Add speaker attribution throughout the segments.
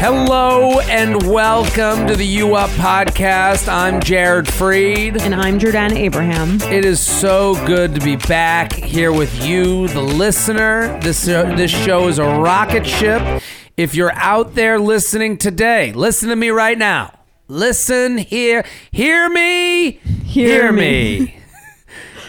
Speaker 1: Hello and welcome to the U Up podcast. I'm Jared Freed.
Speaker 2: And I'm Jordana Abraham.
Speaker 1: It is so good to be back here with you, the listener. This this show is a rocket ship. If you're out there listening today, listen to me right now. Listen here, hear me,
Speaker 3: Hear me.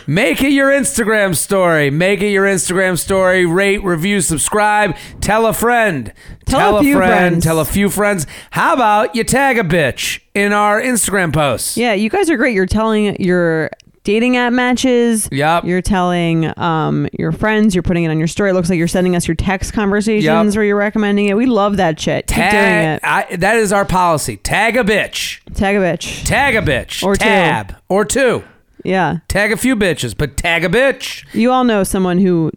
Speaker 1: Make it your Instagram story. Make it your Instagram story. Rate, review, subscribe. Tell a friend.
Speaker 3: Tell a few
Speaker 1: friend.
Speaker 3: friends.
Speaker 1: Tell a few friends. How about you tag a bitch in our Instagram posts?
Speaker 3: Yeah, you guys are great. You're telling your dating app matches.
Speaker 1: Yep.
Speaker 3: You're telling um, your friends. You're putting it on your story. It looks like you're sending us your text conversations
Speaker 1: Yep.
Speaker 3: where you're recommending it. We love that shit. Keep doing
Speaker 1: Tag,
Speaker 3: it.
Speaker 1: I, that is our policy. Tag a bitch.
Speaker 3: Tag a bitch.
Speaker 1: Tag a bitch.
Speaker 3: Or two.
Speaker 1: Tab. Or two.
Speaker 3: Yeah.
Speaker 1: Tag a few bitches, but tag a bitch.
Speaker 3: You all know someone who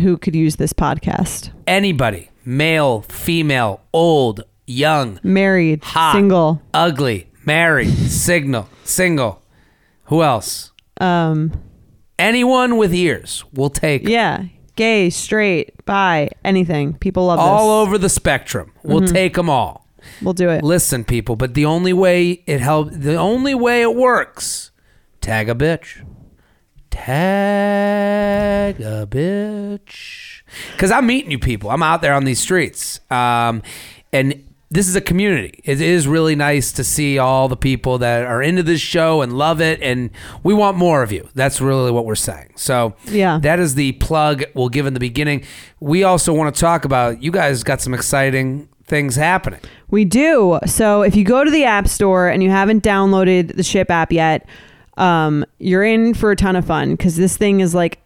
Speaker 3: who could use this podcast.
Speaker 1: Anybody. Male, female, old, young,
Speaker 3: Married,
Speaker 1: hot,
Speaker 3: single.
Speaker 1: ugly, married, signal, single. Who else?
Speaker 3: Um,
Speaker 1: Anyone with ears will take
Speaker 3: yeah. Gay, straight, bi, anything. People love
Speaker 1: all
Speaker 3: this.
Speaker 1: over the spectrum. We'll 'em
Speaker 3: Mm-hmm.
Speaker 1: take them all.
Speaker 3: We'll do it.
Speaker 1: Listen, people, but the only way it help, the only way it works, tag a bitch, tag a bitch, because I'm meeting you people. I'm out there on these streets, um, and this is a community. It is really nice to see all the people that are into this show and love it, and we want more of you. That's really what we're saying. So
Speaker 3: Yeah.
Speaker 1: that is the plug we'll give in the beginning. We also want to talk about you guys got some exciting things happening.
Speaker 3: We do. So if you go to the App Store and you haven't downloaded the Ship app yet, um, you're in for a ton of fun because this thing is like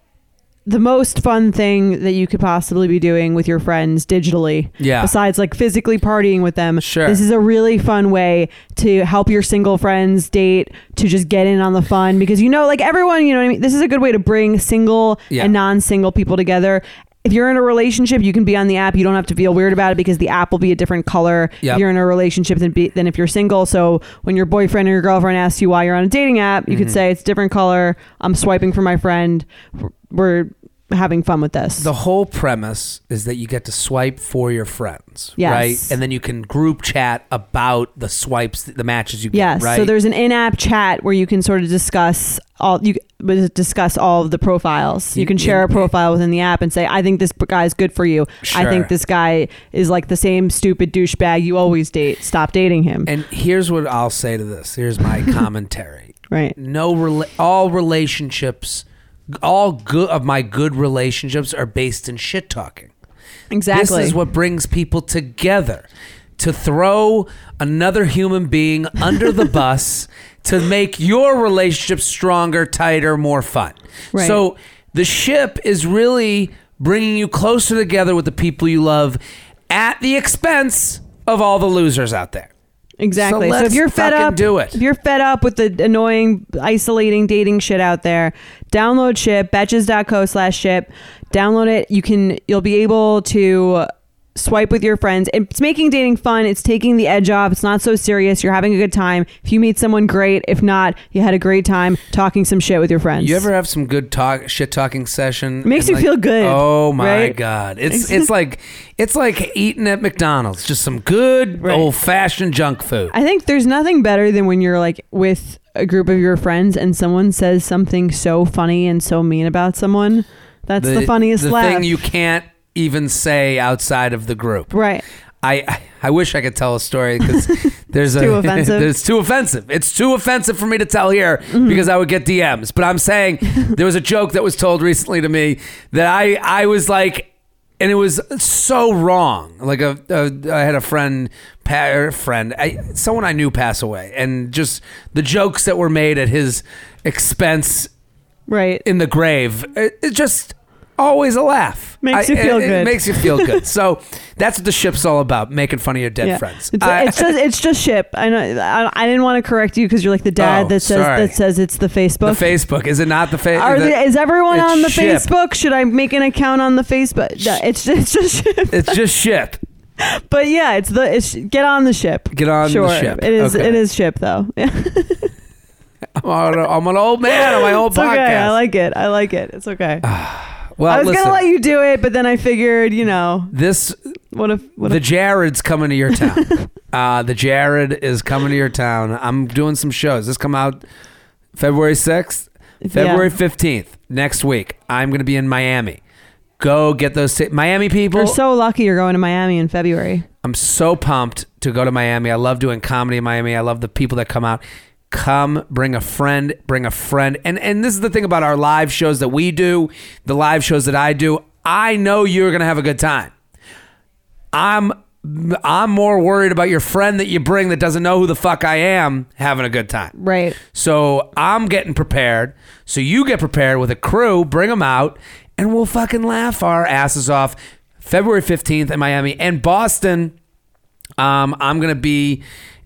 Speaker 3: the most fun thing that you could possibly be doing with your friends digitally.
Speaker 1: Yeah.
Speaker 3: Besides like physically partying with them.
Speaker 1: Sure.
Speaker 3: This is a really fun way to help your single friends date to just get in on the fun because you know, like everyone, you know what I mean? This is a good way to bring single
Speaker 1: Yeah.
Speaker 3: and non single people together. If you're in a relationship, you can be on the app. You don't have to feel weird about it because the app will be a different color
Speaker 1: Yep.
Speaker 3: if you're in a relationship than, be, than if you're single. So when your boyfriend or your girlfriend asks you why you're on a dating app, you could
Speaker 1: Mm-hmm.
Speaker 3: say it's different color. I'm swiping for my friend. We're- We're having fun with this.
Speaker 1: The whole premise is that you get to swipe for your friends,
Speaker 3: Yes.
Speaker 1: right? And then you can group chat about the swipes, the matches you get,
Speaker 3: Yes.
Speaker 1: right?
Speaker 3: So there's an in-app chat where you can sort of discuss all you c- discuss all of the profiles.
Speaker 1: You-
Speaker 3: You can share
Speaker 1: you-
Speaker 3: a profile within the app and say, "I think this b- guy's good for you. I
Speaker 1: Sure.
Speaker 3: think this guy is like the same stupid douchebag you always date. Stop dating him."
Speaker 1: and here's what I'll say to this. Here's my commentary.
Speaker 3: right.
Speaker 1: No, rela- all relationships, all good of my good relationships are based in shit talking.
Speaker 3: Exactly.
Speaker 1: This is what brings people together to throw another human being under the bus to make your relationship stronger, tighter, more fun.
Speaker 3: Right.
Speaker 1: So the ship is really bringing you closer together with the people you love at the expense of all the losers out there.
Speaker 3: Exactly.
Speaker 1: So
Speaker 3: So,
Speaker 1: let's
Speaker 3: if you're fed
Speaker 1: fucking
Speaker 3: up,
Speaker 1: do it.
Speaker 3: If you're fed up with the annoying, isolating dating shit out there, download Ship. Betches.co slash Ship. Download it. You can. You'll be able to swipe with your friends. It's making dating fun. It's taking the edge off. It's not so serious. You're having a good time. If you meet someone, great. If not, you had a great time talking some shit with your friends.
Speaker 1: You ever have some good talk shit talking session? It
Speaker 3: makes you feel good,
Speaker 1: Oh my
Speaker 3: right?
Speaker 1: god. It's it's like it's like eating at McDonald's, just some good
Speaker 3: Right.
Speaker 1: old fashioned junk food.
Speaker 3: I think there's nothing better than when you're like with a group of your friends and someone says something so funny and so mean about someone. That's the, funniest
Speaker 1: the
Speaker 3: laugh.
Speaker 1: thing you can't even say outside of the group
Speaker 3: right.
Speaker 1: i i wish i could tell a story because there's
Speaker 3: too
Speaker 1: a
Speaker 3: offensive. Mm-hmm.
Speaker 1: it's too offensive it's too offensive for me to tell here because i would get dms but i'm saying there was a joke that was told recently to me that i i was like and it was so wrong. Like a, a I had a friend, pa- or friend, I, someone I knew pass away, and just the jokes that were made at his expense
Speaker 3: Right.
Speaker 1: in the grave. It, it just always a laugh.
Speaker 3: Makes you feel
Speaker 1: it, It
Speaker 3: good.
Speaker 1: makes you feel good. so that's what the ship's all about: making fun of your dead
Speaker 3: Yeah.
Speaker 1: friends.
Speaker 3: It's,
Speaker 1: I-
Speaker 3: it's just it's just ship. I know. I, I didn't want to correct you because you're like the dad
Speaker 1: Oh,
Speaker 3: that says
Speaker 1: sorry.
Speaker 3: that says it's the
Speaker 1: the
Speaker 3: Facebook.
Speaker 1: Facebook is it not the Facebook?
Speaker 3: Are the, is everyone
Speaker 1: it's
Speaker 3: on the
Speaker 1: ship.
Speaker 3: Facebook? Should I make an account on the Facebook? No, it's it's just ship.
Speaker 1: it's just ship.
Speaker 3: But yeah, it's the it's get on the ship.
Speaker 1: Get on the
Speaker 3: sure.
Speaker 1: ship.
Speaker 3: It is
Speaker 1: Okay.
Speaker 3: it is ship though. it's
Speaker 1: I'm, a- I'm an old man on my old Oh, podcast.
Speaker 3: okay. I like it. I like it. It's okay.
Speaker 1: well,
Speaker 3: I was
Speaker 1: listen,
Speaker 3: gonna let you do it, but then I figured, you know,
Speaker 1: this
Speaker 3: what if what
Speaker 1: the
Speaker 3: if
Speaker 1: Jared's coming to your town. uh, the Jared is coming to your town. I'm doing some shows. This come out February 6th, February 15th next week. I'm going to be in Miami. Go get those ti- Miami people.
Speaker 3: we're so lucky you're going to Miami in February.
Speaker 1: I'm so pumped to go to Miami. I love doing comedy in Miami. I love the people that come out. Come, bring a friend, bring a friend. And and this is the thing about our live shows that we do, the live shows that I do. I know you're going to have a good time. I'm I'm more worried about your friend that you bring that doesn't know who the fuck I am having a good time.
Speaker 3: Right.
Speaker 1: So I'm getting prepared. So you get prepared with a crew, bring them out, and we'll fucking laugh our asses off. February 15th in Miami and Boston. Um, I'm going to be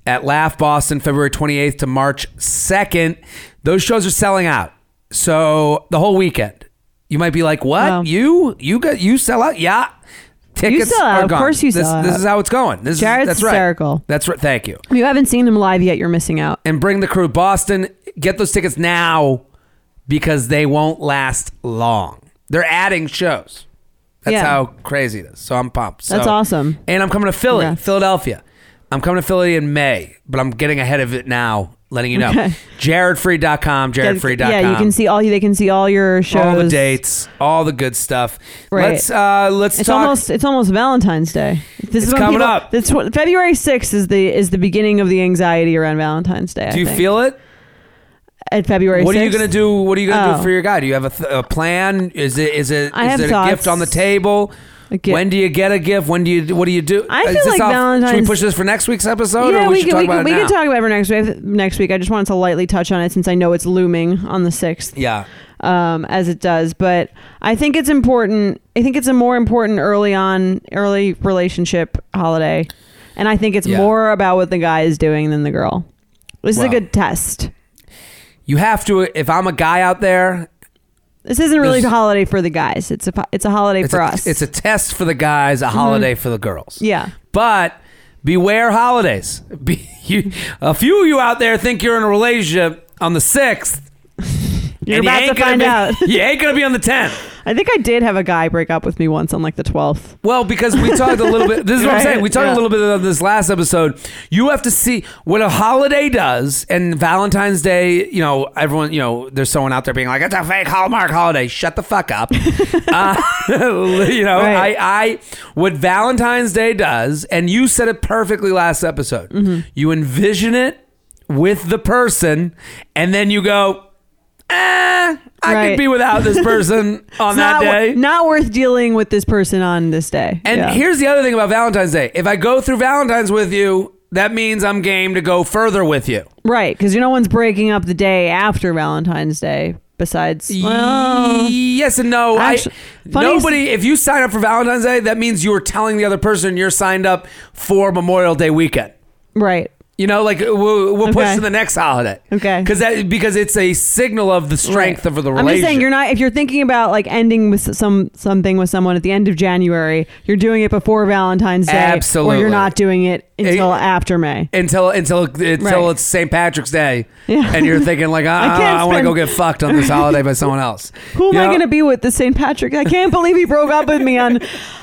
Speaker 1: at Laugh Boston February 28th to March 2nd. Those shows are selling out. So the whole weekend. You might be like, "What?
Speaker 3: Wow.
Speaker 1: You you got you sell out?" Yeah. Tickets
Speaker 3: sell out.
Speaker 1: are
Speaker 3: Of
Speaker 1: gone.
Speaker 3: course you
Speaker 1: this,
Speaker 3: sell
Speaker 1: This
Speaker 3: out.
Speaker 1: is how it's going. This
Speaker 3: Jared's
Speaker 1: is that's right.
Speaker 3: hysterical.
Speaker 1: That's right. Thank you
Speaker 3: If you haven't seen him live yet, you're missing out.
Speaker 1: and bring the crew. Boston, get those tickets now because they won't last long. They're adding shows. That's
Speaker 3: Yeah.
Speaker 1: how crazy it is. So I'm pumped. So-
Speaker 3: That's awesome.
Speaker 1: And I'm coming to Philly,
Speaker 3: Yes.
Speaker 1: Philadelphia. I'm coming to Philly in May, but I'm getting ahead of it now, letting you know.
Speaker 3: Okay.
Speaker 1: JaredFree.com, JaredFree.com.
Speaker 3: Yeah, you can see all you they can see all your shows.
Speaker 1: all the dates, all the good stuff.
Speaker 3: Right.
Speaker 1: Let's uh let's
Speaker 3: It's
Speaker 1: talk
Speaker 3: almost it's almost Valentine's Day. This
Speaker 1: It's
Speaker 3: when
Speaker 1: coming
Speaker 3: people-
Speaker 1: up.
Speaker 3: This what- February 6th is the is the beginning of the anxiety around Valentine's Day.
Speaker 1: Do you feel it?
Speaker 3: at February?
Speaker 1: What are you
Speaker 3: 6th.
Speaker 1: gonna do? What are you gonna
Speaker 3: Oh.
Speaker 1: do for your guy? Do you have a, th- a plan? Is it is it
Speaker 3: I
Speaker 1: is
Speaker 3: have
Speaker 1: it a
Speaker 3: thoughts.
Speaker 1: gift on the table?
Speaker 3: A gift.
Speaker 1: When do you get a gift? When do you what do you do?
Speaker 3: I
Speaker 1: Is
Speaker 3: feel
Speaker 1: this
Speaker 3: like
Speaker 1: Should we
Speaker 3: Valentine's-
Speaker 1: push this for next week's episode?
Speaker 3: Yeah,
Speaker 1: or we, should
Speaker 3: can
Speaker 1: talk
Speaker 3: we,
Speaker 1: about
Speaker 3: can,
Speaker 1: it
Speaker 3: we
Speaker 1: now?
Speaker 3: can talk about it for next week. Next week, I just wanted to lightly touch on it since I know it's looming on the sixth.
Speaker 1: Yeah,
Speaker 3: um, as it does. But I think it's important. I think it's a more important early on, early relationship holiday. And I think it's
Speaker 1: Yeah.
Speaker 3: more about what the guy is doing than the girl. This is
Speaker 1: Wow.
Speaker 3: a good test.
Speaker 1: you have to. If I'm a guy out there,
Speaker 3: This isn't really
Speaker 1: This-
Speaker 3: a holiday for the guys. It's a po- it's a holiday
Speaker 1: it's
Speaker 3: for
Speaker 1: a,
Speaker 3: us. Mm-hmm.
Speaker 1: It's a test for the guys, a holiday for the girls.
Speaker 3: yeah.
Speaker 1: But beware holidays. Be, you, a few of you out there think you're in a relationship on the sixth.
Speaker 3: You're
Speaker 1: and you
Speaker 3: about
Speaker 1: ain't
Speaker 3: to
Speaker 1: gonna
Speaker 3: find
Speaker 1: be-
Speaker 3: out.
Speaker 1: You ain't gonna be on the tenth.
Speaker 3: I think I did have a guy break up with me once on like the twelfth.
Speaker 1: Well, because we talked a little bit. This is what I'm
Speaker 3: Right,
Speaker 1: saying. We talked
Speaker 3: yeah.
Speaker 1: a little bit on this last episode. You have to see what a holiday does, and Valentine's Day. You know, everyone. You know, there's someone out there being like, "It's a fake Hallmark holiday." Shut the fuck up. uh, you know, I,
Speaker 3: Right.
Speaker 1: I. What Valentine's Day does, and you said it perfectly last episode.
Speaker 3: Mm-hmm.
Speaker 1: You envision it with the person, and then you go. Eh, I could
Speaker 3: Right.
Speaker 1: be without this person on that
Speaker 3: not, wor-
Speaker 1: day.
Speaker 3: not worth dealing with this person on this day.
Speaker 1: And
Speaker 3: Yeah.
Speaker 1: here's the other thing about Valentine's Day. If I go through Valentine's with you, that means I'm game to go further with you.
Speaker 3: right, because no one's breaking up the day after Valentine's Day. Besides, well,
Speaker 1: yes and no.
Speaker 3: Actu-
Speaker 1: I,
Speaker 3: funny-
Speaker 1: nobody, if you sign up for Valentine's Day, that means you are telling the other person you're signed up for Memorial Day weekend.
Speaker 3: right.
Speaker 1: You know, like we'll, we'll push
Speaker 3: Okay.
Speaker 1: to the next holiday.
Speaker 3: Okay.
Speaker 1: Because that because it's a signal of the strength of the relationship.
Speaker 3: I'm just saying you're not if you're thinking about like ending with some something with someone at the end of January, you're doing it before Valentine's Day, or
Speaker 1: Absolutely.
Speaker 3: you're not doing it until after May.
Speaker 1: until until until
Speaker 3: Right.
Speaker 1: it's St. Patrick's Day,
Speaker 3: Yeah.
Speaker 1: and you're thinking like, ah,
Speaker 3: can't
Speaker 1: I, want to
Speaker 3: spend-
Speaker 1: go get fucked on this holiday by someone else.
Speaker 3: Who am
Speaker 1: You
Speaker 3: I
Speaker 1: know?
Speaker 3: going to be with this St. Patrick? I can't believe he broke up with me on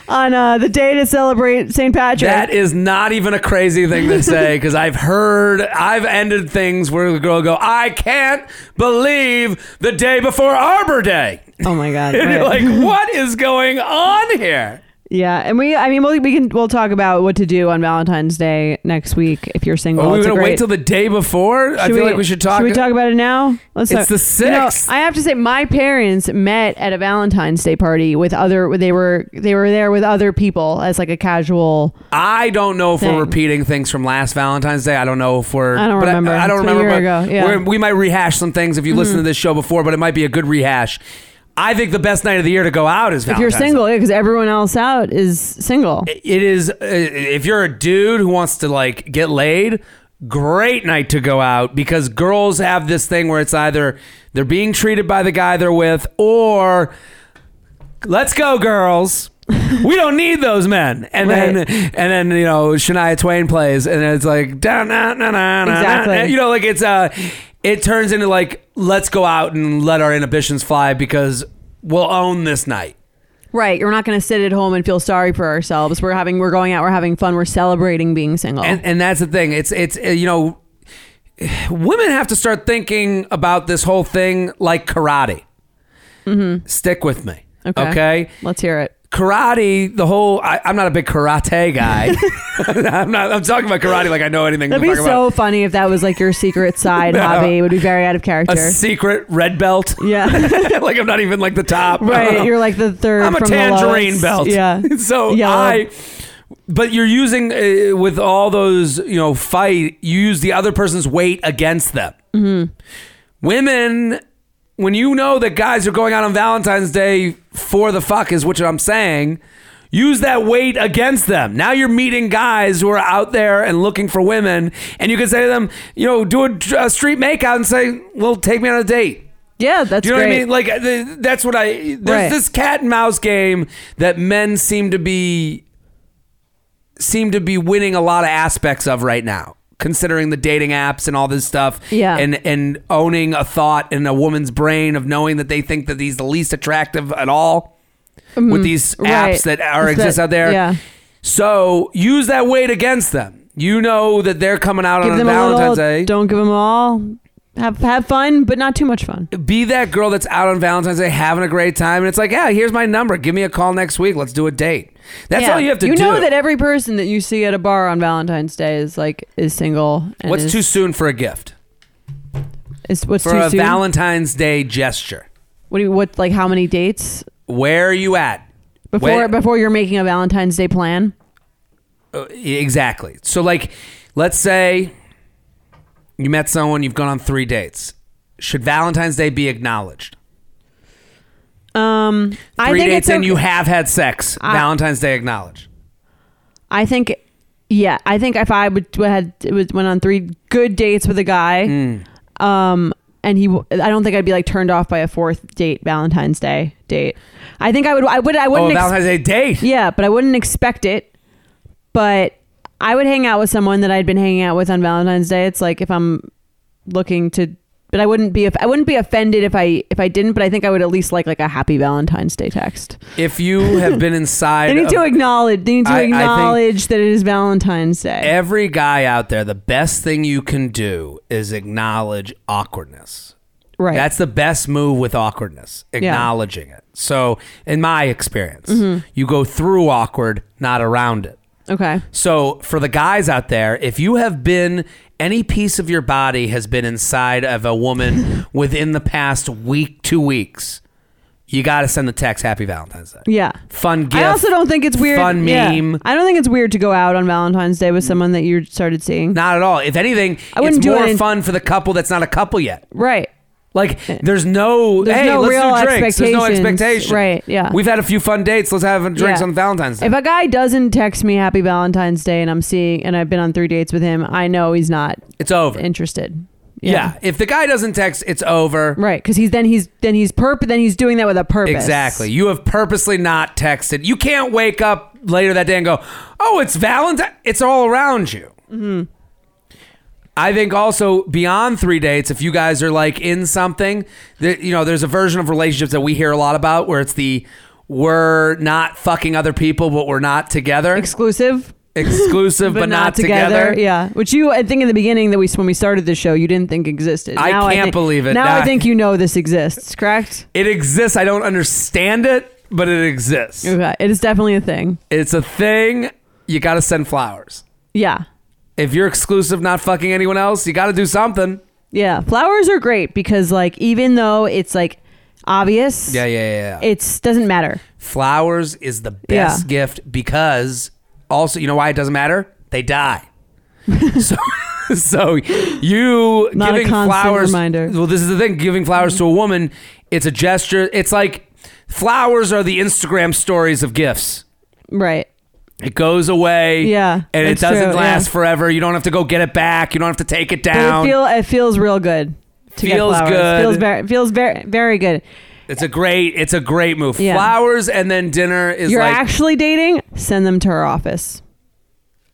Speaker 3: on uh, the day to celebrate St. Patrick.
Speaker 1: That is not even a crazy thing to say because I've heard, I've ended things where the girl go, I can't believe the day before Arbor Day.
Speaker 3: oh my god!
Speaker 1: And you're
Speaker 3: right.
Speaker 1: like, what is going on here?
Speaker 3: yeah, and we I mean we'll, we can we'll talk about what to do on Valentine's Day next week if you're single.
Speaker 1: Are we
Speaker 3: It's a
Speaker 1: going to Oh, wait
Speaker 3: great-
Speaker 1: till the day before? I
Speaker 3: Should
Speaker 1: feel like we should talk.
Speaker 3: Should we talk about it now? Let's
Speaker 1: It's
Speaker 3: talk.
Speaker 1: the
Speaker 3: You know,
Speaker 1: 6th.
Speaker 3: I have to say, my parents met at a Valentine's Day party with other. They were they were there with other people as like a casual.
Speaker 1: I don't know if
Speaker 3: Thing.
Speaker 1: we're repeating things from last Valentine's Day. I don't know if we're.
Speaker 3: I don't
Speaker 1: but
Speaker 3: remember.
Speaker 1: I, don't
Speaker 3: It's been a
Speaker 1: remember.
Speaker 3: year
Speaker 1: but
Speaker 3: ago. Yeah. Mm-hmm.
Speaker 1: we're- we might rehash some things if you listened to this show before, but it might be a good rehash. I think the best night of the year to go out is
Speaker 3: If you're
Speaker 1: Valentine's.
Speaker 3: single, yeah, because everyone else out is single.
Speaker 1: It is uh, if you're a dude who wants to like get laid, great night to go out because girls have this thing where it's either they're being treated by the guy they're with or let's go girls. we don't need those men. And
Speaker 3: Right.
Speaker 1: then and then you know Shania Twain plays and it's like da na na na na, na
Speaker 3: Exactly.
Speaker 1: you know like it's uh it turns into like let's go out and let our inhibitions fly because we'll own this night.
Speaker 3: Right. We're not going to sit at home and feel sorry for ourselves. We're having, we're going out, we're having fun, we're celebrating being single.
Speaker 1: and, and that's the thing. It's it's uh, you know, women have to start thinking about this whole thing like karate.
Speaker 3: Mm-hmm.
Speaker 1: Stick with me, okay?
Speaker 3: Let's hear it.
Speaker 1: Karate, the whole. I, I'm not a big karate guy. I'm not. I'm talking about karate like I know anything.
Speaker 3: That'd
Speaker 1: I'm
Speaker 3: be
Speaker 1: talking
Speaker 3: so funny if that was like your secret side hobby. It would be very out of
Speaker 1: about
Speaker 3: character.
Speaker 1: a secret red belt.
Speaker 3: yeah.
Speaker 1: like I'm not even like the top.
Speaker 3: right. You're like the third.
Speaker 1: I'm a
Speaker 3: from the
Speaker 1: tangerine
Speaker 3: lowest.
Speaker 1: belt.
Speaker 3: Yeah.
Speaker 1: so
Speaker 3: Yeah.
Speaker 1: I. But you're using uh, with all those you know fight. You use the other person's weight against them.
Speaker 3: Mm-hmm.
Speaker 1: Women, when you know that guys are going out on Valentine's Day for the fuck is what I'm saying. Use that weight against them. Now you're meeting guys who are out there and looking for women, and you can say to them, you know, do a, a street makeout and say, "Well, take me on a date."
Speaker 3: yeah. That's
Speaker 1: Do you know
Speaker 3: great.
Speaker 1: what I mean? Like uh, the, that's what I. There's
Speaker 3: Right.
Speaker 1: this cat and mouse game that men seem to be seem to be winning a lot of aspects of right now, considering the dating apps and all this stuff.
Speaker 3: Yeah.
Speaker 1: and and owning a thought in a woman's brain of knowing that they think that he's the least attractive at all with these apps
Speaker 3: Mm-hmm. Right.
Speaker 1: that are
Speaker 3: Is
Speaker 1: exist
Speaker 3: that-
Speaker 1: out there.
Speaker 3: yeah.
Speaker 1: So use that weight against them. You know that they're coming out
Speaker 3: Give
Speaker 1: on
Speaker 3: them a
Speaker 1: Valentine's
Speaker 3: little.
Speaker 1: Day.
Speaker 3: Don't give them all. Have have fun, but not too much fun.
Speaker 1: be that girl that's out on Valentine's Day having a great time, and it's like, yeah, here's my number. Give me a call next week. Let's do a date. That's all you have to
Speaker 3: You
Speaker 1: do.
Speaker 3: know that every person that you see at a bar on Valentine's Day is like is single. And
Speaker 1: What's
Speaker 3: is,
Speaker 1: too soon for a gift?
Speaker 3: Is, what's
Speaker 1: For
Speaker 3: too
Speaker 1: a
Speaker 3: soon?
Speaker 1: Valentine's Day gesture.
Speaker 3: what do you, what like how many dates
Speaker 1: Where are you at?
Speaker 3: before
Speaker 1: Where-
Speaker 3: before you're making a Valentine's Day plan?
Speaker 1: Uh, exactly. So, like, let's say you met someone, you've gone on three dates. Should Valentine's Day be acknowledged?
Speaker 3: Um, I
Speaker 1: Three
Speaker 3: think
Speaker 1: dates
Speaker 3: it's
Speaker 1: and
Speaker 3: a-
Speaker 1: you have had sex. Valentine's Day acknowledged.
Speaker 3: I think, yeah, I think if I would had would- went on three good dates with a guy,
Speaker 1: Hmm.
Speaker 3: um, and he, w- I don't think I'd be like turned off by a fourth date Valentine's Day date. I think I would, I would, I
Speaker 1: Oh,
Speaker 3: wouldn't, ex-
Speaker 1: Valentine's Day date.
Speaker 3: yeah, but I wouldn't expect it. But I would hang out with someone that I'd been hanging out with on Valentine's Day. It's like if I'm looking to. But I wouldn't be if I wouldn't be offended if I if I didn't. But I think I would at least like like a happy Valentine's Day text.
Speaker 1: If you have been inside,
Speaker 3: They need
Speaker 1: of-
Speaker 3: to acknowledge. They need to
Speaker 1: um, I- I think- Eh,
Speaker 3: acknowledge that it is Valentine's Day.
Speaker 1: every guy out there, the best thing you can do is acknowledge awkwardness.
Speaker 3: Right.
Speaker 1: That's the best move with awkwardness, acknowledging it. So, in my experience,
Speaker 3: Mm-hmm.
Speaker 1: you go through awkward, not around it.
Speaker 3: okay.
Speaker 1: So, for the guys out there, if you have been any piece of your body has been inside of a woman within the past week, two weeks, you got to send the text Happy Valentine's Day.
Speaker 3: Yeah.
Speaker 1: Fun gift.
Speaker 3: I also don't think it's weird.
Speaker 1: Fun
Speaker 3: yeah.
Speaker 1: meme.
Speaker 3: I don't think it's weird to go out on Valentine's Day with someone that you started seeing.
Speaker 1: Not at all. If anything,
Speaker 3: I wouldn't
Speaker 1: it's
Speaker 3: do it
Speaker 1: more
Speaker 3: in-
Speaker 1: fun for the couple that's not a couple yet.
Speaker 3: Right.
Speaker 1: Like there's no
Speaker 3: Eh, There's
Speaker 1: hey,
Speaker 3: no
Speaker 1: let's
Speaker 3: real
Speaker 1: do drinks. There's no
Speaker 3: expectations.
Speaker 1: expectation.
Speaker 3: Right, yeah.
Speaker 1: We've had a few fun dates. Let's have drinks
Speaker 3: Yeah.
Speaker 1: on Valentine's Day.
Speaker 3: If a guy doesn't text me Happy Valentine's Day and I'm seeing and I've been on three dates with him, I know he's not
Speaker 1: it's over.
Speaker 3: interested.
Speaker 1: yeah. If the guy doesn't text, it's over.
Speaker 3: Right. Because he's then he's then he's perp then he's doing that with a purpose.
Speaker 1: Exactly. You have purposely not texted. You can't wake up later that day and go, "Oh, it's Valentine." It's all around you.
Speaker 3: Mm-hmm.
Speaker 1: I think also beyond three dates, if you guys are like in something, that you know, there's a version of relationships that we hear a lot about where it's the we're not fucking other people, but we're not together.
Speaker 3: Exclusive.
Speaker 1: exclusive but, not, together.
Speaker 3: Yeah. Which you I think in the beginning that we when we started the show you didn't think existed.
Speaker 1: I
Speaker 3: Now
Speaker 1: can't
Speaker 3: think-
Speaker 1: believe it.
Speaker 3: Now
Speaker 1: Now
Speaker 3: I
Speaker 1: I-
Speaker 3: think you know this exists, correct?
Speaker 1: It exists. I don't understand it, but it exists.
Speaker 3: Okay. It is definitely a thing.
Speaker 1: It's a thing. You got to send flowers.
Speaker 3: Yeah.
Speaker 1: If you're exclusive, not fucking anyone else, you got to do something.
Speaker 3: Yeah. Flowers are great because like even though it's like obvious,
Speaker 1: Yeah, yeah, yeah. yeah.
Speaker 3: it's doesn't matter.
Speaker 1: flowers is the best
Speaker 3: Yeah.
Speaker 1: gift because also, you know why it doesn't matter? They die. So so you
Speaker 3: Not a
Speaker 1: giving
Speaker 3: constant
Speaker 1: flowers.
Speaker 3: reminder.
Speaker 1: Well, this is the thing. Giving flowers to a woman, it's a gesture. It's like flowers are the Instagram stories of gifts.
Speaker 3: Right.
Speaker 1: It goes away.
Speaker 3: Yeah,
Speaker 1: And it
Speaker 3: it's
Speaker 1: doesn't
Speaker 3: true, yeah.
Speaker 1: last forever. You don't have to go get it back. You don't have to take it
Speaker 3: But
Speaker 1: down.
Speaker 3: It feel it feels real good. To get
Speaker 1: Feels
Speaker 3: flowers.
Speaker 1: good.
Speaker 3: Feels very feels very very good.
Speaker 1: it's a great it's a great move.
Speaker 3: Yeah.
Speaker 1: Flowers and then dinner is
Speaker 3: You're
Speaker 1: like
Speaker 3: actually dating, send them to her office.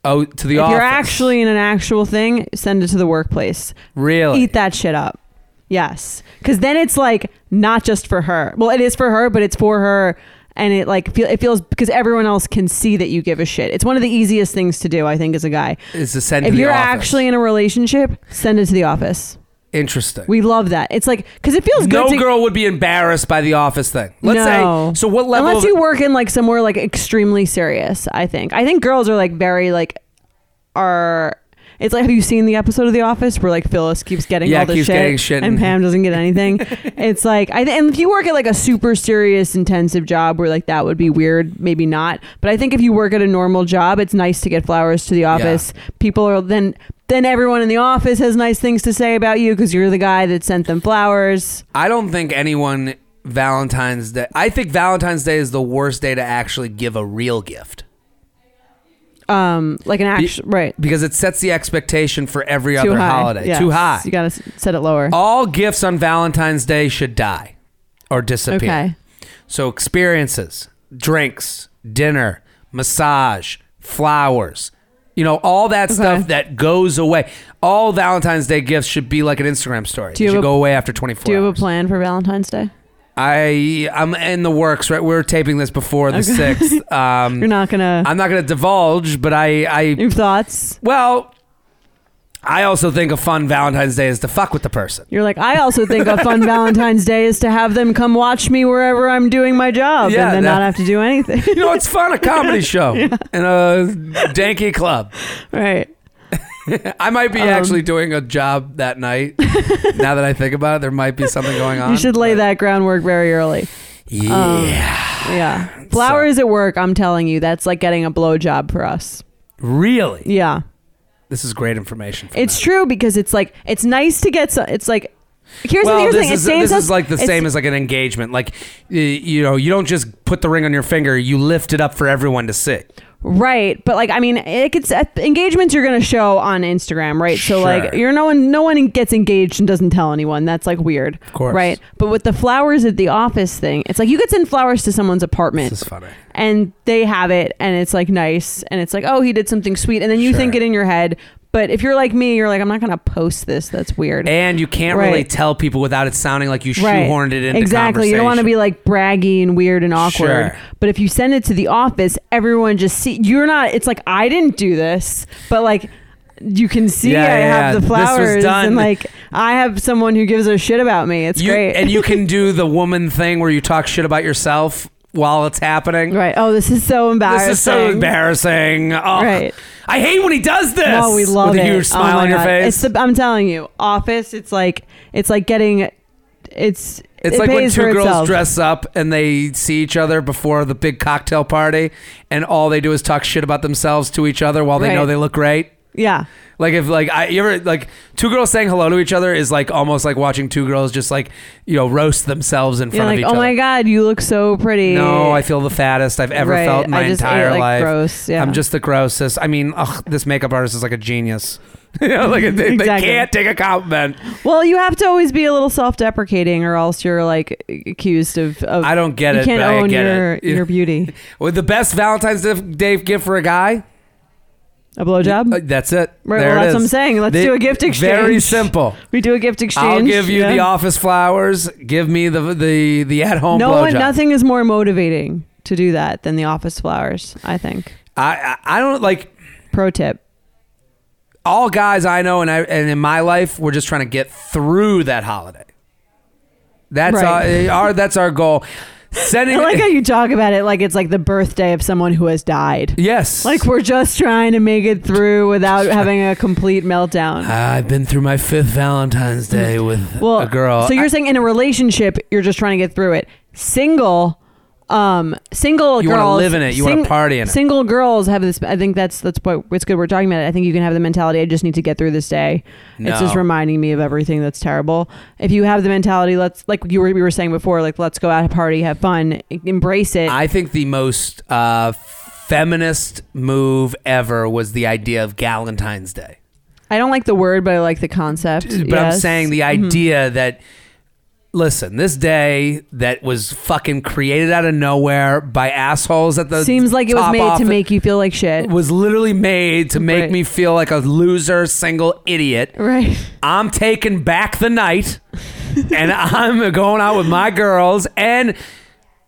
Speaker 1: oh to the
Speaker 3: If
Speaker 1: office.
Speaker 3: you're actually in an actual thing, send it to the workplace.
Speaker 1: really
Speaker 3: Eat that shit up. Yes. Cuz then it's like not just for her. Well, it is for her, but it's for her and it like feel it feels because everyone else can see that you give a shit. It's one of the easiest things to do, I think, as a guy.
Speaker 1: is to send
Speaker 3: If
Speaker 1: to the
Speaker 3: you're
Speaker 1: office.
Speaker 3: actually in a relationship, send it to the office.
Speaker 1: interesting.
Speaker 3: We love that. It's like because it feels
Speaker 1: no
Speaker 3: good. to-
Speaker 1: girl would be embarrassed by the office thing. Let's
Speaker 3: No.
Speaker 1: say so what level
Speaker 3: Unless
Speaker 1: of,
Speaker 3: you work in like somewhere like extremely serious, I think. I think girls are like very like are it's like have you seen the episode of The Office where like Phyllis keeps getting
Speaker 1: Yeah,
Speaker 3: all the
Speaker 1: keeps
Speaker 3: shit,
Speaker 1: getting shit
Speaker 3: and
Speaker 1: and-
Speaker 3: Pam doesn't get anything. it's like I th- and if you work at like a super serious intensive job where like that would be weird, maybe not. But I think if you work at a normal job, it's nice to get flowers to the office. People are then then everyone in the office has nice things to say about you because you're the guy that sent them flowers.
Speaker 1: I don't think anyone Valentine's Day I think Valentine's Day is the worst day to actually give a real gift.
Speaker 3: Um like an actual right.
Speaker 1: Because it sets the expectation for every
Speaker 3: too
Speaker 1: other
Speaker 3: high.
Speaker 1: holiday.
Speaker 3: Yes.
Speaker 1: Too high. Oh,
Speaker 3: You gotta s- set it lower.
Speaker 1: All gifts on Valentine's Day should die or disappear.
Speaker 3: okay.
Speaker 1: So experiences, drinks, dinner, massage, flowers, you know, all that stuff that goes away. All Valentine's Day gifts should be like an Instagram story.
Speaker 3: Do
Speaker 1: Do
Speaker 3: you
Speaker 1: you should
Speaker 3: have a-
Speaker 1: go away after 24
Speaker 3: Do you have a
Speaker 1: hours.
Speaker 3: plan for Valentine's Day?
Speaker 1: Mm. I I'm in the works, right? We're taping this before the 6th. Um
Speaker 3: You're not gonna.
Speaker 1: I'm not going to divulge, but I I
Speaker 3: your thoughts.
Speaker 1: well, I also think a fun Valentine's Day is to fuck with the person.
Speaker 3: You're like, I also think a fun Valentine's Day is to have them come watch me wherever I'm doing my job
Speaker 1: Yeah,
Speaker 3: and then
Speaker 1: that-
Speaker 3: not have to do anything.
Speaker 1: You know, it's fun a comedy show in a danky club.
Speaker 3: right.
Speaker 1: I might
Speaker 3: Um,
Speaker 1: be actually doing a job that night. now that I think about it, there might be something going on.
Speaker 3: You should um, lay
Speaker 1: but-
Speaker 3: that groundwork very early.
Speaker 1: Yeah,
Speaker 3: Yeah. Flowers at work, I'm telling you, that's like getting a blowjob for us.
Speaker 1: really.
Speaker 3: Yeah.
Speaker 1: This is great information. For
Speaker 3: It's true because it's like, it's nice to get some, it's like, here's
Speaker 1: well,
Speaker 3: the here's the
Speaker 1: this
Speaker 3: thing.
Speaker 1: is
Speaker 3: it saves
Speaker 1: this
Speaker 3: us,
Speaker 1: is like the
Speaker 3: it's-
Speaker 1: same as like an engagement. Like, y- you know, you don't just put the ring on your finger; you lift it up for everyone to see.
Speaker 3: Right, but like I mean, it gets uh, engagements you're going to show on Instagram, right? So like
Speaker 1: Sure.
Speaker 3: you're no one no one gets engaged and doesn't tell anyone. That's like weird. Of
Speaker 1: course.
Speaker 3: Right? But with the flowers at the office thing, it's like you could send flowers to someone's apartment
Speaker 1: This is funny.
Speaker 3: and they have it and it's like nice and it's like, "Oh, he did something sweet." And then you
Speaker 1: Sure.
Speaker 3: think it in your head. But if you're like me, you're like, "I'm not going to post this. That's weird."
Speaker 1: And you can't
Speaker 3: Right.
Speaker 1: really tell people without it sounding like you shoehorned it into
Speaker 3: exactly. You don't want to be like braggy and weird and awkward.
Speaker 1: Sure.
Speaker 3: But if you send it to the office, everyone just see you're not. It's like I didn't do this, but like you can see
Speaker 1: Yeah,
Speaker 3: I
Speaker 1: yeah, yeah.
Speaker 3: have the
Speaker 1: This was
Speaker 3: flowers
Speaker 1: done.
Speaker 3: and like I have someone who gives a shit about me. It's
Speaker 1: You,
Speaker 3: great.
Speaker 1: and you can do the woman thing where you talk shit about yourself while it's happening.
Speaker 3: right. Oh, this is so embarrassing.
Speaker 1: This is so embarrassing. Ugh.
Speaker 3: Right.
Speaker 1: I hate when he does this.
Speaker 3: Oh, we love
Speaker 1: With a
Speaker 3: it.
Speaker 1: huge smile
Speaker 3: oh my
Speaker 1: on your
Speaker 3: God.
Speaker 1: face.
Speaker 3: It's the, I'm telling you, office. It's like it's like getting. It's
Speaker 1: It's
Speaker 3: it
Speaker 1: like when
Speaker 3: pays for
Speaker 1: two girls
Speaker 3: itself.
Speaker 1: dress up and they see each other before the big cocktail party, and all they do is talk shit about themselves to each other while they
Speaker 3: Right.
Speaker 1: know they look great.
Speaker 3: Yeah.
Speaker 1: Like if like I you ever like two girls saying hello to each other is like almost like watching two girls just like you know roast themselves in
Speaker 3: You're
Speaker 1: front of
Speaker 3: like,
Speaker 1: each
Speaker 3: oh
Speaker 1: other.
Speaker 3: my god, you look so pretty.
Speaker 1: No, I feel the fattest I've ever
Speaker 3: Right.
Speaker 1: felt in my
Speaker 3: I just ate,
Speaker 1: entire
Speaker 3: like,
Speaker 1: life.
Speaker 3: gross, yeah.
Speaker 1: I'm just the grossest. I mean, ugh, this makeup artist is like a genius. you know, like they, they
Speaker 3: Exactly.
Speaker 1: can't take a compliment.
Speaker 3: Well, you have to always be a little self-deprecating, or else you're like accused of. of
Speaker 1: I don't get
Speaker 3: you
Speaker 1: it,
Speaker 3: can't
Speaker 1: but I
Speaker 3: own
Speaker 1: get
Speaker 3: your
Speaker 1: it. You
Speaker 3: your
Speaker 1: know.
Speaker 3: beauty.
Speaker 1: With the best Valentine's Day gift for a guy,
Speaker 3: A blowjob.
Speaker 1: Uh, That's it.
Speaker 3: Right,
Speaker 1: There
Speaker 3: well,
Speaker 1: it
Speaker 3: that's what
Speaker 1: is.
Speaker 3: I'm saying. Let's
Speaker 1: They-
Speaker 3: do a gift exchange.
Speaker 1: Very simple.
Speaker 3: We do a gift exchange.
Speaker 1: I'll give you
Speaker 3: yeah.
Speaker 1: the office flowers. Give me the the the at home.
Speaker 3: No one,
Speaker 1: blowjob.
Speaker 3: nothing is more motivating to do that than the office flowers. I think.
Speaker 1: I I I don't like
Speaker 3: Pro tip.
Speaker 1: all guys I know and I and in my life we're just trying to get through that holiday. That's
Speaker 3: Right.
Speaker 1: our, our that's our goal. Sending
Speaker 3: I like how you talk about it like it's like the birthday of someone who has died.
Speaker 1: yes.
Speaker 3: Like we're just trying to make it through without having a complete meltdown.
Speaker 1: I've been through my fifth Valentine's Day with
Speaker 3: Mm-hmm. well,
Speaker 1: a girl.
Speaker 3: So you're saying in a relationship, you're just trying to get through it. Single, Um, single
Speaker 1: You wanna
Speaker 3: girls
Speaker 1: live in it. You wanna party in it.
Speaker 3: Single girls have this. I think that's that's what it's good. We're talking about it. I think you can have the mentality. I just need to get through this day. It's just
Speaker 1: No.
Speaker 3: reminding me of everything that's terrible. If you have the mentality, let's like you were we were saying before, like let's go out, party, have fun, embrace it.
Speaker 1: I think the most uh, feminist move ever was the idea of Galentine's Day.
Speaker 3: I don't like the word, but I like the concept.
Speaker 1: But I'm
Speaker 3: yes. Mm-hmm.
Speaker 1: saying the idea that listen, this day that was fucking created out of nowhere by assholes at the
Speaker 3: seems like it was
Speaker 1: top
Speaker 3: made to
Speaker 1: office-
Speaker 3: make you feel like shit.
Speaker 1: was literally made to make
Speaker 3: Right.
Speaker 1: me feel like a loser, single idiot.
Speaker 3: Right.
Speaker 1: I'm taking back the night and I'm going out with my girls and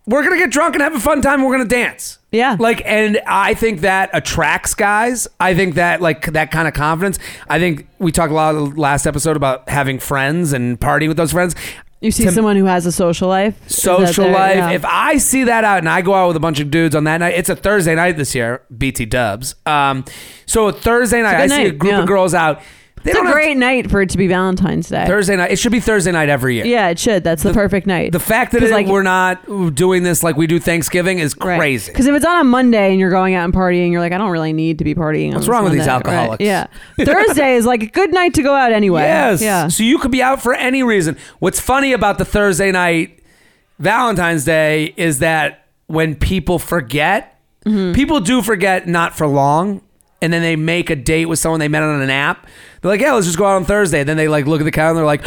Speaker 1: we're going to get drunk and have a fun time. We're going to dance.
Speaker 3: Yeah.
Speaker 1: Like, and I think that attracts guys. I think that, like, that kind of confidence. I think we talked a lot last episode about having friends and partying with those friends.
Speaker 3: You see
Speaker 1: To-
Speaker 3: someone who has a social life. is that
Speaker 1: Social
Speaker 3: their-
Speaker 1: life.
Speaker 3: yeah.
Speaker 1: If I see that out and I go out with a bunch of dudes on that night, it's a Thursday night this year, BT dubs. Um, so a Thursday night, I
Speaker 3: good
Speaker 1: see a
Speaker 3: night,
Speaker 1: group
Speaker 3: yeah.
Speaker 1: of girls out. They
Speaker 3: it's a
Speaker 1: don't have to-
Speaker 3: great night for it to be Valentine's Day.
Speaker 1: Thursday night. It should be Thursday night every year.
Speaker 3: yeah, it should. That's the, perfect night.
Speaker 1: The fact that
Speaker 3: 'Cause,
Speaker 1: it-
Speaker 3: like-
Speaker 1: we're not doing this like we do Thanksgiving is crazy.
Speaker 3: Because if it's on a Monday and you're going out and partying, you're like, I don't really need to be partying. on
Speaker 1: What's
Speaker 3: this
Speaker 1: wrong with these
Speaker 3: Monday. Right.
Speaker 1: alcoholics?
Speaker 3: Yeah. Thursday is like a good night to go out anyway.
Speaker 1: Yes.
Speaker 3: Yeah.
Speaker 1: So you could be out for any reason. What's funny about the Thursday night Valentine's Day is that when people forget,
Speaker 3: Mm-hmm.
Speaker 1: people do forget not for long. And then they make a date with someone they met on an app. They're like, "Yeah, let's just go out on Thursday." Then they like look at the calendar, they're like,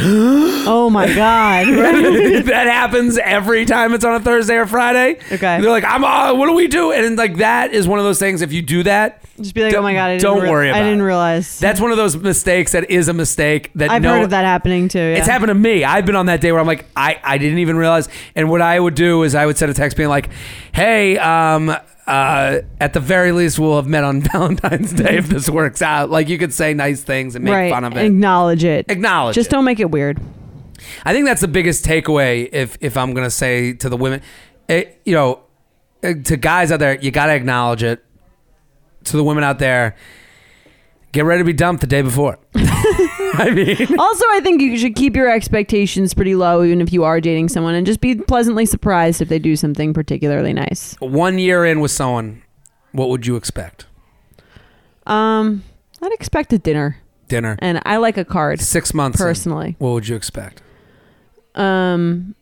Speaker 3: Oh my God. Right.
Speaker 1: that happens every time it's on a Thursday or Friday.
Speaker 3: Okay.
Speaker 1: They're like, I'm. Uh, what do we do? And like that is one of those things. If you do that,
Speaker 3: Just be like,
Speaker 1: Don't-
Speaker 3: oh my God. I didn't
Speaker 1: don't
Speaker 3: rea-
Speaker 1: worry
Speaker 3: I
Speaker 1: about
Speaker 3: didn't
Speaker 1: it.
Speaker 3: realize.
Speaker 1: that's one of those mistakes that is a mistake. That
Speaker 3: I've
Speaker 1: no,
Speaker 3: heard of that happening too.
Speaker 1: It's
Speaker 3: yeah.
Speaker 1: happened to me. I've been on that day where I'm like, I, I didn't even realize. And what I would do is I would send a text being like, hey, um, uh, at the very least, we'll have met on Valentine's Day if this works out. Like, you could say nice things and make
Speaker 3: right.
Speaker 1: fun of it.
Speaker 3: Acknowledge it.
Speaker 1: Acknowledge it.
Speaker 3: Just don't make it weird.
Speaker 1: I think that's the biggest takeaway. If if I'm gonna say to the women, it, you know, eh, to guys out there, you gotta acknowledge it. To the women out there, get ready to be dumped the day before. I mean,
Speaker 3: Also, I think you should keep your expectations pretty low, even if you are dating someone, and just be pleasantly surprised if they do something particularly nice.
Speaker 1: one year in with someone, what would you expect?
Speaker 3: Um, I'd expect a dinner,
Speaker 1: Dinner.
Speaker 3: and I like a card
Speaker 1: Six months. in,
Speaker 3: personally.
Speaker 1: what would you expect?
Speaker 3: Um,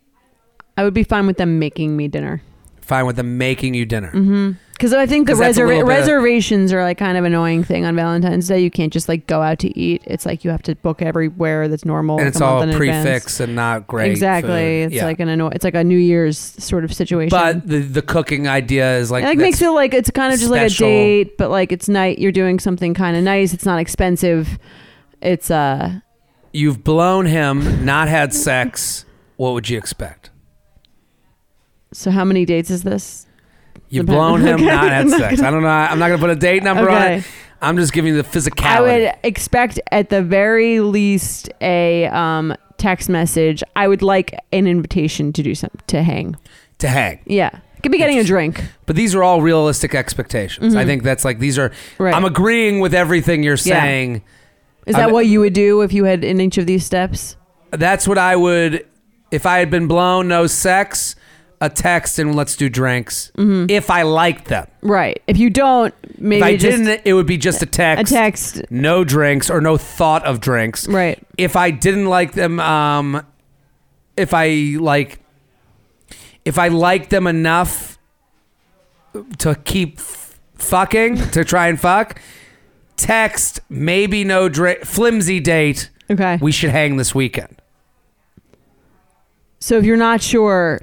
Speaker 3: I would be fine with them making me dinner
Speaker 1: Fine with them making you
Speaker 3: Mm,
Speaker 1: dinner.
Speaker 3: because I think the
Speaker 1: Mm-hmm. 'Cause that's a
Speaker 3: reserva-
Speaker 1: little bit-
Speaker 3: reservations are like kind of annoying thing on Valentine's Day. You can't just like go out to eat. It's like you have to book everywhere that's normal.
Speaker 1: And
Speaker 3: like,
Speaker 1: it's
Speaker 3: a month
Speaker 1: all
Speaker 3: in advance.
Speaker 1: prefix and not great.
Speaker 3: Exactly.
Speaker 1: food.
Speaker 3: It's
Speaker 1: Yeah.
Speaker 3: like an anno- It's like a New Year's sort of situation.
Speaker 1: But the, the cooking idea is like,
Speaker 3: It like makes
Speaker 1: that's-
Speaker 3: it like it's kind of just
Speaker 1: special.
Speaker 3: like a date, but like it's night. You're doing something kind of nice. It's not expensive. It's uh,
Speaker 1: you've blown him, not had sex. What would you expect?
Speaker 3: so how many dates is this?
Speaker 1: You've
Speaker 3: Depend-
Speaker 1: blown him,
Speaker 3: Okay.
Speaker 1: not had sex. I don't know. I'm not gonna put a date number on
Speaker 3: Okay.
Speaker 1: it. I'm just giving you the
Speaker 3: I
Speaker 1: physicality.
Speaker 3: would expect at the very least a um text message. I would like an invitation to do some to hang.
Speaker 1: to hang.
Speaker 3: Yeah, could be getting a drink.
Speaker 1: But these are all realistic expectations. I think that's like these are.
Speaker 3: Mm-hmm. Right.
Speaker 1: I'm agreeing with everything you're
Speaker 3: Yeah.
Speaker 1: saying.
Speaker 3: Is that
Speaker 1: I'm-
Speaker 3: what you would do if you had in each of these steps?
Speaker 1: That's what I would. If I had been blown, no sex, a text, and let's do drinks. If I liked them.
Speaker 3: Right. If you don't, maybe
Speaker 1: If I
Speaker 3: just
Speaker 1: didn't, it would be just a
Speaker 3: a
Speaker 1: text.
Speaker 3: text.
Speaker 1: No drinks or no thought of drinks.
Speaker 3: Right.
Speaker 1: if I didn't like them, um, if I like, if I liked them enough to keep f- fucking, to try and fuck, text, maybe no drink, flimsy date,
Speaker 3: Okay.
Speaker 1: we should hang this weekend.
Speaker 3: so if you're not sure,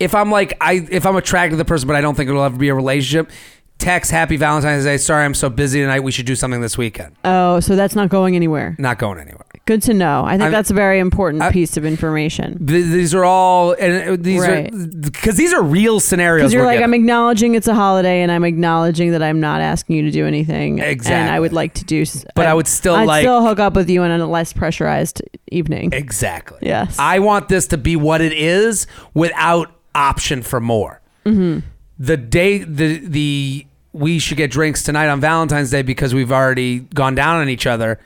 Speaker 1: If I'm like, I, if I'm attracted to the person, but I don't think it'll ever be a relationship, text, happy Valentine's Day. Sorry, I'm so busy tonight. We should do something this weekend.
Speaker 3: oh, so that's not going anywhere.
Speaker 1: Not going anywhere.
Speaker 3: Good to know. I think
Speaker 1: I'm-
Speaker 3: that's a very important
Speaker 1: I-
Speaker 3: piece of information.
Speaker 1: Th- These are all, and uh, these
Speaker 3: Right.
Speaker 1: are, because these are real scenarios.
Speaker 3: Because you're
Speaker 1: we're
Speaker 3: like,
Speaker 1: given.
Speaker 3: I'm acknowledging it's a holiday, and I'm acknowledging that I'm not asking you to do anything. And I
Speaker 1: Exactly.
Speaker 3: would like to do, s-
Speaker 1: But I would still
Speaker 3: I'd
Speaker 1: like-
Speaker 3: still hook up with you on a less pressurized evening.
Speaker 1: Exactly.
Speaker 3: Yes.
Speaker 1: I want this to be what it is without option for more.
Speaker 3: Mm-hmm.
Speaker 1: The day the the we should get drinks tonight on Valentine's Day because we've already gone down on each other.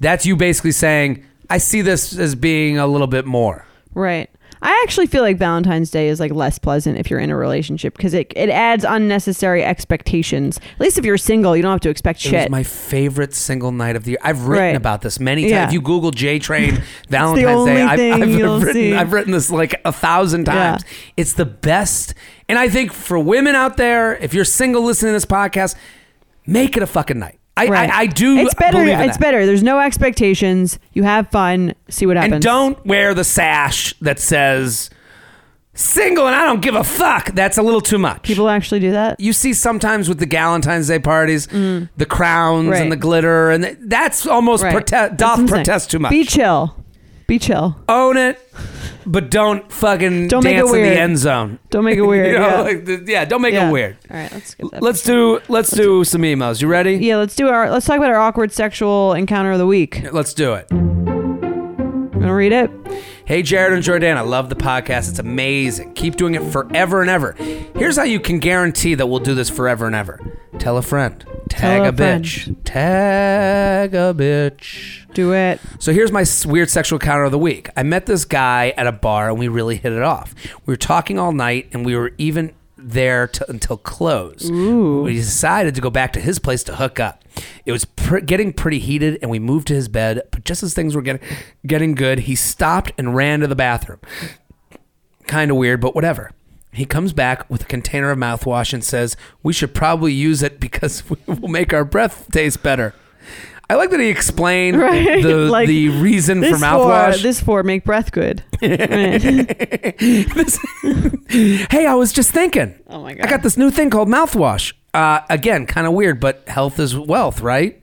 Speaker 1: That's you basically saying I see this as being a little bit more.
Speaker 3: Right. I actually feel like Valentine's Day is like less pleasant if you're in a relationship because it, it adds unnecessary expectations. At least if you're single, you don't have to expect
Speaker 1: It was
Speaker 3: shit.
Speaker 1: my favorite single night of the year. I've written
Speaker 3: Right.
Speaker 1: about this many times.
Speaker 3: Yeah.
Speaker 1: If you Google J Train Valentine's
Speaker 3: only
Speaker 1: Day, I've,
Speaker 3: thing
Speaker 1: I've,
Speaker 3: you'll
Speaker 1: written,
Speaker 3: see.
Speaker 1: I've written this like a thousand
Speaker 3: Yeah.
Speaker 1: times. It's the best. And I think for women out there, if you're single listening to this podcast, make it a fucking night. I,
Speaker 3: Right.
Speaker 1: I, I do
Speaker 3: It's better.
Speaker 1: believe in
Speaker 3: It's
Speaker 1: that.
Speaker 3: better. There's no expectations. You have fun. See what happens.
Speaker 1: And don't wear the sash that says single and I don't give a fuck. That's a little too much.
Speaker 3: people actually do that.
Speaker 1: you see sometimes with the Galentine's Day parties, the crowns
Speaker 3: Mm. Right.
Speaker 1: and the glitter, and th- that's almost
Speaker 3: Right.
Speaker 1: prote-
Speaker 3: That's what
Speaker 1: doth
Speaker 3: I'm saying.
Speaker 1: protest too much.
Speaker 3: Be chill. Be chill.
Speaker 1: Own it, but don't fucking
Speaker 3: Don't make it
Speaker 1: dance in
Speaker 3: weird.
Speaker 1: the end zone.
Speaker 3: Don't make it
Speaker 1: You
Speaker 3: weird.
Speaker 1: know,
Speaker 3: yeah.
Speaker 1: like th- yeah, don't make
Speaker 3: Yeah.
Speaker 1: it weird.
Speaker 3: All right, let's skip that.
Speaker 1: Let's do let's do some emails. You ready?
Speaker 3: yeah, let's do our let's talk about our awkward sexual encounter of the week.
Speaker 1: Let's do it.
Speaker 3: I'm gonna read it.
Speaker 1: Hey, Jared and Jordan, I love the podcast. It's amazing. Keep doing it forever and ever. Here's how you can guarantee that we'll do this forever and ever tell a friend, tag
Speaker 3: Tell
Speaker 1: a,
Speaker 3: a friend.
Speaker 1: bitch, tag a bitch.
Speaker 3: Do it.
Speaker 1: So here's my s- weird sexual encounter of the week. I met this guy at a bar and we really hit it off. We were talking all night and we were even there t- until close. We decided to go back to his place to hook up. It was pr- getting pretty heated and we moved to his bed, but just as things were getting getting good, he stopped and ran to the bathroom. Kind of weird, but whatever. He comes back with a container of mouthwash and says, "We should probably use it because it will make our breath taste better." I like that he explained
Speaker 3: Right,
Speaker 1: the
Speaker 3: like,
Speaker 1: the reason Mm, for
Speaker 3: This
Speaker 1: mouthwash. Oh
Speaker 3: four, this four make breath good. Right.
Speaker 1: hey, I was just thinking.
Speaker 3: Oh my
Speaker 1: I
Speaker 3: God.
Speaker 1: got this new thing called mouthwash. Uh, again, kind of weird, but health is wealth, right?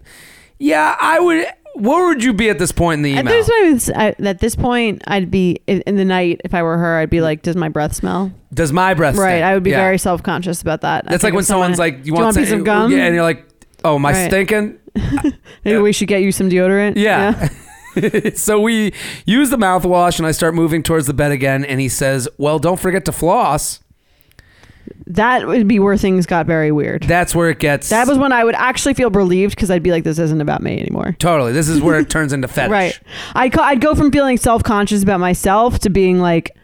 Speaker 1: Yeah, I would. Where would you be at this point in the
Speaker 3: At
Speaker 1: email?
Speaker 3: this, point, I, at this point, I'd be in, in the night. If I were her, I'd be like, "Does my breath smell?"
Speaker 1: Does my breath?
Speaker 3: Right.
Speaker 1: stink?
Speaker 3: I would be
Speaker 1: Mm. Yeah.
Speaker 3: very self conscious about that. I
Speaker 1: That's
Speaker 3: think
Speaker 1: like
Speaker 3: if
Speaker 1: when someone's
Speaker 3: someone-
Speaker 1: like, "You
Speaker 3: "Do
Speaker 1: want,
Speaker 3: a piece of gum?"
Speaker 1: Yeah, and you're like, "Oh, am I
Speaker 3: Right.
Speaker 1: stinking?"
Speaker 3: Maybe we should get you some deodorant.
Speaker 1: Yeah. so we use the mouthwash, and I start moving towards the bed again. And he says, "Well, don't forget to floss."
Speaker 3: That would be where things got very weird.
Speaker 1: That's where it gets.
Speaker 3: That was when I would actually feel relieved because I'd be like, "This isn't about me anymore."
Speaker 1: totally. This is where it turns into fetish.
Speaker 3: Right. I'd, ca- I'd go from feeling self conscious about myself to being like,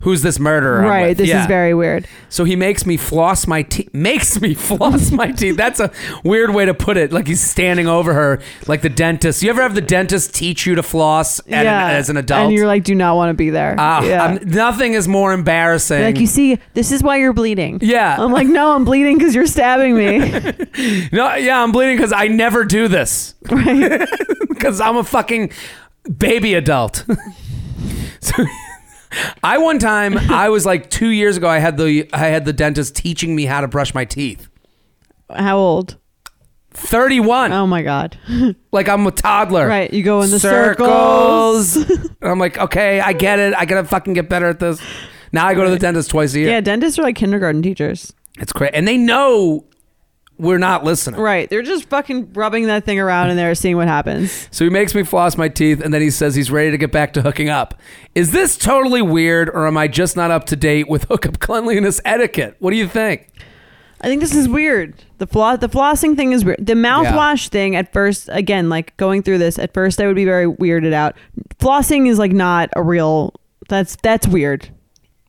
Speaker 1: Who's this murderer? I'm
Speaker 3: right,
Speaker 1: with?
Speaker 3: this
Speaker 1: Yeah.
Speaker 3: is very weird.
Speaker 1: So he makes me floss my teeth. Makes me floss my teeth. That's a weird way to put it. Like he's standing over her, like the dentist. You ever have the dentist teach you to floss at an- as an adult?
Speaker 3: And you're like, do not want to be there.
Speaker 1: Ah,
Speaker 3: yeah.
Speaker 1: I'm- nothing is more embarrassing.
Speaker 3: like, you see, this is why you're bleeding.
Speaker 1: Yeah.
Speaker 3: I'm like, no, I'm bleeding because you're stabbing me.
Speaker 1: No, yeah, I'm bleeding because I never do this. Because I'm a fucking baby adult. so, I one time I was like two years ago. I had the I had the dentist teaching me how to brush my teeth.
Speaker 3: How old?
Speaker 1: Thirty one.
Speaker 3: Oh my God.
Speaker 1: Like I'm a toddler.
Speaker 3: Right, you go in the circles.
Speaker 1: Circles. and I'm like, okay, I get it. I gotta fucking get better at this. Now I go to the dentist twice a year.
Speaker 3: Yeah, dentists are like kindergarten teachers.
Speaker 1: It's crazy, and they know we're not listening.
Speaker 3: Right. They're just fucking rubbing that thing around in there, seeing what happens.
Speaker 1: So he makes me floss my teeth and then he says he's ready to get back to hooking up. Is this totally weird or am I just not up to date with hookup cleanliness etiquette? What do you think?
Speaker 3: I think this is weird. The floss, the flossing thing is weird. The mouthwash thing at first, again, like going through this at first, I would be very weirded out. Flossing is like not a real. That's that's weird.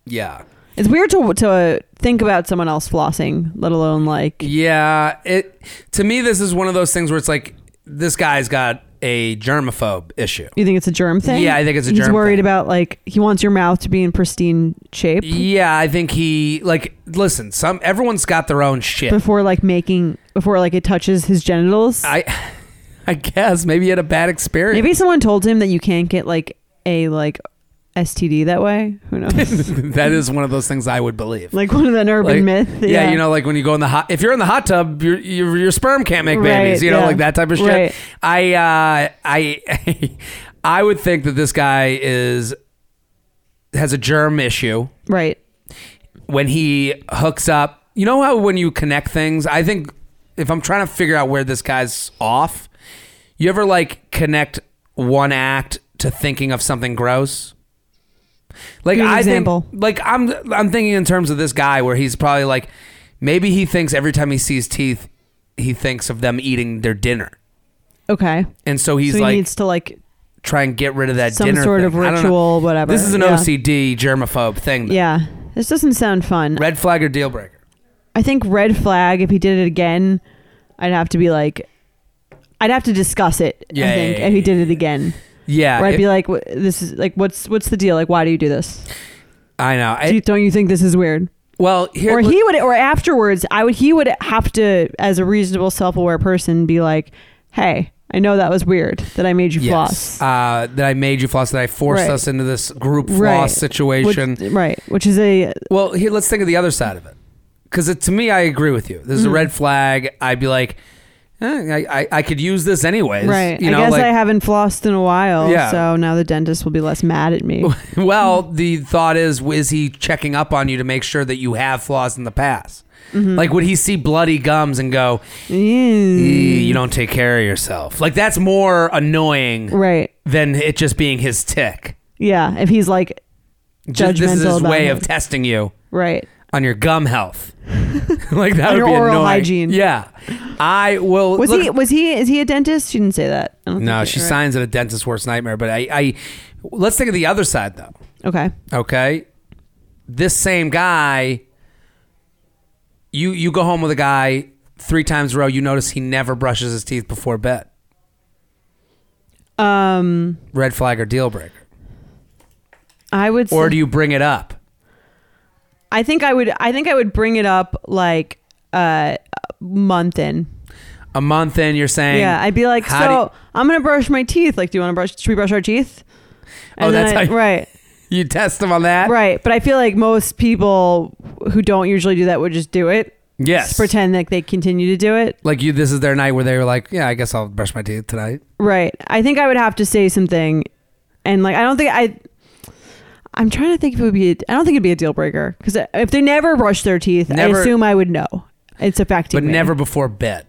Speaker 1: Yeah.
Speaker 3: It's weird to to think about someone else flossing, let alone like
Speaker 1: Yeah, it to me this is one of those things where it's like this guy's got a germaphobe issue.
Speaker 3: you think it's a germ thing.
Speaker 1: Yeah, I think it's a
Speaker 3: He's
Speaker 1: germ
Speaker 3: worried
Speaker 1: thing.
Speaker 3: about like he wants your mouth to be in pristine shape
Speaker 1: Yeah, I think he like listen, some everyone's got their own shit.
Speaker 3: before like making before like it touches his genitals.
Speaker 1: I I guess maybe he had a bad experience.
Speaker 3: Maybe someone told him that you can't get like a like STD that way. Who knows?
Speaker 1: that is one of those things I would believe.
Speaker 3: like one of an urban
Speaker 1: Like,
Speaker 3: myth.
Speaker 1: Yeah. you know, like when you go in the hot, if you're in the hot tub, your your, your sperm can't make
Speaker 3: Right,
Speaker 1: babies. You know,
Speaker 3: yeah.
Speaker 1: like that type of shit.
Speaker 3: Right.
Speaker 1: I uh, I I would think that this guy is has a germ issue
Speaker 3: right.
Speaker 1: when he hooks up. You know how when you connect things, I think if I'm trying to figure out where this guy's off, you ever like connect one act to thinking of something gross? Like
Speaker 3: Give an
Speaker 1: I
Speaker 3: example.
Speaker 1: think like I'm I'm thinking in terms of this guy where he's probably like maybe he thinks every time he sees teeth he thinks of them eating their dinner.
Speaker 3: Okay.
Speaker 1: And so he's
Speaker 3: so he
Speaker 1: like
Speaker 3: needs to like
Speaker 1: try and get rid of that
Speaker 3: Some
Speaker 1: dinner
Speaker 3: sort of
Speaker 1: thing. I don't know.
Speaker 3: ritual, whatever.
Speaker 1: This is an
Speaker 3: Yeah.
Speaker 1: OCD germaphobe thing. though.
Speaker 3: Yeah. This doesn't sound fun.
Speaker 1: Red flag or deal breaker.
Speaker 3: I think red flag. If he did it again, I'd have to be like, I'd have to discuss it. I
Speaker 1: Yeah,
Speaker 3: think
Speaker 1: yeah,
Speaker 3: if he
Speaker 1: yeah,
Speaker 3: did it again,
Speaker 1: Yeah,
Speaker 3: or I'd
Speaker 1: it-
Speaker 3: be like, "Wh- this is like, what's what's the deal? Like, why do you do this?
Speaker 1: I know. I-
Speaker 3: Do you, don't you think this is weird?
Speaker 1: well, here
Speaker 3: Or he would, or afterwards, I would. He would have to, as a reasonable, self-aware person, be like, hey, I know that was weird that I made you floss.
Speaker 1: Uh, that I made you floss. That I forced
Speaker 3: Right.
Speaker 1: us into this group floss
Speaker 3: Right.
Speaker 1: situation.
Speaker 3: Which, right, which is a
Speaker 1: well, here let's think of the other side of it. Because to me, I agree with you. There's a
Speaker 3: Hmm.
Speaker 1: red flag. I'd be like, eh, I, I I could use this anyways.
Speaker 3: right.
Speaker 1: You
Speaker 3: I
Speaker 1: know,
Speaker 3: guess
Speaker 1: like,
Speaker 3: I haven't flossed in a while,
Speaker 1: Yeah.
Speaker 3: so now the dentist will be less mad at me.
Speaker 1: well,
Speaker 3: Hmm.
Speaker 1: the thought is, is he checking up on you to make sure that you have flaws in the past?
Speaker 3: Mm-hmm.
Speaker 1: Like, would he see bloody gums and go, "Eh,
Speaker 3: Mm.
Speaker 1: "You don't take care of yourself"? Like, that's more annoying
Speaker 3: Right.
Speaker 1: than it just being his tick.
Speaker 3: Yeah, if he's like
Speaker 1: Just, this is
Speaker 3: Judgmental
Speaker 1: his
Speaker 3: about
Speaker 1: way
Speaker 3: him.
Speaker 1: of testing you.
Speaker 3: right,
Speaker 1: on your gum health. like that
Speaker 3: On
Speaker 1: would
Speaker 3: your
Speaker 1: be
Speaker 3: oral
Speaker 1: annoying.
Speaker 3: hygiene.
Speaker 1: Yeah, I will.
Speaker 3: was
Speaker 1: look-
Speaker 3: he was he is he a dentist? She didn't say that. I don't
Speaker 1: no,
Speaker 3: think
Speaker 1: she
Speaker 3: right.
Speaker 1: signs at a dentist's worst nightmare. But I, I, let's think of the other side though.
Speaker 3: Okay,
Speaker 1: Okay, this same guy. You you go home with a guy three times in a row. You notice he never brushes his teeth before bed.
Speaker 3: um,
Speaker 1: Red flag or deal breaker.
Speaker 3: I would.
Speaker 1: Or
Speaker 3: say-
Speaker 1: do you bring it up?
Speaker 3: I think I would. I think I would bring it up like uh, a month in.
Speaker 1: A month in, you're saying,
Speaker 3: Yeah, I'd be like,
Speaker 1: how
Speaker 3: so I'm gonna brush my teeth. Like, do you want to brush? Should we brush our teeth?
Speaker 1: Oh,
Speaker 3: And then
Speaker 1: that's
Speaker 3: I-
Speaker 1: how you-
Speaker 3: right,
Speaker 1: do you test him on that."
Speaker 3: right. But I feel like most people who don't usually do that would just do it.
Speaker 1: Yes.
Speaker 3: Just pretend like they continue to do it.
Speaker 1: Like you, this is their night where they were like, "Yeah, I guess I'll brush my teeth tonight."
Speaker 3: Right. I think I would have to say something, and like I don't think I. I'm trying to think if it would be. A, I don't think it'd be a deal breaker because if they never brush their teeth,
Speaker 1: Never-
Speaker 3: I assume I would know. It's affecting
Speaker 1: but
Speaker 3: me.
Speaker 1: never before bed.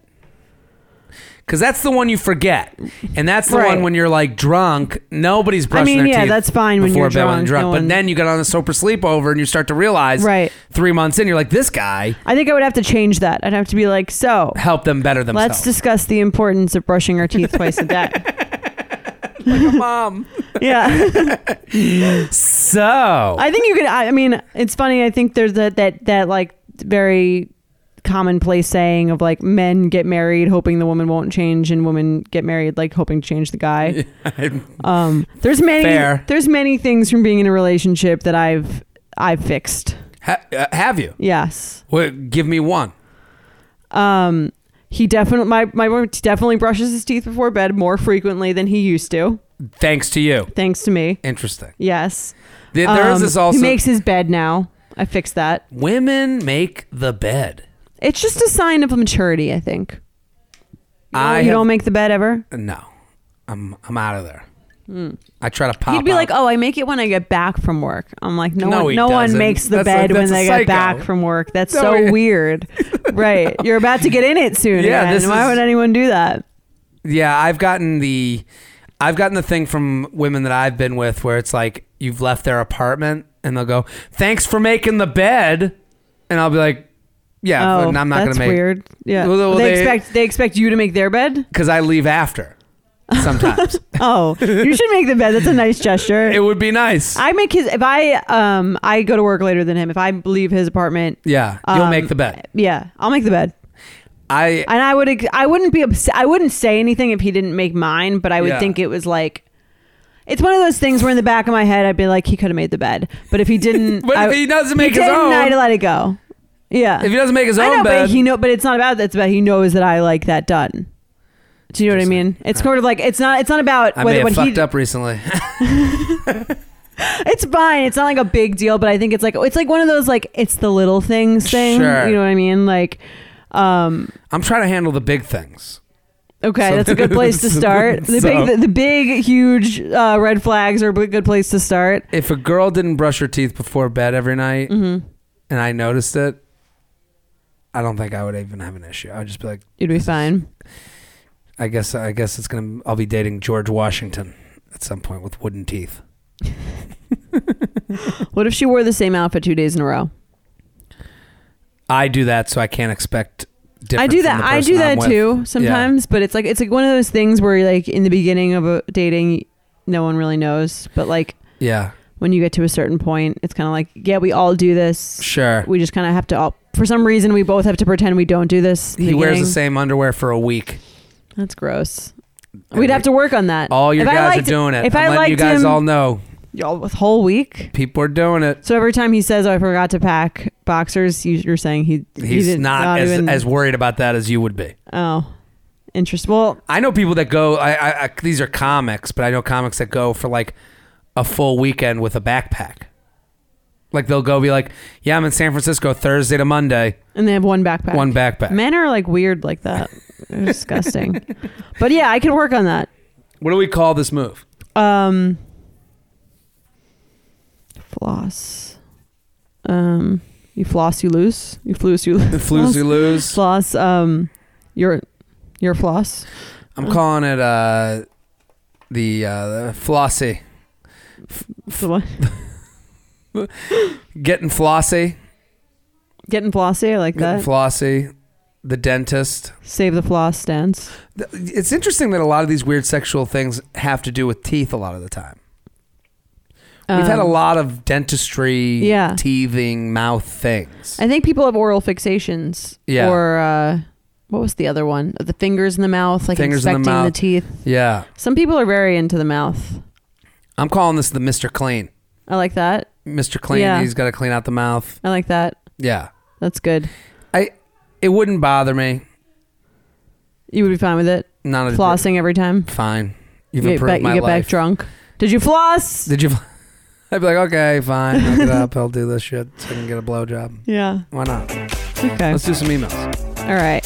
Speaker 1: Because that's the one you forget, and that's the
Speaker 3: Right.
Speaker 1: one when you're like drunk. Nobody's brushing
Speaker 3: mean,
Speaker 1: their
Speaker 3: yeah,
Speaker 1: teeth
Speaker 3: that's fine when
Speaker 1: before
Speaker 3: you're
Speaker 1: bed when
Speaker 3: drunk, no
Speaker 1: but
Speaker 3: one-
Speaker 1: then you get on a sober sleepover, and you start to realize,
Speaker 3: Right.
Speaker 1: Three months in, you're like, this guy
Speaker 3: I think I would have to change that. I'd have to be like, so
Speaker 1: helped them better themselves.
Speaker 3: let's discuss the importance of brushing our teeth twice a day.
Speaker 1: mom.
Speaker 3: yeah.
Speaker 1: So
Speaker 3: I think you could. I, I mean, it's funny. I think there's that that that like very commonplace saying of like men get married hoping the woman won't change, and women get married like hoping to change the guy. um, there's many.
Speaker 1: Fair.
Speaker 3: There's many things from being in a relationship that I've I've fixed.
Speaker 1: ha- uh, have you?
Speaker 3: Yes.
Speaker 1: Well, give me one.
Speaker 3: Um, he definitely my my boy definitely brushes his teeth before bed more frequently than he used to,
Speaker 1: Thanks to you.
Speaker 3: thanks to me.
Speaker 1: Interesting.
Speaker 3: Yes.
Speaker 1: Th- There is
Speaker 3: Um,
Speaker 1: this also.
Speaker 3: He makes his bed now. I fixed that.
Speaker 1: women make the bed.
Speaker 3: It's just a sign of maturity, I think.
Speaker 1: I
Speaker 3: you
Speaker 1: have-
Speaker 3: don't make the bed ever.
Speaker 1: no. I'm I'm out of there. I try to pop.
Speaker 3: He'd Hmm. be
Speaker 1: out.
Speaker 3: like, "Oh, I make it when I get back from work." I'm like, "No,
Speaker 1: No,
Speaker 3: one,
Speaker 1: he
Speaker 3: no one
Speaker 1: doesn't.
Speaker 3: makes the
Speaker 1: That's
Speaker 3: bed
Speaker 1: a-
Speaker 3: when
Speaker 1: that's a
Speaker 3: they get
Speaker 1: psycho.
Speaker 3: back from work. That's
Speaker 1: No,
Speaker 3: so
Speaker 1: he-
Speaker 3: weird, right? You're about to get in it soon.
Speaker 1: Yeah,
Speaker 3: Yeah,
Speaker 1: this
Speaker 3: why
Speaker 1: is-
Speaker 3: would anyone do that?
Speaker 1: Yeah, I've gotten the I've gotten the thing from women that I've been with where it's like you've left their apartment and they'll go, "Thanks for making the bed." And I'll be like, "Yeah,
Speaker 3: oh,
Speaker 1: and I'm not going
Speaker 3: that's
Speaker 1: to make
Speaker 3: weird. Yeah,
Speaker 1: Well, well,
Speaker 3: they,
Speaker 1: they-
Speaker 3: expect they expect you to make their bed.
Speaker 1: cuz I leave after sometimes.
Speaker 3: Oh, you should make the bed. That's a nice gesture.
Speaker 1: it would be nice.
Speaker 3: I make his if I um I go to work later than him. If I leave his apartment,
Speaker 1: yeah, you'll
Speaker 3: um,
Speaker 1: make the bed.
Speaker 3: Yeah, I'll make the bed.
Speaker 1: I
Speaker 3: and I would I wouldn't be obs- I wouldn't say anything if he didn't make mine, but I would
Speaker 1: Yeah.
Speaker 3: think it was like it's one of those things where in the back of my head I'd be like he could have made the bed, but if he didn't,
Speaker 1: But
Speaker 3: I-
Speaker 1: if he doesn't make
Speaker 3: he
Speaker 1: his
Speaker 3: didn't,
Speaker 1: own-
Speaker 3: I'd let it go. Yeah,
Speaker 1: if he doesn't make his
Speaker 3: I
Speaker 1: own
Speaker 3: know,
Speaker 1: bed,
Speaker 3: but he know, but it's not about that. It's about he knows that I like that done. Do you know what I mean? It's sort of like it's not it's not about
Speaker 1: I may
Speaker 3: whether
Speaker 1: have
Speaker 3: what
Speaker 1: fucked
Speaker 3: he
Speaker 1: up recently.
Speaker 3: it's fine. It's not like a big deal, but I think it's like it's like one of those like it's the little things thing.
Speaker 1: Sure.
Speaker 3: You know what I mean? Like, um,
Speaker 1: I'm trying to handle the big things.
Speaker 3: Okay,
Speaker 1: So-
Speaker 3: that's a good place to start. The
Speaker 1: So-
Speaker 3: big, the, the big, huge uh, red flags are a b- good place to start. Mm-hmm.
Speaker 1: If a girl didn't brush her teeth before bed every night,
Speaker 3: Mm.
Speaker 1: and I noticed it, I don't think I would even have an issue. I'd just be like,
Speaker 3: You'd be fine.
Speaker 1: I guess I guess it's gonna. I'll be dating George Washington at some point with wooden teeth.
Speaker 3: What if she wore the same outfit two days in a row?
Speaker 1: I do that, so I can't expect. Different
Speaker 3: I do
Speaker 1: from
Speaker 3: that.
Speaker 1: the
Speaker 3: I
Speaker 1: person
Speaker 3: do
Speaker 1: I'm
Speaker 3: that
Speaker 1: with.
Speaker 3: too sometimes, but it's like it's like one of those things where like in the beginning of a dating, no one really knows. But like
Speaker 1: Yeah.
Speaker 3: when you get to a certain point, it's kind of like, yeah, we all do this.
Speaker 1: Sure.
Speaker 3: We just kind of have to all. For some reason, we both have to pretend we don't do this. in
Speaker 1: he wears the
Speaker 3: beginning.
Speaker 1: same underwear for a week.
Speaker 3: That's gross. We'd have to work on that.
Speaker 1: All your
Speaker 3: If I
Speaker 1: guys
Speaker 3: liked-
Speaker 1: are doing it.
Speaker 3: If
Speaker 1: I'm
Speaker 3: I
Speaker 1: letting
Speaker 3: liked
Speaker 1: you guys
Speaker 3: him,
Speaker 1: all know,
Speaker 3: all with whole week.
Speaker 1: people are doing it.
Speaker 3: So every time he says, "Oh, I forgot to pack boxers," you, you're saying he he
Speaker 1: He's
Speaker 3: did
Speaker 1: not, as,
Speaker 3: even-
Speaker 1: as worried about that as you would be.
Speaker 3: oh, interest. Well,
Speaker 1: I know people that go. I, I, I these are comics, but I know comics that go for like a full weekend with a backpack. Like they'll go be like, yeah, I'm in San Francisco Thursday to Monday,
Speaker 3: and they have one backpack.
Speaker 1: one backpack.
Speaker 3: Men are like weird like that. They're disgusting. But yeah, I can work on that.
Speaker 1: What do we call this move?
Speaker 3: Um, floss. Um, you floss, you lose. You floss, you lose.
Speaker 1: Flus you lose.
Speaker 3: Floss. Um, your your floss.
Speaker 1: I'm calling it uh, the uh, flossy,
Speaker 3: The one-
Speaker 1: getting flossy,
Speaker 3: Getting flossy, I like
Speaker 1: getting
Speaker 3: that.
Speaker 1: flossy, the dentist.
Speaker 3: Save the floss stance.
Speaker 1: Th- It's interesting that a lot of these weird sexual things have to do with teeth a lot of the time. We've had a
Speaker 3: Um,
Speaker 1: lot of dentistry,
Speaker 3: yeah.
Speaker 1: teething, mouth things.
Speaker 3: I think people have oral fixations.
Speaker 1: Yeah.
Speaker 3: Or uh, what was the other one? The fingers in the mouth, like
Speaker 1: Fingers in the
Speaker 3: inspecting
Speaker 1: mouth.
Speaker 3: the teeth.
Speaker 1: yeah.
Speaker 3: Some people are very into the mouth.
Speaker 1: I'm calling this the Mr. Clean.
Speaker 3: I like that.
Speaker 1: Mr. Clean,
Speaker 3: Yeah.
Speaker 1: he's got to clean out the mouth.
Speaker 3: I like that.
Speaker 1: Yeah.
Speaker 3: That's good.
Speaker 1: I it wouldn't bother me.
Speaker 3: You would be fine with it.
Speaker 1: None of
Speaker 3: Flossing every time.
Speaker 1: Fine. You've
Speaker 3: you get,
Speaker 1: improved
Speaker 3: back,
Speaker 1: my
Speaker 3: you get
Speaker 1: life.
Speaker 3: back drunk. Did you floss?
Speaker 1: Did you I'd be like, "Okay, fine. I'll get up. I'll do this shit so I can get a blowjob."
Speaker 3: yeah.
Speaker 1: Why not?
Speaker 3: Okay.
Speaker 1: Let's do some emails.
Speaker 3: All right.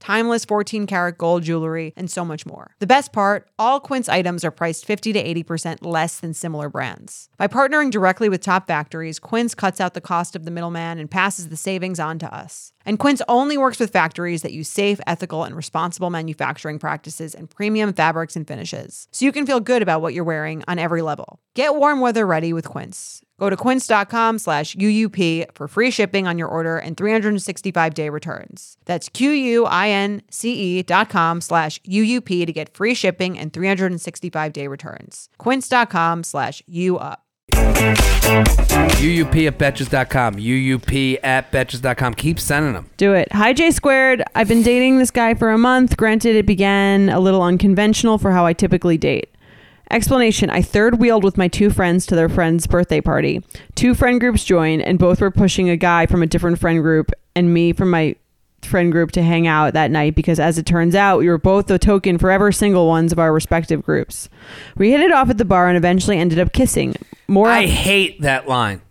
Speaker 2: timeless 14 karat gold jewelry, and so much more. The best part all Quince items are priced 50 to 80% less than similar brands. By partnering directly with top factories, Quince cuts out the cost of the middleman and passes the savings on to us. And Quince only works with factories that use safe, ethical, and responsible manufacturing practices and premium fabrics and finishes, so you can feel good about what you're wearing on every level. Get warm weather ready with Quince. Go to quince.com slash UUP for free shipping on your order and 365 day returns. That's Q-U-I-N-C-E E dot com slash UUP to get free shipping and 365 day returns. Quince.com slash UUP.
Speaker 1: UUP at betches.com. UUP at betches.com. Keep sending them.
Speaker 3: Do it. Hi, J Squared. I've been dating this guy for a month. Granted, it began a little unconventional for how I typically date. Explanation I third wheeled with my two friends to their friend's birthday party. Two friend groups joined, and both were pushing a guy from a different friend group and me from my friend group to hang out that night because, as it turns out, we were both the token forever single ones of our respective groups. We hit it off at the bar and eventually ended up kissing. More
Speaker 1: I hate that line.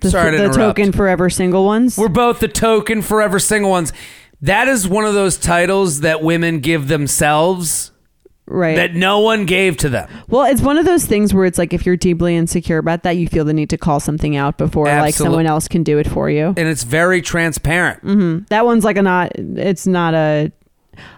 Speaker 3: The,
Speaker 1: Sorry to
Speaker 3: the
Speaker 1: interrupt.
Speaker 3: token forever single ones.
Speaker 1: We're both the token forever single ones. That is one of those titles that women give themselves
Speaker 3: right.
Speaker 1: that no one gave to them.
Speaker 3: well, it's one of those things where it's like if you're deeply insecure about that, you feel the need to call something out before like
Speaker 1: Absolute-
Speaker 3: someone else can do it for you.
Speaker 1: And it's very transparent.
Speaker 3: Mm-hmm. That one's like a not. It's not a.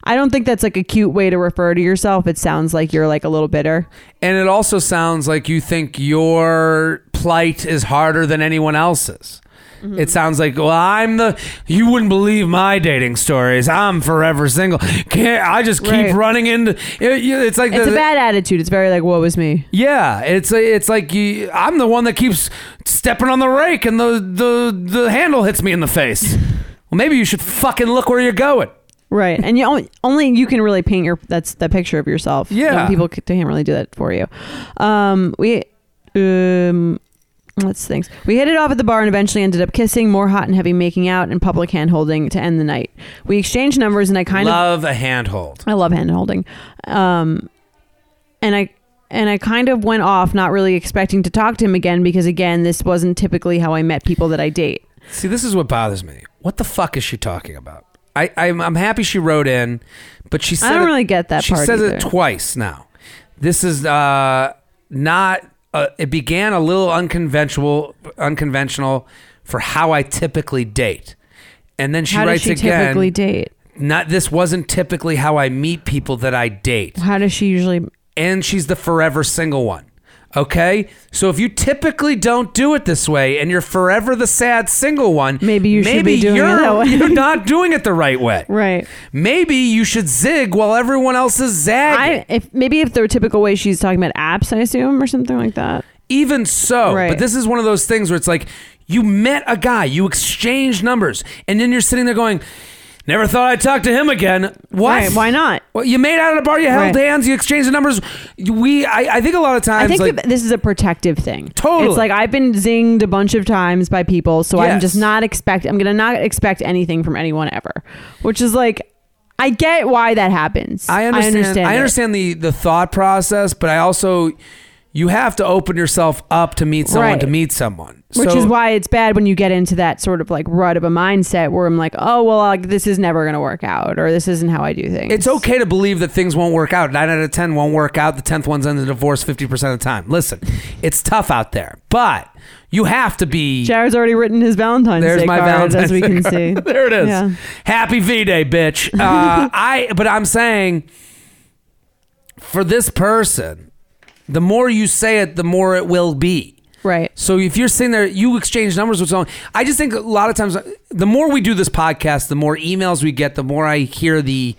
Speaker 3: I don't think that's like a cute way to refer to yourself. It sounds like you're like a little bitter.
Speaker 1: And it also sounds like you think your plight is harder than anyone else's.
Speaker 3: Mm-hmm.
Speaker 1: It sounds like, well, I'm the. You wouldn't believe my dating stories. I'm forever single. Can't I just keep
Speaker 3: Right.
Speaker 1: running into? It, it's like
Speaker 3: It's
Speaker 1: the,
Speaker 3: a bad attitude. It's very like, woe is me.
Speaker 1: Yeah, it's it's like you, I'm the one that keeps stepping on the rake and the the the handle hits me in the face. well, maybe you should fucking look where you're going.
Speaker 3: Right. And you only, only you can really paint your that's the picture of yourself.
Speaker 1: Yeah.
Speaker 3: And people c- they can't really do that for you. Um we um let's things. We hit it off at the bar and eventually ended up kissing, more hot and heavy making out and public hand holding to end the night. We exchanged numbers and I kind of
Speaker 1: Love a handhold.
Speaker 3: I love hand holding. Um, and I and I kind of went off, not really expecting to talk to him again because again, this wasn't typically how I met people that I date.
Speaker 1: See, this is what bothers me. What the fuck is she talking about? I I'm, I'm happy she wrote in, but she said
Speaker 3: I don't
Speaker 1: it-
Speaker 3: really get that
Speaker 1: she
Speaker 3: part
Speaker 1: says
Speaker 3: either.
Speaker 1: it twice now. This is uh not. Uh, it began a little unconventional, unconventional for how I typically date, and then she
Speaker 3: how does
Speaker 1: writes
Speaker 3: she
Speaker 1: again.
Speaker 3: typically date?
Speaker 1: not this wasn't typically how I meet people that I date.
Speaker 3: How does she usually?
Speaker 1: And she's the forever single one. Okay? So if you typically don't do it this way and you're forever the sad single one,
Speaker 3: Maybe you should be doing it
Speaker 1: you're,
Speaker 3: that way.
Speaker 1: you're not doing it the right way.
Speaker 3: Right.
Speaker 1: Maybe you should zig while everyone else is zagging.
Speaker 3: I if maybe if the typical way she's talking about apps, I assume, or something like that.
Speaker 1: Even so,
Speaker 3: Right.
Speaker 1: but this is one of those things where it's like you met a guy, you exchanged numbers, and then you're sitting there going, Never thought I'd talk to him again. What?
Speaker 3: Right, why not?
Speaker 1: Well, you made out at a bar, you held
Speaker 3: Right.
Speaker 1: hands, you exchanged the numbers. We, I, I think a lot of
Speaker 3: I
Speaker 1: times,
Speaker 3: think
Speaker 1: like,
Speaker 3: that this is a protective thing.
Speaker 1: Totally.
Speaker 3: It's like I've been zinged a bunch of times by people, so I'm
Speaker 1: Yes.
Speaker 3: just not expect. I'm gonna not expect anything from anyone ever, which is like, I get why that happens.
Speaker 1: I understand. I understand,
Speaker 3: it.
Speaker 1: the the thought process, but I also, you have to open yourself up to meet someone
Speaker 3: Right.
Speaker 1: to meet someone,
Speaker 3: Which
Speaker 1: So-
Speaker 3: is why it's bad when you get into that sort of like rut of a mindset where I'm like, oh well, like this is never gonna work out, or this isn't how I do things.
Speaker 1: It's okay to believe that things won't work out. Nine out of 10 won't work out. The 10th one's under divorce 50% of the time. Listen, it's tough out there, but you have to be.
Speaker 3: Jared's already written his Valentine's
Speaker 1: There's
Speaker 3: Day
Speaker 1: my
Speaker 3: card,
Speaker 1: Valentine's
Speaker 3: as we
Speaker 1: Day
Speaker 3: can
Speaker 1: card.
Speaker 3: see.
Speaker 1: there it is.
Speaker 3: Yeah.
Speaker 1: Happy V Day, bitch. Uh, I. But I'm saying, for this person, the more you say it, the more it will be.
Speaker 3: Right.
Speaker 1: So if you're sitting there, you exchange numbers with someone. I just think a lot of times, the more we do this podcast, the more emails we get, the more I hear the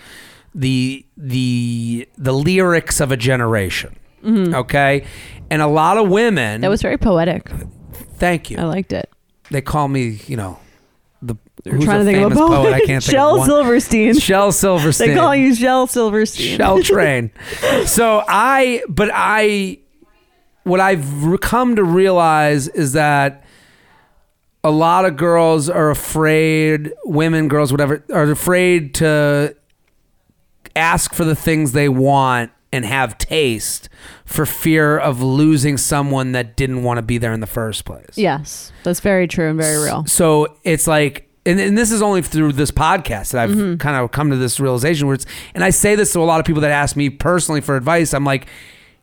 Speaker 1: the the the lyrics of a generation. Okay, and a lot of women.
Speaker 3: Mm-hmm. That was very poetic.
Speaker 1: thank you
Speaker 3: I liked it.
Speaker 1: they call me, you know, the who's
Speaker 3: trying
Speaker 1: a
Speaker 3: to think of a
Speaker 1: famous
Speaker 3: poet.
Speaker 1: poet? I can't think
Speaker 3: Shel
Speaker 1: of one.
Speaker 3: Silverstein.
Speaker 1: Shel Silverstein.
Speaker 3: They call you Shell Silverstein.
Speaker 1: Shell Train. so I, but I, what I've re- come to realize is that a lot of girls are afraid, women, girls, whatever, are afraid to ask for the things they want and have taste for fear of losing someone that didn't want to be there in the first place.
Speaker 3: Yes, that's very true and very real.
Speaker 1: So it's like, and, and this is only through this podcast that I've kind of come to this realization where it's, and I say this to a lot of people that ask me personally for advice. I'm like,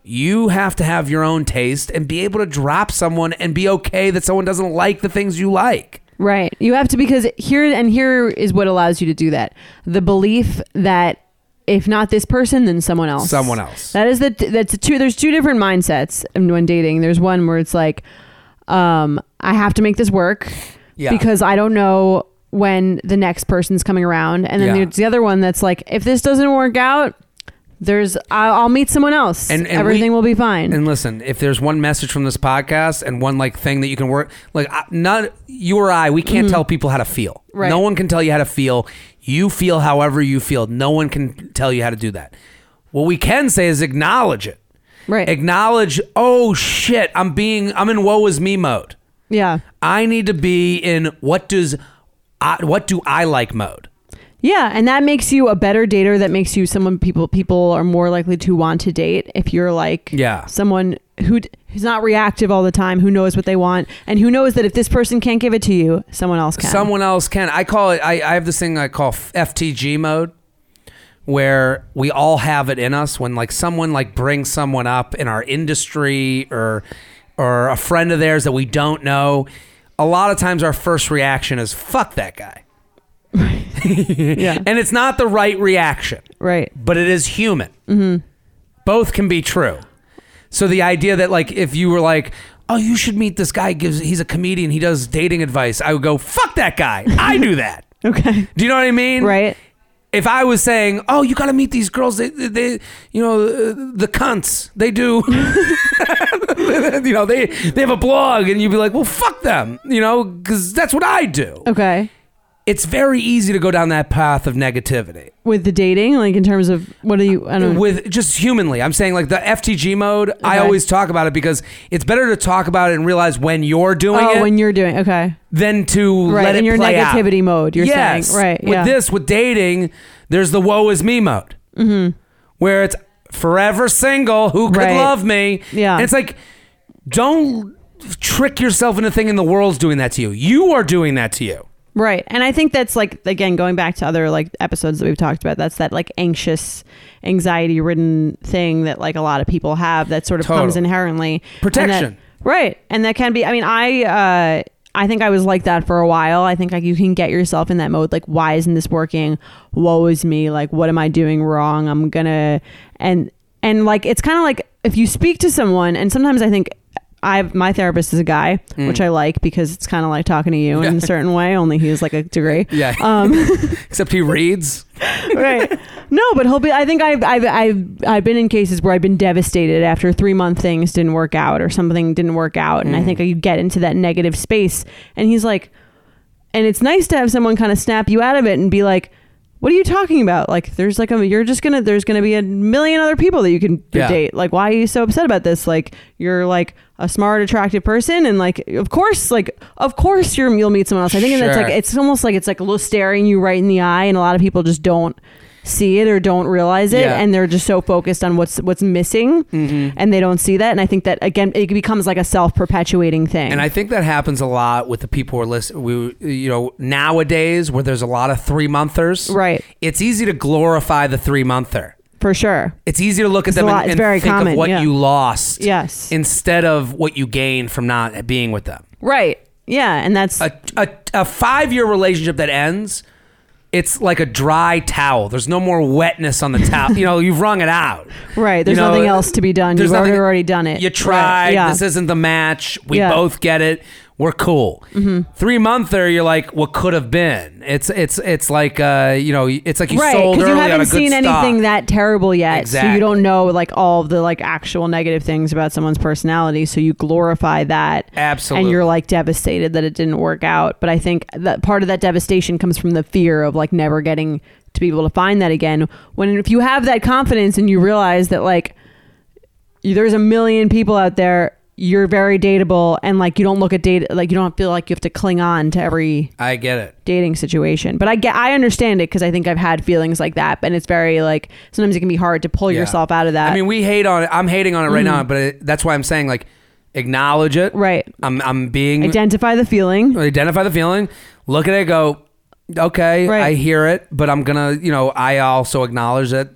Speaker 1: you have to have your own taste and be able to drop someone and be okay that someone doesn't like the things you like.
Speaker 3: Right. You have to because here and here is what allows you to do that. The belief that if not this person, then someone else.
Speaker 1: Someone else.
Speaker 3: That is the that's the two. There's two different mindsets when dating. There's one where it's like, um, I have to make this work
Speaker 1: Yeah.
Speaker 3: because I don't know when the next person's coming around, and then
Speaker 1: Yeah.
Speaker 3: there's the other one that's like, if this doesn't work out, there's I'll, I'll meet someone else,
Speaker 1: And- and
Speaker 3: everything
Speaker 1: we-
Speaker 3: will be fine.
Speaker 1: And listen, if there's one message from this podcast and one like thing that you can work, like I- not you or I, we can't tell people how to feel.
Speaker 3: Right.
Speaker 1: No one can tell you how to feel. You feel however you feel. No one can tell you how to do that. What we can say is acknowledge it.
Speaker 3: right.
Speaker 1: Acknowledge, oh shit, I'm being, I'm in woe is me mode.
Speaker 3: yeah.
Speaker 1: I need to be in what does, I, what do I like mode.
Speaker 3: Yeah, and that makes you a better dater. That makes you someone people people are more likely to want to date if you're like
Speaker 1: Yeah.
Speaker 3: someone who d- who's not reactive all the time, who knows what they want, and who knows that if this person can't give it to you, someone else can.
Speaker 1: Someone else can. I call it. I, I have this thing I call f- FTG mode, where we all have it in us. When like someone like brings someone up in our industry or or a friend of theirs that we don't know, a lot of times our first reaction is "fuck that guy,"
Speaker 3: yeah,
Speaker 1: and it's not the right reaction,
Speaker 3: right.
Speaker 1: but it is human. Both can be true. So the idea that like if you were like. Oh, you should meet this guy. Gives he's a comedian. He does dating advice. I would go fuck that guy. I do that.
Speaker 3: Okay,
Speaker 1: Do you know what I mean?
Speaker 3: right.
Speaker 1: If I was saying, "Oh, you got to meet these girls. They, they, they you know, uh, the cunts. They do. you know, they they have a blog," and you'd be like, "Well, fuck them. You know, because that's what I do."
Speaker 3: Okay,
Speaker 1: It's very easy to go down that path of negativity
Speaker 3: with the dating, like in terms of what do you? I don't. know.
Speaker 1: with just humanly. I'm saying like the FTG mode. I
Speaker 3: Mm. Okay.
Speaker 1: always talk about it because it's better to talk about it and realize when you're doing
Speaker 3: oh,
Speaker 1: it
Speaker 3: when you're doing okay,
Speaker 1: than to
Speaker 3: Right,
Speaker 1: let
Speaker 3: in
Speaker 1: it
Speaker 3: your
Speaker 1: play out.
Speaker 3: negativity mode, you're
Speaker 1: yes.
Speaker 3: saying. Right,
Speaker 1: With
Speaker 3: yeah.
Speaker 1: this, with dating, there's the woe is me mode, mm-hmm. where it's forever single. Who could
Speaker 3: Right.
Speaker 1: love me?
Speaker 3: Yeah.
Speaker 1: And it's like, don't trick yourself into thinking the world's doing that to you. You are doing that to you.
Speaker 3: right? And I think that's like again going back to other like episodes that we've talked about. That's that like anxious, anxiety-ridden thing that like a lot of people have. That sort of comes
Speaker 1: Total.
Speaker 3: inherently And that-
Speaker 1: Protection.
Speaker 3: right and that can be i mean i uh i think i was like that for a while i think like you can get yourself in that mode like why isn't this working woe is me like what am i doing wrong i'm gonna and and like it's kind of like if you speak to someone and sometimes i think I my therapist is a guy, which I like because it's kind of like talking to you in a certain way. Only he is like a degree,
Speaker 1: Yeah.
Speaker 3: Um.
Speaker 1: Except he reads.
Speaker 3: right? No, but he'll be. I think I've I've I've I've been in cases where I've been devastated after three month things didn't work out or something didn't work out, and I
Speaker 1: Mm.
Speaker 3: think you get into that negative space. And he's like, and it's nice to have someone kind of snap you out of it and be like. What are you talking about? Like, there's like a, you're just gonna, there's gonna be a million other people that you can
Speaker 1: Yeah.
Speaker 3: date. Like, why are you so upset about this? Like, you're like a smart, attractive person, and like, of course, like, of course, you're you'll meet someone else. I think that's
Speaker 1: Sure.
Speaker 3: like, it's almost like it's like lo- staring you right in the eye, and a lot of people just don't see it or don't realize it,
Speaker 1: Yeah. Mm-hmm.
Speaker 3: and they're just so focused on what's what's missing, and they don't see that. And I think that again, it becomes like a self perpetuating thing.
Speaker 1: And I think that happens a lot with the people who are listening. We, you know, nowadays where there's a lot of three monthers.
Speaker 3: Right.
Speaker 1: It's easy to glorify the three monther.
Speaker 3: for sure,
Speaker 1: it's easy to look at
Speaker 3: a
Speaker 1: them
Speaker 3: lot-
Speaker 1: and,
Speaker 3: it's
Speaker 1: and
Speaker 3: very
Speaker 1: think
Speaker 3: common,
Speaker 1: of what
Speaker 3: yeah.
Speaker 1: you lost
Speaker 3: Yes.
Speaker 1: instead of what you gained from not being with them.
Speaker 3: right? Yeah, and that's
Speaker 1: A, a, a five year relationship that ends, it's like a dry towel. There's no more wetness on the towel. you know, you've wrung it out.
Speaker 3: Right, there's nothing else to be done.
Speaker 1: there's
Speaker 3: You've already- already done it.
Speaker 1: You
Speaker 3: Right,
Speaker 1: tried.
Speaker 3: yeah.
Speaker 1: This isn't the match. We
Speaker 3: Yeah. Mm-hmm.
Speaker 1: both get it. We're cool. Three monther, you're like, what could have been? It's it's it's like uh, you know, it's like you
Speaker 3: right
Speaker 1: sold
Speaker 3: because
Speaker 1: early
Speaker 3: you
Speaker 1: on a
Speaker 3: haven't
Speaker 1: good
Speaker 3: seen
Speaker 1: stock.
Speaker 3: anything that terrible yet so you
Speaker 1: Exactly.
Speaker 3: don't know like all of the like actual negative things about someone's personality so you glorify that and
Speaker 1: Absolutely.
Speaker 3: you're like devastated that it didn't work out but i think that part of that devastation comes from the fear of like never getting to be able to find that again when if you have that confidence and you realize that like there's a million people out there you're very dateable and like you don't look at date like you don't feel like you have to cling on to every
Speaker 1: I get it.
Speaker 3: dating situation. But I get, I understand it because I think I've had feelings like that, and it's very like sometimes it can be hard to pull
Speaker 1: Yeah.
Speaker 3: yourself out of that.
Speaker 1: I mean, we hate on it. I'm hating on it right now, but it, that's why I'm saying like acknowledge it.
Speaker 3: mm-hmm. Right.
Speaker 1: I'm I'm being
Speaker 3: identify the feeling.
Speaker 1: identify the feeling, look at it, go, okay,
Speaker 3: Right.
Speaker 1: I hear it, but I'm gonna, you know, I also acknowledge that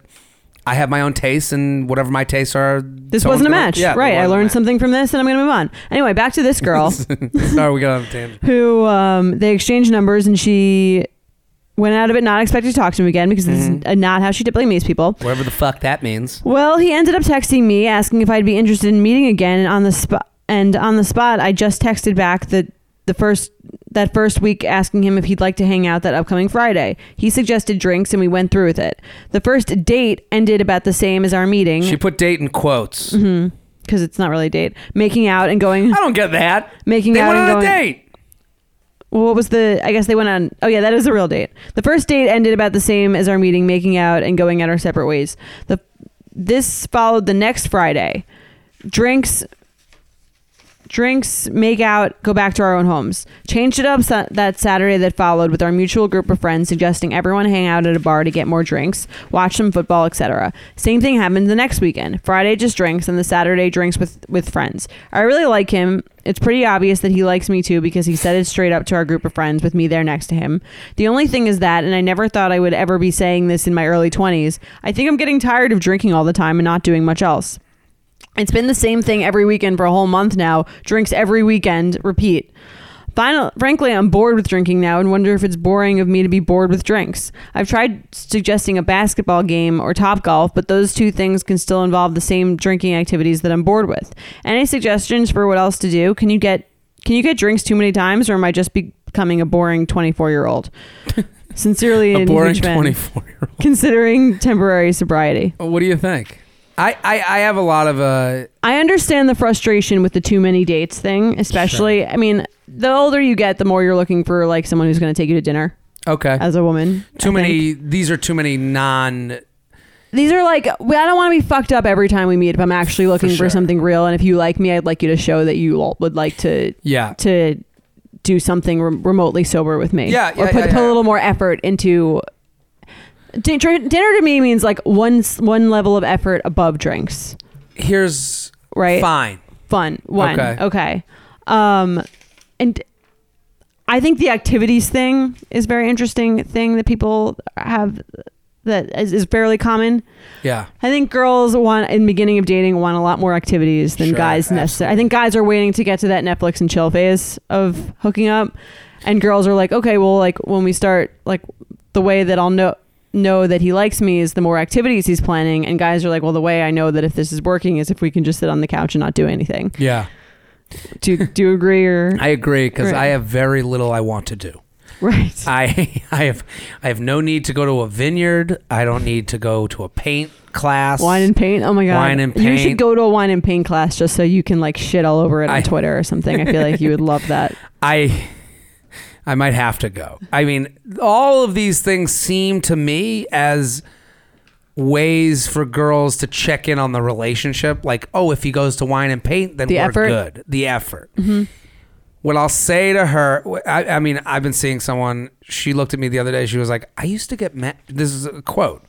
Speaker 1: I have my own tastes and whatever my tastes are.
Speaker 3: This wasn't a match, right? I learned something from this, and I'm gonna move on. Anyway, back to this girl
Speaker 1: something. Sorry, we got on a tangent.
Speaker 3: who um, they exchanged numbers, and she went out of it not expecting to talk to him again because this is not how she typically meets people.
Speaker 1: Whatever the fuck that means.
Speaker 3: Well, he ended up texting me asking if I'd be interested in meeting again and on the spot and on the spot I just texted back the the first that first week asking him if he'd like to hang out that upcoming Friday. He suggested drinks and we went through with it. The first date ended about the same as our
Speaker 1: Mm-hmm. She
Speaker 3: meeting
Speaker 1: put date in quotes.
Speaker 3: Mm-hmm. because it's not really a date. Making out and going
Speaker 1: I don't get that.
Speaker 3: Making
Speaker 1: they
Speaker 3: out
Speaker 1: went on
Speaker 3: and
Speaker 1: a
Speaker 3: going-
Speaker 1: date.
Speaker 3: Well, what was the i guess they went on oh yeah that is a real date the first date ended about the same as our meeting making out and going at our separate ways the this followed the next friday drinks drinks, make out, go back to our own homes. Changed it up sa- that Saturday that followed with our mutual group of friends suggesting everyone hang out at a bar to get more drinks, watch some football, etc. Same thing happened the next weekend. Friday just drinks and the Saturday drinks with with friends. I really like him. It's pretty obvious that he likes me too because he said it straight up to our group of friends with me there next to him. The only thing is that, and I never thought I would ever be saying this in my early 20s, I think I'm getting tired of drinking all the time and not doing much else. It's been the same thing every weekend for a whole month now. Drinks every weekend, repeat. Final, frankly, I'm bored with drinking now and wonder if it's boring of me to be bored with drinks. I've tried suggesting a basketball game or top golf, but those two things can still involve the same drinking activities that I'm bored with. Any suggestions for what else to do? Can you get can you get drinks too many times, or am I just becoming a boring 24 year old? Sincerely,
Speaker 1: A
Speaker 3: an
Speaker 1: boring
Speaker 3: huge fan,
Speaker 1: 24 year old.
Speaker 3: Considering temporary sobriety.
Speaker 1: What do you think? I, I, I have a lot of uh,
Speaker 3: I understand the frustration with the too many dates thing, especially. I mean, the older you get, the more you're looking for like someone who's going to take you to dinner
Speaker 1: okay.
Speaker 3: as a woman.
Speaker 1: too
Speaker 3: I think.
Speaker 1: many. These are too many non.
Speaker 3: These are like, well, I don't want to be fucked up every time we meet. If I'm actually looking for,
Speaker 1: sure.
Speaker 3: something real, and if you like me, I'd like you to show that you all would like to
Speaker 1: Yeah.
Speaker 3: to do something rem- remotely sober with me.
Speaker 1: Yeah, yeah,
Speaker 3: or put,
Speaker 1: yeah,
Speaker 3: put
Speaker 1: yeah.
Speaker 3: a little more effort into. Din- dr- Dinner to me means like one s- one level of effort above drinks.
Speaker 1: Here's
Speaker 3: Right.
Speaker 1: Fine.
Speaker 3: fun one
Speaker 1: Okay.
Speaker 3: okay, um and i think the activities thing is very interesting thing that people have that is, is fairly common
Speaker 1: Yeah.
Speaker 3: i think girls want in beginning of dating want a lot more activities than
Speaker 1: Sure,
Speaker 3: guys necessarily i think guys are waiting to get to that netflix and chill phase of hooking up and girls are like okay well like when we start like the way that i'll know know that he likes me is the more activities he's planning and guys are like well the way i know that if this is working is if we can just sit on the couch and not do anything
Speaker 1: Yeah.
Speaker 3: do do you agree or
Speaker 1: I agree because
Speaker 3: Right.
Speaker 1: I have very little I want to do.
Speaker 3: right?
Speaker 1: I I have I have no need to go to a vineyard. I don't need to go to a paint class.
Speaker 3: Wine and paint. Oh my god!
Speaker 1: Wine and
Speaker 3: You
Speaker 1: paint.
Speaker 3: should go to a wine and paint class just so you can like shit all over it on
Speaker 1: I-
Speaker 3: Twitter or something. I feel like you would love that.
Speaker 1: I I might have to go. I mean, all of these things seem to me as ways for girls to check in on the relationship. Like, oh, if he goes to wine and paint, then
Speaker 3: The
Speaker 1: we're
Speaker 3: effort. Mm-hmm.
Speaker 1: good. The effort. What I'll say to her, I, I mean, I've been seeing someone. She looked at me the other day. She was like, "I used to get mad." This is a quote.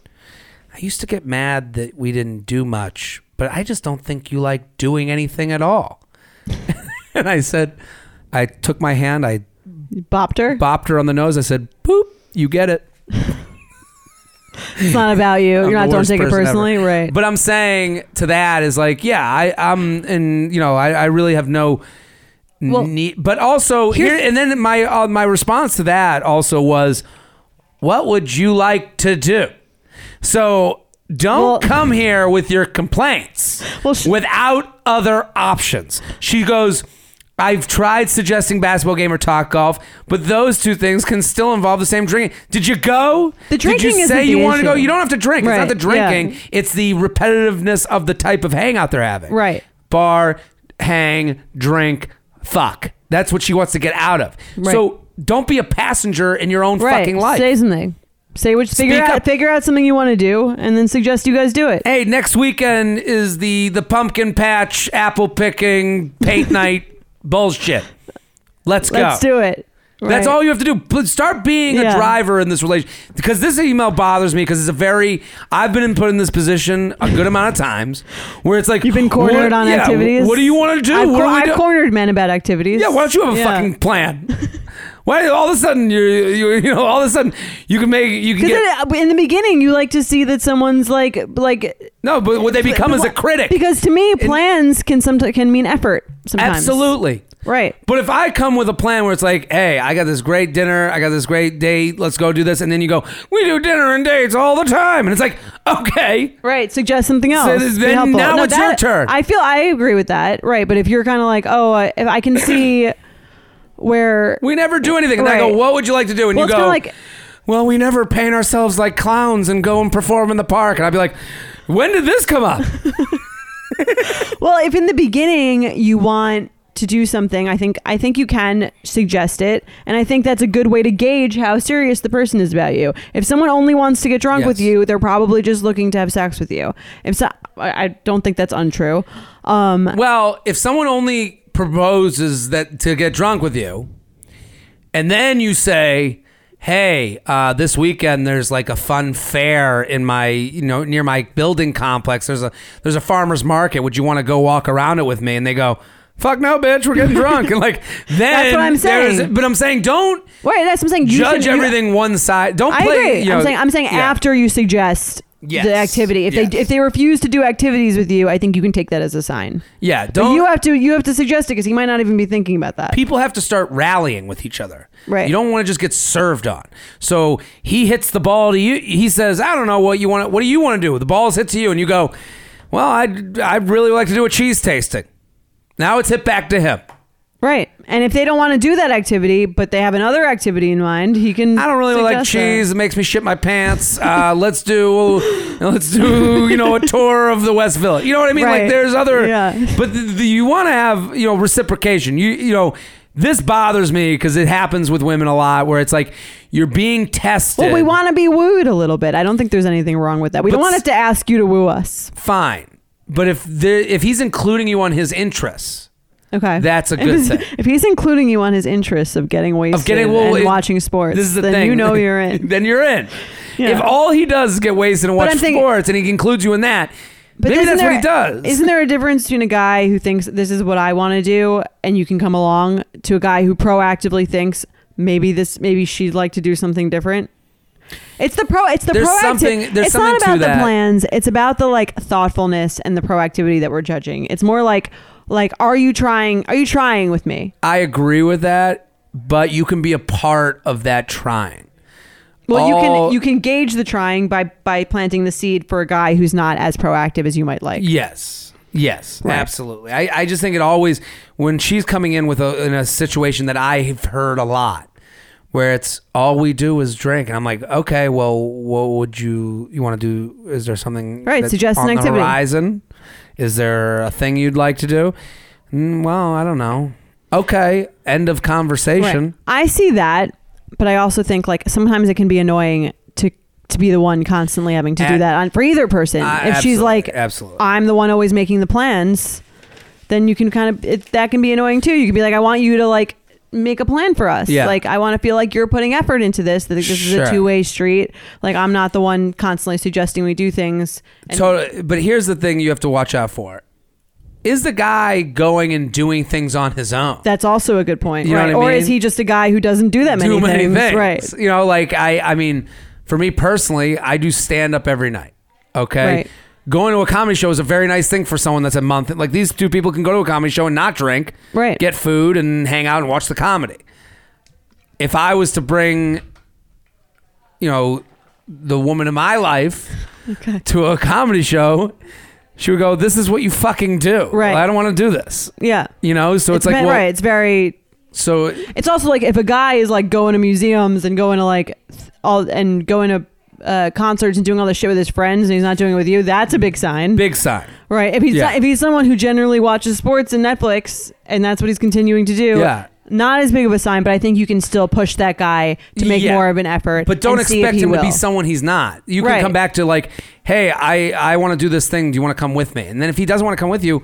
Speaker 1: I used to get mad that we didn't do much, but I just don't think you like doing anything at all. and I said, I took my hand, I
Speaker 3: You bopped her.
Speaker 1: bopped her on the nose. I said, "Boop, you get it."
Speaker 3: it's not about you.
Speaker 1: I'm
Speaker 3: You're not.
Speaker 1: the
Speaker 3: Don't
Speaker 1: worst
Speaker 3: take it
Speaker 1: person
Speaker 3: personally,
Speaker 1: ever.
Speaker 3: right?
Speaker 1: But I'm saying to that is like, yeah, I, I'm, and you know, I, I really have no
Speaker 3: Well,
Speaker 1: need. But also here,
Speaker 3: here's-
Speaker 1: and then my uh, my response to that also was, "What would you like to do?" So don't
Speaker 3: Well-
Speaker 1: come here with your complaints
Speaker 3: Well, sh-
Speaker 1: without other options. She goes. I've tried suggesting basketball game or talk golf, but those two things can still involve the same drinking. Did you go?
Speaker 3: The
Speaker 1: Did
Speaker 3: drinking
Speaker 1: you
Speaker 3: isn't
Speaker 1: say
Speaker 3: the
Speaker 1: you want to go?
Speaker 3: issue.
Speaker 1: You don't have to drink. It's not
Speaker 3: Right,
Speaker 1: the
Speaker 3: yeah.
Speaker 1: drinking. It's the repetitiveness of the type of hangout they're having.
Speaker 3: Right.
Speaker 1: Bar, hang, drink, fuck. That's what she wants to get out of.
Speaker 3: Right.
Speaker 1: So don't be a passenger in your own
Speaker 3: right.
Speaker 1: fucking life.
Speaker 3: Say something. Say which. Figure
Speaker 1: Speak
Speaker 3: out.
Speaker 1: up.
Speaker 3: Figure out something you want to do, and then suggest you guys do it.
Speaker 1: hey, next weekend is the the pumpkin patch, apple picking, paint night bullshit. Let's go.
Speaker 3: Let's do it.
Speaker 1: That's
Speaker 3: Right.
Speaker 1: all you have to do. But start being a
Speaker 3: Yeah.
Speaker 1: driver in this relation because this email bothers me because it's a very I've been in put in this position a good amount of times where it's like
Speaker 3: You've been cornered
Speaker 1: what-
Speaker 3: on
Speaker 1: yeah,
Speaker 3: activities.
Speaker 1: What do you want to do?
Speaker 3: I've,
Speaker 1: what
Speaker 3: cor-
Speaker 1: do we
Speaker 3: I've
Speaker 1: do?
Speaker 3: cornered men about activities.
Speaker 1: yeah, why don't you have a
Speaker 3: Yeah.
Speaker 1: fucking plan? Why all of a sudden you you you know all of a sudden you can make you can
Speaker 3: Because
Speaker 1: get
Speaker 3: it- in the beginning, you like to see that someone's like like
Speaker 1: no, but what they become is a critic.
Speaker 3: Because to me, plans can sometimes can mean effort. Sometimes,
Speaker 1: Absolutely.
Speaker 3: right.
Speaker 1: But if I come with a plan where it's like, hey, I got this great dinner, I got this great date, let's go do this, and then you go, we do dinner and dates all the time, and it's like, okay,
Speaker 3: Right, suggest something else.
Speaker 1: this-
Speaker 3: Be
Speaker 1: then
Speaker 3: helpful.
Speaker 1: now
Speaker 3: No,
Speaker 1: it's
Speaker 3: that-
Speaker 1: your turn.
Speaker 3: I feel I agree with that. Right, but if you're kind of like, oh, I- if I can see where
Speaker 1: We never do anything. And I go,
Speaker 3: Right.
Speaker 1: what would you like to do? And you
Speaker 3: Well, it's
Speaker 1: go,
Speaker 3: kinda like-
Speaker 1: well, we never paint ourselves like clowns and go and perform in the park. And I'd be like, when did this come up?
Speaker 3: Well, if in the beginning you want to do something, I think I think you can suggest it, and I think that's a good way to gauge how serious the person is about you. If someone only wants to get drunk with
Speaker 1: Yes.
Speaker 3: you, they're probably just looking to have sex with you. If so, I I don't think that's untrue. Um,
Speaker 1: well, if someone only proposes that to get drunk with you, and then you say, "Hey, uh, this weekend there's like a fun fair in my you know near my building complex. There's a there's a farmers market. Would you want to go walk around it with me?" And they go. Fuck no, bitch! We're getting drunk, and like then
Speaker 3: what I'm
Speaker 1: there's-
Speaker 3: saying.
Speaker 1: But I'm saying don't
Speaker 3: Wait, that's what I'm saying. You
Speaker 1: judge
Speaker 3: should- you-
Speaker 1: everything one side. Don't
Speaker 3: I
Speaker 1: play.
Speaker 3: agree.
Speaker 1: you know,
Speaker 3: I'm saying I'm saying
Speaker 1: yeah.
Speaker 3: after you suggest
Speaker 1: Yes.
Speaker 3: the activity. If they
Speaker 1: Yes.
Speaker 3: if they refuse to do activities with you, I think you can take that as a sign.
Speaker 1: Yeah,
Speaker 3: But
Speaker 1: don't.
Speaker 3: you have to you have to suggest it because he might not even be thinking about that.
Speaker 1: people have to start rallying with each other.
Speaker 3: Right.
Speaker 1: You don't want to just get served on. So he hits the ball to you. He says, "I don't know what you want. What do you want to do?" The ball's hit to you, and you go, "Well, I would I would really like to do a cheese tasting." Now it's hit back to him.
Speaker 3: Right. And if they don't want to do that activity, but they have another activity in mind, he can.
Speaker 1: I don't really like
Speaker 3: suggest that.
Speaker 1: cheese. It makes me shit my pants. Uh, let's do, let's do, you know, a tour of the West Village. You know what I mean?
Speaker 3: Right.
Speaker 1: Like there's other,
Speaker 3: Yeah.
Speaker 1: but the, the, you want to have, you know, reciprocation. You, you know, this bothers me because it happens with women a lot where it's like you're being tested.
Speaker 3: Well, we want to be wooed a little bit. I don't think there's anything wrong with that. We don't
Speaker 1: But
Speaker 3: want
Speaker 1: s-
Speaker 3: it to ask you to woo us.
Speaker 1: fine, but if there, if he's including you on his interests,
Speaker 3: Okay.
Speaker 1: That's a
Speaker 3: If
Speaker 1: good
Speaker 3: he's-
Speaker 1: thing.
Speaker 3: If he's including you on his interests of getting wasted
Speaker 1: of getting well,
Speaker 3: and
Speaker 1: it-
Speaker 3: watching sports,
Speaker 1: This is the
Speaker 3: then
Speaker 1: thing.
Speaker 3: you know you're in.
Speaker 1: then you're in.
Speaker 3: Yeah.
Speaker 1: If all he does is get wasted and
Speaker 3: But
Speaker 1: watch
Speaker 3: I'm thinking-
Speaker 1: sports, and he includes you in that, maybe
Speaker 3: isn't
Speaker 1: that's
Speaker 3: there-
Speaker 1: what he does.
Speaker 3: Isn't there a difference between a guy who thinks this is what I want to do and you can come along to a guy who proactively thinks maybe this maybe she'd like to do something different? It's the pro it's the
Speaker 1: There's
Speaker 3: proactive
Speaker 1: something- there's
Speaker 3: it's
Speaker 1: something
Speaker 3: not
Speaker 1: to
Speaker 3: about the
Speaker 1: that.
Speaker 3: plans. It's about the like thoughtfulness and the proactivity that we're judging. It's more like like are you trying are you trying with me?
Speaker 1: I agree with that, but you can be a part of that trying.
Speaker 3: Well, you
Speaker 1: All-
Speaker 3: can you can gauge the trying by by planting the seed for a guy who's not as proactive as you might like.
Speaker 1: Yes. Yes, absolutely. I, I just think it always when she's coming in with a in a situation that I've heard a lot where it's all we do is drink and I'm like, "Okay, well, what would you you want to do? Is there something
Speaker 3: Right,
Speaker 1: that's
Speaker 3: suggest an
Speaker 1: on
Speaker 3: activity.
Speaker 1: the horizon? Is there a thing you'd like to do?" Mm, well, I don't know. Okay, end of
Speaker 3: Right.
Speaker 1: conversation.
Speaker 3: I see that, but I also think like sometimes it can be annoying to to be the one constantly having to
Speaker 1: A-
Speaker 3: do that on for either person.
Speaker 1: Uh,
Speaker 3: if she's
Speaker 1: absolutely,
Speaker 3: like,
Speaker 1: absolutely.
Speaker 3: I'm the one always making the plans, then you can kind of it, that can be annoying too. You can be like, I want you to like make a plan for us.
Speaker 1: Yeah.
Speaker 3: Like I want to feel like you're putting effort into this. That this is
Speaker 1: Sure.
Speaker 3: a two way street. Like I'm not the one constantly suggesting we do things. And
Speaker 1: Totally. But here's the thing you have to watch out for. Is the guy going and doing things on his own?
Speaker 3: that's also a good point,
Speaker 1: You know
Speaker 3: right?
Speaker 1: what I
Speaker 3: Or is
Speaker 1: mean?
Speaker 3: he just a guy who doesn't do that many,
Speaker 1: do many things.
Speaker 3: right?
Speaker 1: You know, like I I mean, for me personally, I do stand up every night. Okay.
Speaker 3: Right.
Speaker 1: Going to a comedy show is a very nice thing for someone that's a month. Like these two people can go to a comedy show and not drink,
Speaker 3: Right.
Speaker 1: Get food and hang out and watch the comedy. If I was to bring, you know, the woman in my life
Speaker 3: Okay.
Speaker 1: to a comedy show, she would go, "This is what you fucking do.
Speaker 3: Right.
Speaker 1: I don't want to do this."
Speaker 3: Yeah.
Speaker 1: You know, so it's,
Speaker 3: ve-
Speaker 1: like, well,
Speaker 3: right. It's very.
Speaker 1: so
Speaker 3: It's also like if a guy is like going to museums and going to like th- all and going to uh, concerts and doing all this shit with his friends and he's not doing it with you, that's a big sign,
Speaker 1: big sign.
Speaker 3: right? If he's
Speaker 1: Yeah.
Speaker 3: not, if he's someone who generally watches sports and Netflix and that's what he's continuing to do,
Speaker 1: Yeah.
Speaker 3: not as big of a sign, but I think you can still push that guy to make
Speaker 1: Yeah.
Speaker 3: more of an effort.
Speaker 1: But don't
Speaker 3: and see if
Speaker 1: expect
Speaker 3: he
Speaker 1: him to
Speaker 3: will.
Speaker 1: be someone he's not. You can
Speaker 3: Right.
Speaker 1: come back to like, hey, I I want to do this thing. Do you want to come with me? And then if he doesn't want to come with you,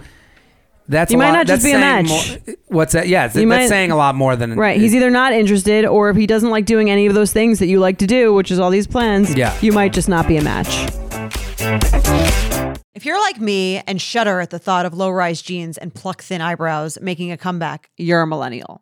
Speaker 1: that's
Speaker 3: You
Speaker 1: a
Speaker 3: might
Speaker 1: lot-
Speaker 3: not
Speaker 1: that's
Speaker 3: just be a
Speaker 1: saying
Speaker 3: match.
Speaker 1: more- what's that? Yeah, that's
Speaker 3: You might-
Speaker 1: saying a lot more than
Speaker 3: Right, he's either not interested, or if he doesn't like doing any of those things that you like to do, which is all these plans,
Speaker 1: Yeah.
Speaker 3: you might just not be a match.
Speaker 2: If you're like me and shudder at the thought of low rise jeans and pluck thin eyebrows making a comeback, you're a millennial.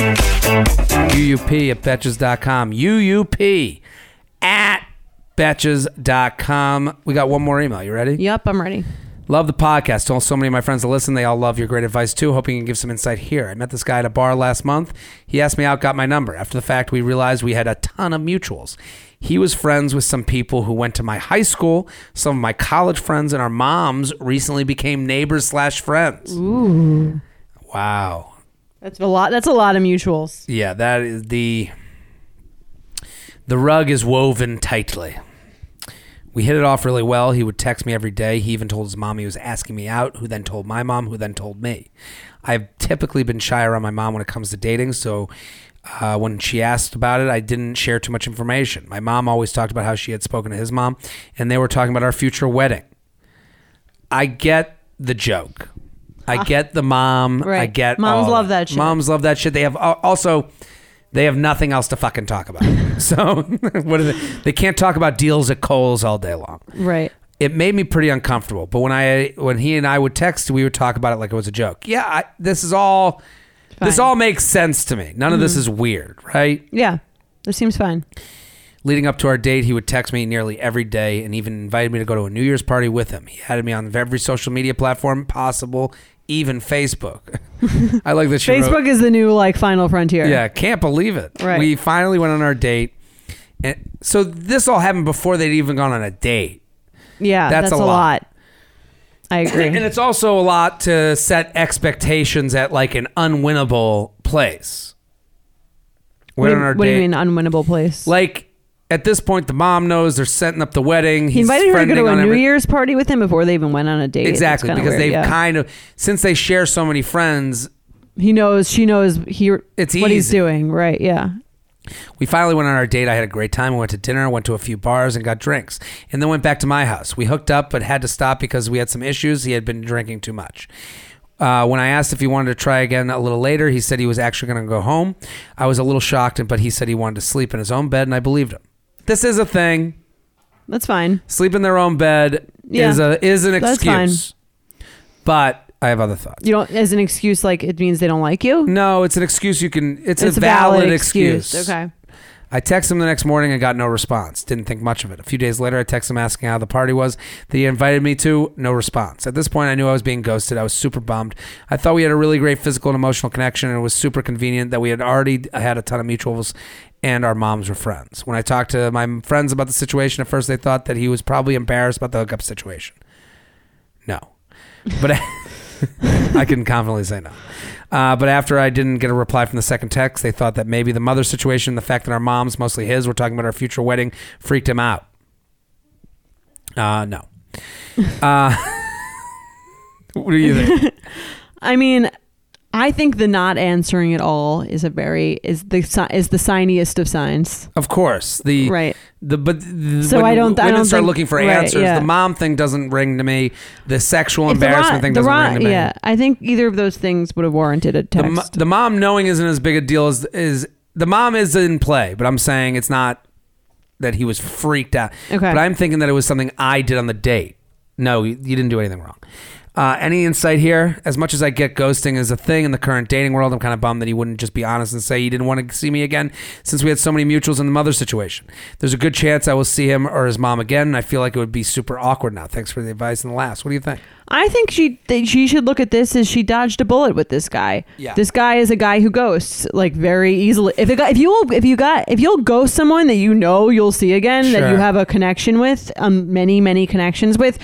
Speaker 1: UUP at Betches.com. UUP at Betches.com. We got one more email. You ready?
Speaker 3: Yep, I'm ready.
Speaker 1: Love the podcast. Told so many of my friends to listen. They all love your great advice too. Hoping you can give some insight here. I met this guy at a bar last month. He asked me out, got my number. After the fact, we realized we had a ton of mutuals. He was friends with some people who went to my high school, some of my college friends, and our moms recently became neighbors slash friends. Ooh. Wow.
Speaker 3: That's a lot. That's a lot of mutuals.
Speaker 1: Yeah, that is the the rug is woven tightly. We hit it off really well. He would text me every day. He even told his mom he was asking me out, who then told my mom, who then told me. I've typically been shy around my mom when it comes to dating, so uh, when she asked about it, I didn't share too much information. My mom always talked about how she had spoken to his mom, and they were talking about our future wedding. I get the joke. I get the mom. I
Speaker 3: Ah. Right.
Speaker 1: get
Speaker 3: Moms
Speaker 1: all
Speaker 3: love that shit.
Speaker 1: Moms love that shit. They have al- also they have nothing else to fucking talk about. so what are they? They can't talk about deals at Kohl's all day long
Speaker 3: Right.
Speaker 1: it made me pretty uncomfortable. But when I when he and I would text, we would talk about it like it was a joke. Yeah, I, this is all this
Speaker 3: Fine. Mm-hmm.
Speaker 1: all makes sense to me. None of this is weird, right?
Speaker 3: Yeah. This seems fine.
Speaker 1: Leading up to our date, he would text me nearly every day and even invited me to go to a New Year's party with him. He added me on every social media platform possible, even Facebook. I like that she wrote-
Speaker 3: Facebook is the new like final frontier.
Speaker 1: yeah, can't believe it.
Speaker 3: Right.
Speaker 1: We finally went on our date. And so this all happened before they'd even gone on a date.
Speaker 3: Yeah.
Speaker 1: That's
Speaker 3: That's,
Speaker 1: a
Speaker 3: a
Speaker 1: lot.
Speaker 3: lot. I
Speaker 1: And
Speaker 3: agree.
Speaker 1: it's also a lot to set expectations at like an unwinnable place.
Speaker 3: what
Speaker 1: Went
Speaker 3: do,
Speaker 1: on our
Speaker 3: what do
Speaker 1: date.
Speaker 3: you mean unwinnable place?
Speaker 1: Like at this point, the mom knows they're setting up the wedding.
Speaker 3: he
Speaker 1: He's
Speaker 3: invited her to go
Speaker 1: friending
Speaker 3: to a
Speaker 1: on
Speaker 3: New
Speaker 1: every-
Speaker 3: Year's party with him before they even went on a date. It's
Speaker 1: Exactly
Speaker 3: kinda
Speaker 1: because
Speaker 3: weird,
Speaker 1: they've
Speaker 3: yeah.
Speaker 1: kind of since they share so many friends.
Speaker 3: he knows she knows he
Speaker 1: It's
Speaker 3: what he's
Speaker 1: easy.
Speaker 3: doing. Right. Yeah.
Speaker 1: We finally went on our date. I had a great time. We went to dinner, went to a few bars, and got drinks, and then went back to my house. We hooked up, but had to stop because we had some issues. He had been drinking too much. Uh, when I asked if he wanted to try again a little later, he said he was actually going to go home. I was a little shocked, but he said he wanted to sleep in his own bed, and I believed him. This is a thing.
Speaker 3: That's fine.
Speaker 1: Sleep in their own bed
Speaker 3: Yeah.
Speaker 1: is a is an
Speaker 3: That's fine.
Speaker 1: excuse. But I have other thoughts.
Speaker 3: You don't as an excuse like it means they don't like you.
Speaker 1: No, it's an excuse you can. It's, a valid, excuse.
Speaker 3: Okay.
Speaker 1: I texted him the next morning and got no response. Didn't think much of it. A few days later, I texted him asking how the party was that he invited me to. No response. At this point, I knew I was being ghosted. I was super bummed. I thought we had a really great physical and emotional connection, and it was super convenient that we had already had a ton of mutuals and our moms were friends. When I talked to my friends about the situation, at first they thought that he was probably embarrassed about the hookup situation. No. But I can confidently say no. Uh, but after I didn't get a reply from the second text, they thought that maybe the mother situation, the fact that our moms, mostly his, were talking about our future wedding, freaked him out. Uh, no. Uh, what do you think?
Speaker 3: I mean, I think the not answering at all is a very is the si- is the signiest of signs.
Speaker 1: Of course, the
Speaker 3: Right.
Speaker 1: The but the,
Speaker 3: So
Speaker 1: when
Speaker 3: I don't- I
Speaker 1: women
Speaker 3: don't
Speaker 1: start
Speaker 3: think-
Speaker 1: looking for
Speaker 3: right,
Speaker 1: answers.
Speaker 3: yeah.
Speaker 1: The mom thing doesn't ring to me. The sexual
Speaker 3: If the
Speaker 1: embarrassment
Speaker 3: ro-
Speaker 1: thing
Speaker 3: the
Speaker 1: doesn't
Speaker 3: ro-
Speaker 1: ring to me.
Speaker 3: Yeah, I think either of those things would have warranted a
Speaker 1: The, mo-
Speaker 3: text.
Speaker 1: the mom knowing isn't as big a deal as is the mom is in play, but I'm saying it's not that he was freaked out.
Speaker 3: Okay.
Speaker 1: But I'm thinking that it was something I did on the date. No, you, you didn't do anything wrong. Uh, any insight here? As much as I get ghosting is a thing in the current dating world, I'm kind of bummed that he wouldn't just be honest and say he didn't want to see me again since we had so many mutuals in the mother situation. There's a good chance I will see him or his mom again, and I feel like it would be super awkward now. Thanks for the advice and the laughs. What do you think?
Speaker 3: I think she that she should look at this as she dodged a bullet with this guy.
Speaker 1: Yeah.
Speaker 3: This guy is a guy who ghosts like very easily. If it got, if you will if you got if you'll ghost someone that you know you'll see again that
Speaker 1: Sure.
Speaker 3: you have a connection with, um, many many connections with.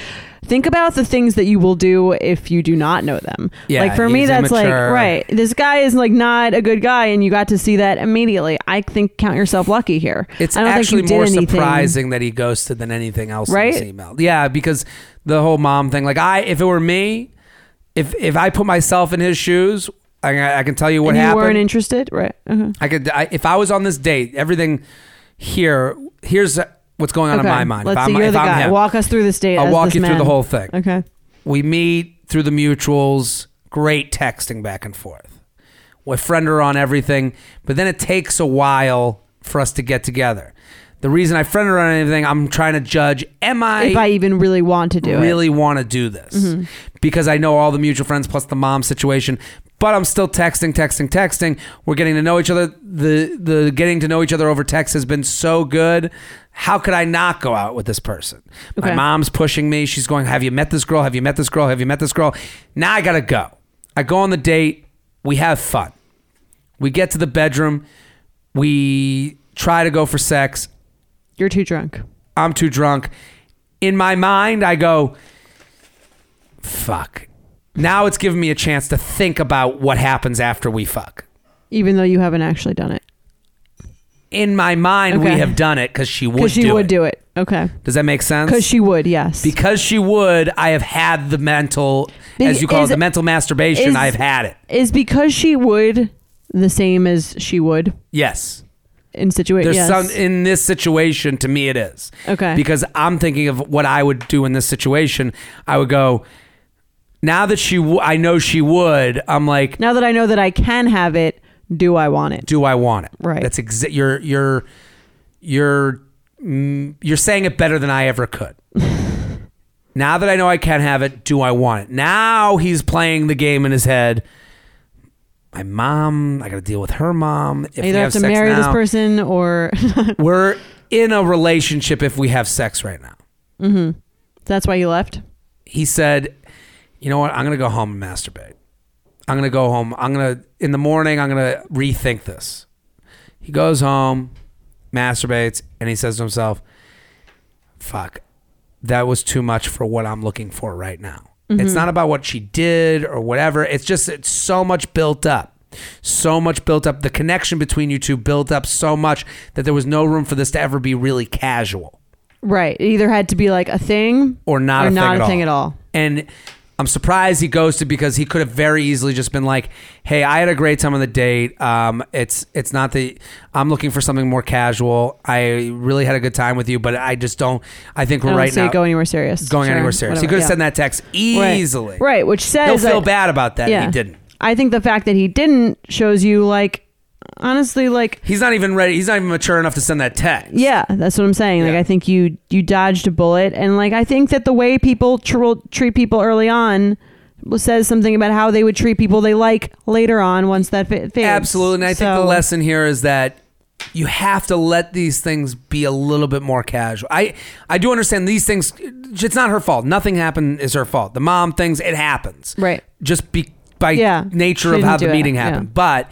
Speaker 3: Think about the things that you will do if you do not know them.
Speaker 1: Yeah,
Speaker 3: like for me,
Speaker 1: he's
Speaker 3: that's
Speaker 1: immature.
Speaker 3: like right. This guy is like not a good guy, and you got to see that immediately. I think count yourself lucky here.
Speaker 1: It's
Speaker 3: I don't
Speaker 1: actually
Speaker 3: think you
Speaker 1: more
Speaker 3: did anything.
Speaker 1: surprising that he ghosted than anything else in this
Speaker 3: Right?
Speaker 1: email. Yeah, because the whole mom thing. Like I, if it were me, if if I put myself in his shoes, I, I can tell you what
Speaker 3: And you
Speaker 1: happened.
Speaker 3: weren't interested, right? Uh-huh.
Speaker 1: I could, I, if I was on this date, everything here, here's what's going on in my mind.
Speaker 3: Let's
Speaker 1: if
Speaker 3: see.
Speaker 1: I'm,
Speaker 3: You're
Speaker 1: if
Speaker 3: the
Speaker 1: I'm
Speaker 3: guy.
Speaker 1: him,
Speaker 3: Walk us through this date.
Speaker 1: I'll
Speaker 3: as
Speaker 1: walk
Speaker 3: this
Speaker 1: you through the
Speaker 3: man.
Speaker 1: whole thing.
Speaker 3: Okay.
Speaker 1: We meet through the mutuals, great texting back and forth. We friend her on everything, but then it takes a while for us to get together. The reason I friend her on anything, I'm trying to judge am I,
Speaker 3: if I even really want to do Mm-hmm.
Speaker 1: really want to do this? Because I know all the mutual friends plus the mom situation, but I'm still texting, texting, texting. We're getting to know each other. The the getting to know each other over text has been so good. How could I not go out with this person? My
Speaker 3: Okay.
Speaker 1: mom's pushing me. She's going, "Have you met this girl? Have you met this girl? Have you met this girl?" Now I got to go. I go on the date. We have fun. We get to the bedroom. We try to go for sex.
Speaker 3: it. You're too drunk.
Speaker 1: I'm too drunk. In my mind, I go, fuck. Now it's giving me a chance to think about what happens after we fuck.
Speaker 3: Even though you haven't actually done it.
Speaker 1: In my mind, we
Speaker 3: Okay.
Speaker 1: have done it because she would
Speaker 3: Because she
Speaker 1: do
Speaker 3: would
Speaker 1: it.
Speaker 3: do it. Okay.
Speaker 1: Does that make sense?
Speaker 3: Because she would, yes.
Speaker 1: because she would, I have had the mental,
Speaker 3: Be-
Speaker 1: as you call
Speaker 3: is-
Speaker 1: it, the mental masturbation.
Speaker 3: is-
Speaker 1: I've had it.
Speaker 3: Is because she would the same as she would
Speaker 1: Yes.
Speaker 3: in situation?
Speaker 1: There's
Speaker 3: Yes.
Speaker 1: some in this situation. To me, it is
Speaker 3: Okay.
Speaker 1: because I'm thinking of what I would do in this situation. I would go. Now that she, w- I know she would. I'm like,
Speaker 3: now that I know that I can have it, do I want it?
Speaker 1: do I want it?
Speaker 3: Right.
Speaker 1: That's exa- you're you're you're mm, you're saying it better than I ever could. now that I know I can have it, do I want it? Now he's playing the game in his head. My mom, I got to deal with her mom. If
Speaker 3: I
Speaker 1: we
Speaker 3: either have to
Speaker 1: sex
Speaker 3: marry this
Speaker 1: now-
Speaker 3: person or
Speaker 1: We're in a relationship if we have sex right now.
Speaker 3: that's why you left.
Speaker 1: he said, "You know what? I'm gonna go home and masturbate. I'm gonna go home. I'm gonna in the morning. I'm gonna rethink this." He goes home, masturbates, and he says to himself, "Fuck, that was too much for what I'm looking for right now." It's not about what she did or whatever. It's just it's so much built up. So much built up. The connection between you two built up so much that there was no room for this to ever be really casual
Speaker 3: Right. It either had to be like a thing
Speaker 1: or not
Speaker 3: or
Speaker 1: a
Speaker 3: not
Speaker 1: thing
Speaker 3: a
Speaker 1: at
Speaker 3: thing
Speaker 1: all.
Speaker 3: at all.
Speaker 1: And I'm surprised he ghosted because he could have very easily just been like, "Hey, I had a great time on the date. Um, it's it's not the I'm looking for something more casual. I really had a good time with you, but I just don't. I think we're
Speaker 3: I don't
Speaker 1: right
Speaker 3: see
Speaker 1: now
Speaker 3: it Oh, going anywhere serious.
Speaker 1: going
Speaker 3: Sure,
Speaker 1: anywhere serious. he
Speaker 3: whatever.
Speaker 1: could have
Speaker 3: Yeah.
Speaker 1: sent that text easily.
Speaker 3: Right. right which
Speaker 1: He'll
Speaker 3: says
Speaker 1: feel
Speaker 3: I-
Speaker 1: bad about that. He didn't.
Speaker 3: I think the fact that he didn't shows you like honestly like
Speaker 1: He's not even ready. He's not even mature enough to send that text.
Speaker 3: yeah, that's what I'm saying. Like
Speaker 1: Yeah.
Speaker 3: I think you you dodged a bullet and like I think that the way people tr- treat people early on says something about how they would treat people they like later on once that fa- fades.
Speaker 1: Absolutely. And I think
Speaker 3: So-
Speaker 1: the lesson here is that you have to let these things be a little bit more casual. I I do understand these things it's not her fault. Nothing happened is her fault. The mom things, it happens.
Speaker 3: Right.
Speaker 1: Just be by
Speaker 3: Yeah.
Speaker 1: nature
Speaker 3: She
Speaker 1: of how
Speaker 3: didn't
Speaker 1: the
Speaker 3: do it.
Speaker 1: meeting
Speaker 3: Yeah.
Speaker 1: happened. But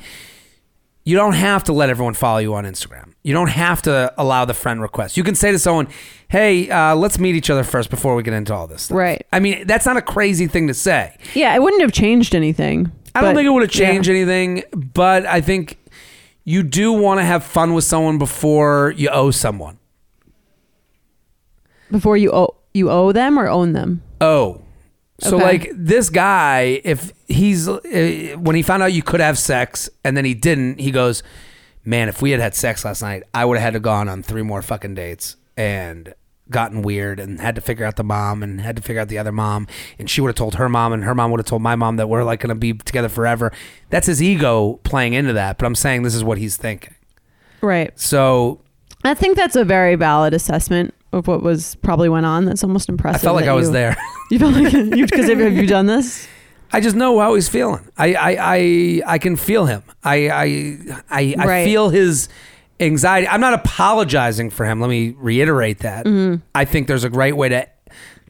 Speaker 1: you don't have to let everyone follow you on Instagram. You don't have to allow the friend request. You can say to someone, hey, uh, let's meet each other first before we get into all this. Stuff.
Speaker 3: Right.
Speaker 1: I mean, that's not a crazy thing to say.
Speaker 3: Yeah, it wouldn't have changed anything.
Speaker 1: I don't
Speaker 3: but-
Speaker 1: think it would have
Speaker 3: yeah.
Speaker 1: changed anything, but I think you do want to have fun with someone before you owe someone.
Speaker 3: before you owe you owe them or own them.
Speaker 1: Oh. So
Speaker 3: Okay.
Speaker 1: like this guy, if he's uh, when he found out you could have sex and then he didn't, he goes, "Man, if we had had sex last night, I would have had to gone on three more fucking dates and gotten weird and had to figure out the mom and had to figure out the other mom and she would have told her mom and her mom would have told my mom that we're like going to be together forever." That's his ego playing into that, but I'm saying this is what he's thinking.
Speaker 3: Right.
Speaker 1: So
Speaker 3: I think that's a very valid assessment of what was probably went on. That's almost
Speaker 1: I
Speaker 3: impressive.
Speaker 1: felt like
Speaker 3: that
Speaker 1: I was
Speaker 3: you-
Speaker 1: there.
Speaker 3: You felt like you because have, have you done this?
Speaker 1: I just know how he's feeling. I I I, I can feel him. I I I, I
Speaker 3: Right.
Speaker 1: feel his anxiety. I'm not apologizing for him. Let me reiterate that.
Speaker 3: Mm-hmm.
Speaker 1: I think there's a great way to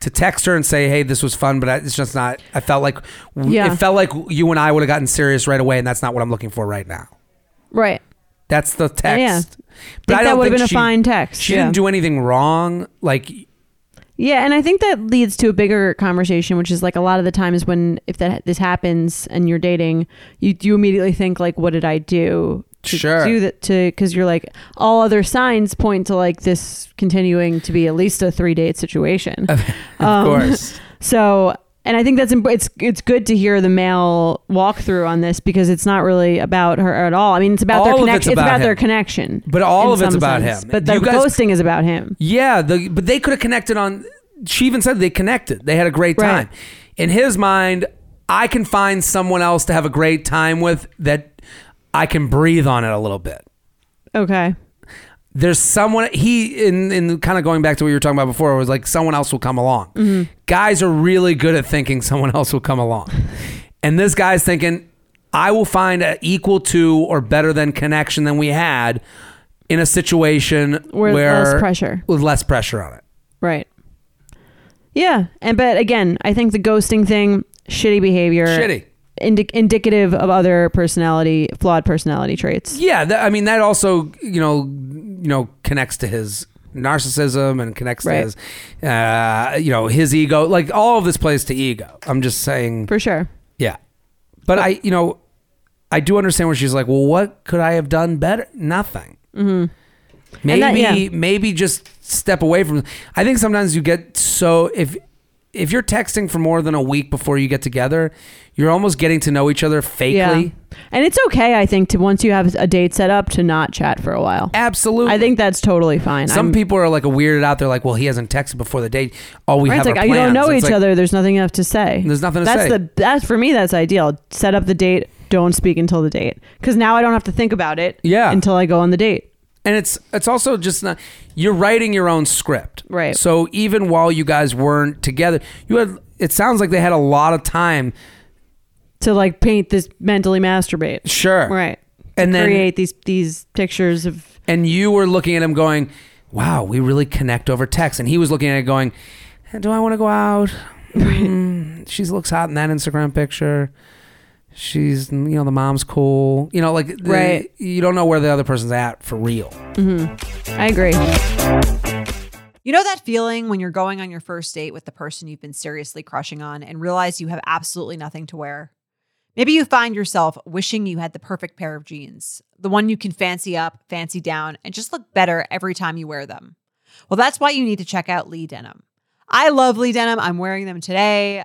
Speaker 1: to text her and say, "Hey, this was fun, but I, it's just not. I felt like
Speaker 3: Yeah.
Speaker 1: it felt like you and I would have gotten serious right away, and that's not what I'm looking for right now."
Speaker 3: Right.
Speaker 1: That's the text.
Speaker 3: Yeah.
Speaker 1: But
Speaker 3: Think
Speaker 1: I
Speaker 3: that
Speaker 1: don't
Speaker 3: would have
Speaker 1: think
Speaker 3: been a
Speaker 1: she-
Speaker 3: fine text.
Speaker 1: She
Speaker 3: yeah.
Speaker 1: didn't do anything wrong. Like
Speaker 3: yeah, and I think that leads to a bigger conversation, which is like a lot of the times when if that this happens and you're dating, you you immediately think like, what did I do? To
Speaker 1: Sure.
Speaker 3: Do that to because you're like all other signs point to like this continuing to be at least a three date situation.
Speaker 1: Of
Speaker 3: Um,
Speaker 1: course.
Speaker 3: So, and I think that's imp- it's it's good to hear the male walkthrough on this because it's not really about her at all. I mean, it's about
Speaker 1: All
Speaker 3: their
Speaker 1: of
Speaker 3: connection.
Speaker 1: it's
Speaker 3: It's about,
Speaker 1: about
Speaker 3: their
Speaker 1: him.
Speaker 3: connection.
Speaker 1: But all
Speaker 3: in
Speaker 1: of it's
Speaker 3: some
Speaker 1: about him.
Speaker 3: But the
Speaker 1: You guys-
Speaker 3: ghosting is about him.
Speaker 1: Yeah, the, but they could have connected on. She even said they connected. They had a great
Speaker 3: Right.
Speaker 1: time. In his mind, I can find someone else to have a great time with that I can breathe on it a little bit.
Speaker 3: Okay.
Speaker 1: There's someone he in in kind of going back to what you were talking about before was like someone else will come along.
Speaker 3: Mm-hmm.
Speaker 1: Guys are really good at thinking someone else will come along, and this guy's thinking I will find an equal to or better than connection than we had in a situation
Speaker 3: Where
Speaker 1: where
Speaker 3: less pressure.
Speaker 1: with less pressure on it.
Speaker 3: Right. Yeah, and but again, I think the ghosting thing, shitty behavior,
Speaker 1: Shitty.
Speaker 3: indic- indicative of other personality, flawed personality traits.
Speaker 1: Yeah, that, I mean that also you know you know connects to his narcissism and connects
Speaker 3: Right.
Speaker 1: to his uh, you know his ego. Like all of this plays to ego. I'm just saying.
Speaker 3: For sure.
Speaker 1: Yeah, but I you know I do understand where she's like, well, what could I have done better? Nothing. Mm-hmm. Maybe
Speaker 3: And that- yeah.
Speaker 1: maybe just step away from. I think sometimes you get so if. If you're texting for more than a week before you get together, you're almost getting to know each other fakely.
Speaker 3: Yeah. And it's okay, I think, to once you have a date set up to not chat for a while.
Speaker 1: Absolutely.
Speaker 3: I think that's totally fine.
Speaker 1: Some
Speaker 3: I'm-
Speaker 1: people are like a weirded out. They're like, well, he hasn't texted before the date. Oh, we
Speaker 3: Right,
Speaker 1: have
Speaker 3: it's
Speaker 1: our
Speaker 3: like you don't
Speaker 1: plans."
Speaker 3: know
Speaker 1: It's
Speaker 3: each
Speaker 1: like,
Speaker 3: other. There's nothing enough to say.
Speaker 1: There's nothing to
Speaker 3: that's
Speaker 1: say.
Speaker 3: the that's for me. That's ideal. Set up the date. Don't speak until the date, because now I don't have to think about it.
Speaker 1: Yeah.
Speaker 3: Until I go on the date.
Speaker 1: And it's it's also just not. You're writing your own script,
Speaker 3: Right.
Speaker 1: So even while you guys weren't together, you had. It sounds like they had a lot of time.
Speaker 3: To like paint this mentally masturbate.
Speaker 1: Sure.
Speaker 3: Right.
Speaker 1: And
Speaker 3: to
Speaker 1: then
Speaker 3: create these these pictures of
Speaker 1: and you were looking at him going, "Wow, we really connect over text," and he was looking at it going, "Eh, "Do I want to go out? Mm, she looks hot in that Instagram picture. She's, you know, the mom's cool. You know, like the-
Speaker 3: Right.
Speaker 1: You don't know where the other person's at for real.
Speaker 3: I agree.
Speaker 2: You know that feeling when you're going on your first date with the person you've been seriously crushing on and realize you have absolutely nothing to wear? Maybe you find yourself wishing you had the perfect pair of jeans, the one you can fancy up, fancy down, and just look better every time you wear them. Well, that's why you need to check out Lee Denim. I love Lee Denim. I'm wearing them today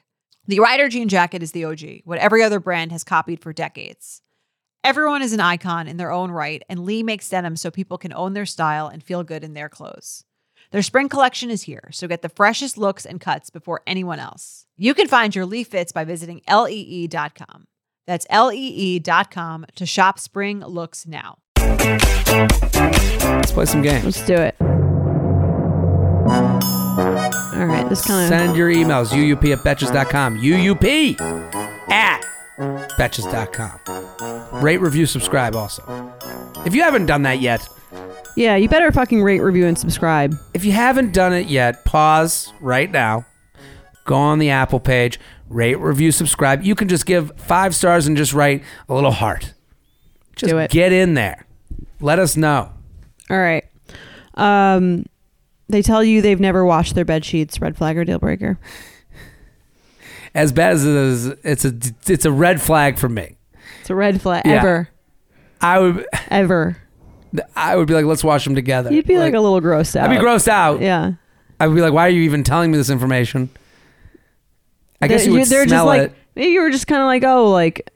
Speaker 2: The Rider jean jacket is the OG, what every other brand has copied for decades. Everyone is an icon in their own right, and Lee makes denim so people can own their style and feel good in their clothes. Their spring collection is here, so get the freshest looks and cuts before anyone else. You can find your Lee fits by visiting E lee.com. That's E lee.com to shop spring looks now.
Speaker 1: Let's play some games.
Speaker 3: Let's do it. This kind of
Speaker 1: Send your emails, uup at betches.com. UUP at betches.com. Rate, review, subscribe also. If you haven't done that yet,
Speaker 3: yeah. You better fucking rate, review, and subscribe.
Speaker 1: if you haven't done it yet, pause right now. Go on the Apple page, rate, review, subscribe. You can just give five stars and just write a little heart. Just
Speaker 3: Do it.
Speaker 1: get in there. Let us know.
Speaker 3: All right. Um, they tell you they've never washed their bed sheets. Red flag or deal breaker?
Speaker 1: As bad as it is, it's a it's a red flag for me.
Speaker 3: It's a red flag.
Speaker 1: Yeah.
Speaker 3: Ever,
Speaker 1: I would
Speaker 3: ever.
Speaker 1: I would be like, let's wash them together.
Speaker 3: You'd be like, a little grossed out.
Speaker 1: I'd be grossed out.
Speaker 3: Yeah.
Speaker 1: I would be like, why are you even telling me this information? I guess
Speaker 3: They're-
Speaker 1: you would
Speaker 3: they're
Speaker 1: smell
Speaker 3: just
Speaker 1: it.
Speaker 3: like maybe you were just kind of like oh like,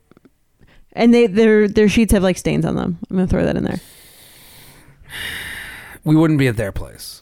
Speaker 3: and they their their sheets have like stains on them. I'm gonna throw that in there.
Speaker 1: we wouldn't be at their place.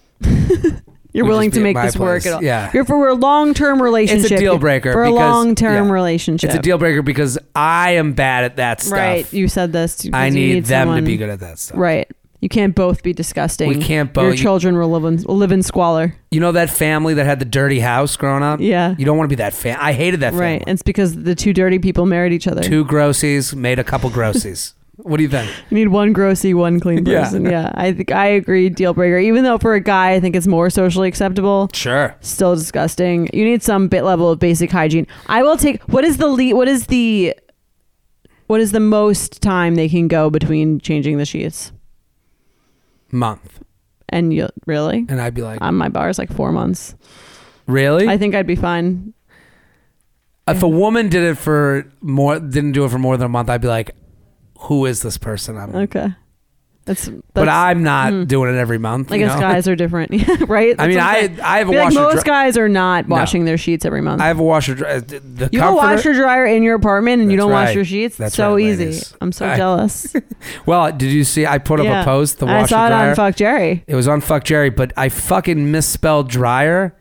Speaker 3: You're
Speaker 1: We'd
Speaker 3: willing
Speaker 1: just
Speaker 3: to
Speaker 1: be at
Speaker 3: make
Speaker 1: my
Speaker 3: this work
Speaker 1: place.
Speaker 3: at all.
Speaker 1: Yeah.
Speaker 3: You're for a long term relationship.
Speaker 1: deal breaker
Speaker 3: For a
Speaker 1: because-
Speaker 3: long term
Speaker 1: yeah.
Speaker 3: relationship.
Speaker 1: It's a deal breaker because I am bad at that stuff.
Speaker 3: Right. You said this. because
Speaker 1: I
Speaker 3: you
Speaker 1: need, them
Speaker 3: someone-
Speaker 1: to be good at that stuff.
Speaker 3: Right. You can't both be disgusting.
Speaker 1: We can't
Speaker 3: Your
Speaker 1: both-
Speaker 3: children will live in, will live in squalor.
Speaker 1: You know that family that had the dirty house growing up?
Speaker 3: Yeah.
Speaker 1: You don't want to be that fan. I hated that family.
Speaker 3: Right. And it's because the two dirty people married each other.
Speaker 1: Two grossies made a couple grossies. what do you think?
Speaker 3: You need one grossy, one clean
Speaker 1: Yeah.
Speaker 3: person. Yeah. I think I agree. Deal breaker. Even though for a guy, I think it's more socially acceptable.
Speaker 1: Sure.
Speaker 3: Still disgusting. You need some bit level of basic hygiene. I will take. What is the le- What is the what is the most time they can go between changing the sheets?
Speaker 1: Month.
Speaker 3: And you really
Speaker 1: And I'd be like,
Speaker 3: on my bar is like four months.
Speaker 1: really?
Speaker 3: Um, I think I'd be fine.
Speaker 1: if a woman did it for more, didn't do it for more than a month, I'd be like, who is this person? I'm,
Speaker 3: Okay, that's, hmm. that's
Speaker 1: but I'm not doing it every month.
Speaker 3: I
Speaker 1: you
Speaker 3: guess
Speaker 1: know?
Speaker 3: guys are different, Yeah, right?
Speaker 1: I mean,
Speaker 3: That's what I'm
Speaker 1: I
Speaker 3: saying.
Speaker 1: I have a
Speaker 3: feel like
Speaker 1: washer.
Speaker 3: most
Speaker 1: dry-
Speaker 3: guys are not
Speaker 1: No.
Speaker 3: washing their sheets every month.
Speaker 1: I have a washer. dry- uh, th- The
Speaker 3: you have a
Speaker 1: comforter-
Speaker 3: washer dryer in your apartment and you
Speaker 1: That's
Speaker 3: don't wash
Speaker 1: right.
Speaker 3: your sheets.
Speaker 1: That's
Speaker 3: so
Speaker 1: right,
Speaker 3: easy.
Speaker 1: ladies.
Speaker 3: I'm so
Speaker 1: I-
Speaker 3: jealous.
Speaker 1: Well, did you see? I put up
Speaker 3: Yeah.
Speaker 1: a post. The washer
Speaker 3: I saw it
Speaker 1: dryer.
Speaker 3: on Fuck Jerry.
Speaker 1: It was on Fuck Jerry, but I fucking misspelled dryer.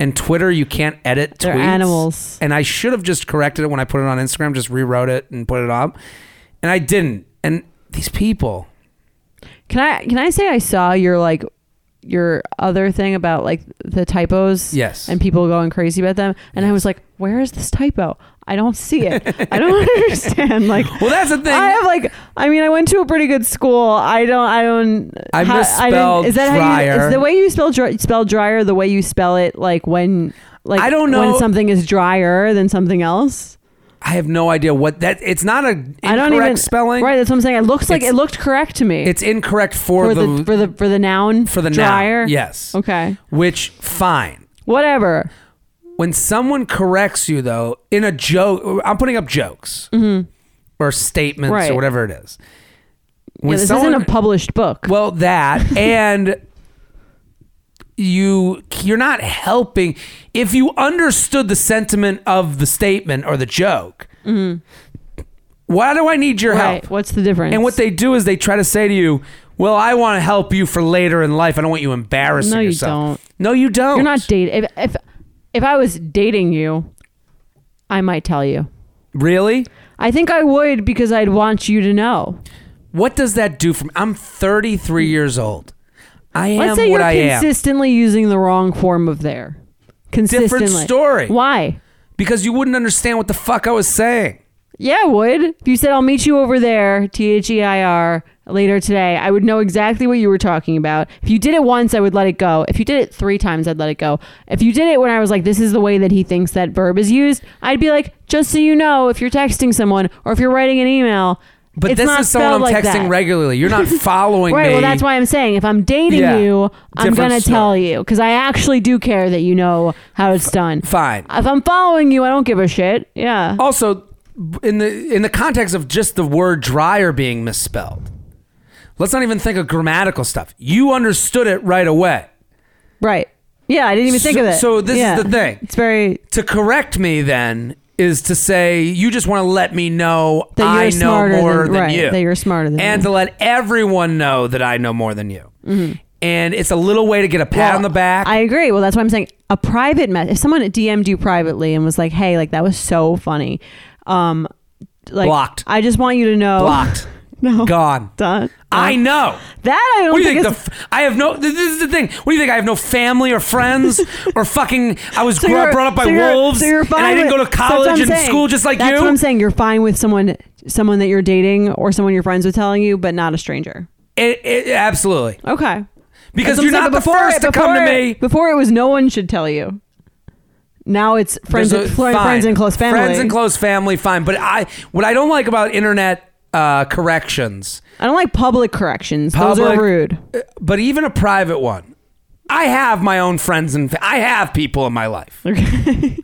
Speaker 1: and Twitter, you can't edit
Speaker 3: They're
Speaker 1: tweets.
Speaker 3: animals.
Speaker 1: And I should have just corrected it when I put it on Instagram. Just rewrote it and put it up. And I didn't. And these people.
Speaker 3: Can I can I say I saw your like your other thing about like the typos?
Speaker 1: Yes.
Speaker 3: And people going crazy about them. And I was like, where is this typo? I don't see it. I don't understand. Like
Speaker 1: Well, that's the thing.
Speaker 3: I have like, I mean, I went to a pretty good school. I don't, I don't.
Speaker 1: I
Speaker 3: didn't-
Speaker 1: misspelled
Speaker 3: is that how you?
Speaker 1: dryer.
Speaker 3: Is the way you spell dry, spell dryer the way you spell it? Like when, like
Speaker 1: I don't know.
Speaker 3: when something is drier than something else.
Speaker 1: I have no idea what that. It's not a incorrect
Speaker 3: I don't even
Speaker 1: spelling.
Speaker 3: Right, that's what I'm saying. It looks like
Speaker 1: It's-
Speaker 3: it looked correct to me.
Speaker 1: It's incorrect for,
Speaker 3: for the,
Speaker 1: the,
Speaker 3: for the for the noun
Speaker 1: for the noun,
Speaker 3: dryer.
Speaker 1: yes.
Speaker 3: Okay.
Speaker 1: which fine.
Speaker 3: Whatever.
Speaker 1: when someone corrects you though in a joke i'm putting up jokes or statements
Speaker 3: Mm-hmm. Right.
Speaker 1: or whatever it is
Speaker 3: Yeah,
Speaker 1: when
Speaker 3: this
Speaker 1: someone
Speaker 3: isn't a published book.
Speaker 1: well that and you you're not helping if you understood the sentiment of the statement or the joke why do i need your
Speaker 3: Mm-hmm. right.
Speaker 1: help
Speaker 3: What's the difference?
Speaker 1: and what they do is they try to say to you well i want to help you for later in life i don't want you embarrassing
Speaker 3: No, you
Speaker 1: yourself
Speaker 3: don't.
Speaker 1: no you don't
Speaker 3: you're not dating. If, if if I was dating you, I might tell you.
Speaker 1: really
Speaker 3: I think I would because I'd want you to know.
Speaker 1: What does that do for me? I'm 33 years old. I am
Speaker 3: Let's say
Speaker 1: what
Speaker 3: you're
Speaker 1: I am
Speaker 3: consistently using the wrong form of there. Consistently.
Speaker 1: story.
Speaker 3: Why?
Speaker 1: because you wouldn't understand what the fuck I was saying.
Speaker 3: Yeah, I would. If you said I'll meet you over there, T H E I R, later today, I would know exactly what you were talking about. If you did it once, I would let it go. If you did it three times, I'd let it go. If you did it when I was like, this is the way that he thinks that verb is used, I'd be like, just so you know, if you're texting someone or if you're writing an email,
Speaker 1: But
Speaker 3: it's
Speaker 1: this
Speaker 3: not
Speaker 1: is someone I'm
Speaker 3: spelled like
Speaker 1: texting
Speaker 3: that.
Speaker 1: regularly. You're not following
Speaker 3: Right.
Speaker 1: me.
Speaker 3: Well, that's why I'm saying if I'm dating
Speaker 1: Yeah.
Speaker 3: you, I'm
Speaker 1: Different
Speaker 3: gonna
Speaker 1: story.
Speaker 3: tell you because I actually do care that you know how it's done.
Speaker 1: Fine.
Speaker 3: If I'm following you, I don't give a shit. Yeah.
Speaker 1: Also, in the in the context of just the word dryer being misspelled, let's not even think of grammatical stuff. You understood it right away.
Speaker 3: Right. Yeah. I didn't even think
Speaker 1: So-
Speaker 3: of it.
Speaker 1: so this is
Speaker 3: Yeah.
Speaker 1: the thing.
Speaker 3: It's very
Speaker 1: To correct me then is to say you just want to let me know
Speaker 3: That you're
Speaker 1: I know
Speaker 3: smarter
Speaker 1: more
Speaker 3: than-
Speaker 1: than
Speaker 3: right,
Speaker 1: you.
Speaker 3: that you're smarter than
Speaker 1: and
Speaker 3: me.
Speaker 1: to let everyone know that I know more than you. And it's a little way to get a pat on the back.
Speaker 3: Mm-hmm. I agree. Well, that's why I'm saying a private message. If someone DM'd you privately and was like, "Hey, like that was so funny," um, like
Speaker 1: Blocked.
Speaker 3: I just want you to know.
Speaker 1: blocked.
Speaker 3: No.
Speaker 1: Gone.
Speaker 3: Done.
Speaker 1: I know.
Speaker 3: That I don't
Speaker 1: What do you think?
Speaker 3: think,
Speaker 1: The
Speaker 3: is
Speaker 1: f- I have no. This is the thing. What do you think? I have no family or friends or fucking. I was grow-
Speaker 3: you're-
Speaker 1: brought up by
Speaker 3: so you're-
Speaker 1: wolves,
Speaker 3: so you're
Speaker 1: and I
Speaker 3: fine
Speaker 1: didn't go
Speaker 3: with-
Speaker 1: to
Speaker 3: so that's what
Speaker 1: college
Speaker 3: I'm
Speaker 1: and
Speaker 3: saying.
Speaker 1: school just like
Speaker 3: That's
Speaker 1: you.
Speaker 3: what I'm saying. You're fine with someone, someone that you're dating or someone your friends are telling you, but not a stranger.
Speaker 1: It- it- absolutely,
Speaker 3: Okay.
Speaker 1: because
Speaker 3: That's what
Speaker 1: you're
Speaker 3: I'm saying,
Speaker 1: not
Speaker 3: but
Speaker 1: the first to come to
Speaker 3: before-
Speaker 1: me.
Speaker 3: Before it was no one should tell you. Now it's friends,
Speaker 1: There's a-
Speaker 3: fr- friends
Speaker 1: fine.
Speaker 3: and close family.
Speaker 1: Friends and close family, fine. But I, what I don't like about internet uh, corrections,
Speaker 3: I don't like public corrections. Those
Speaker 1: Public-
Speaker 3: are rude.
Speaker 1: but even a private one. I have my own friends and fa- I have people in my life.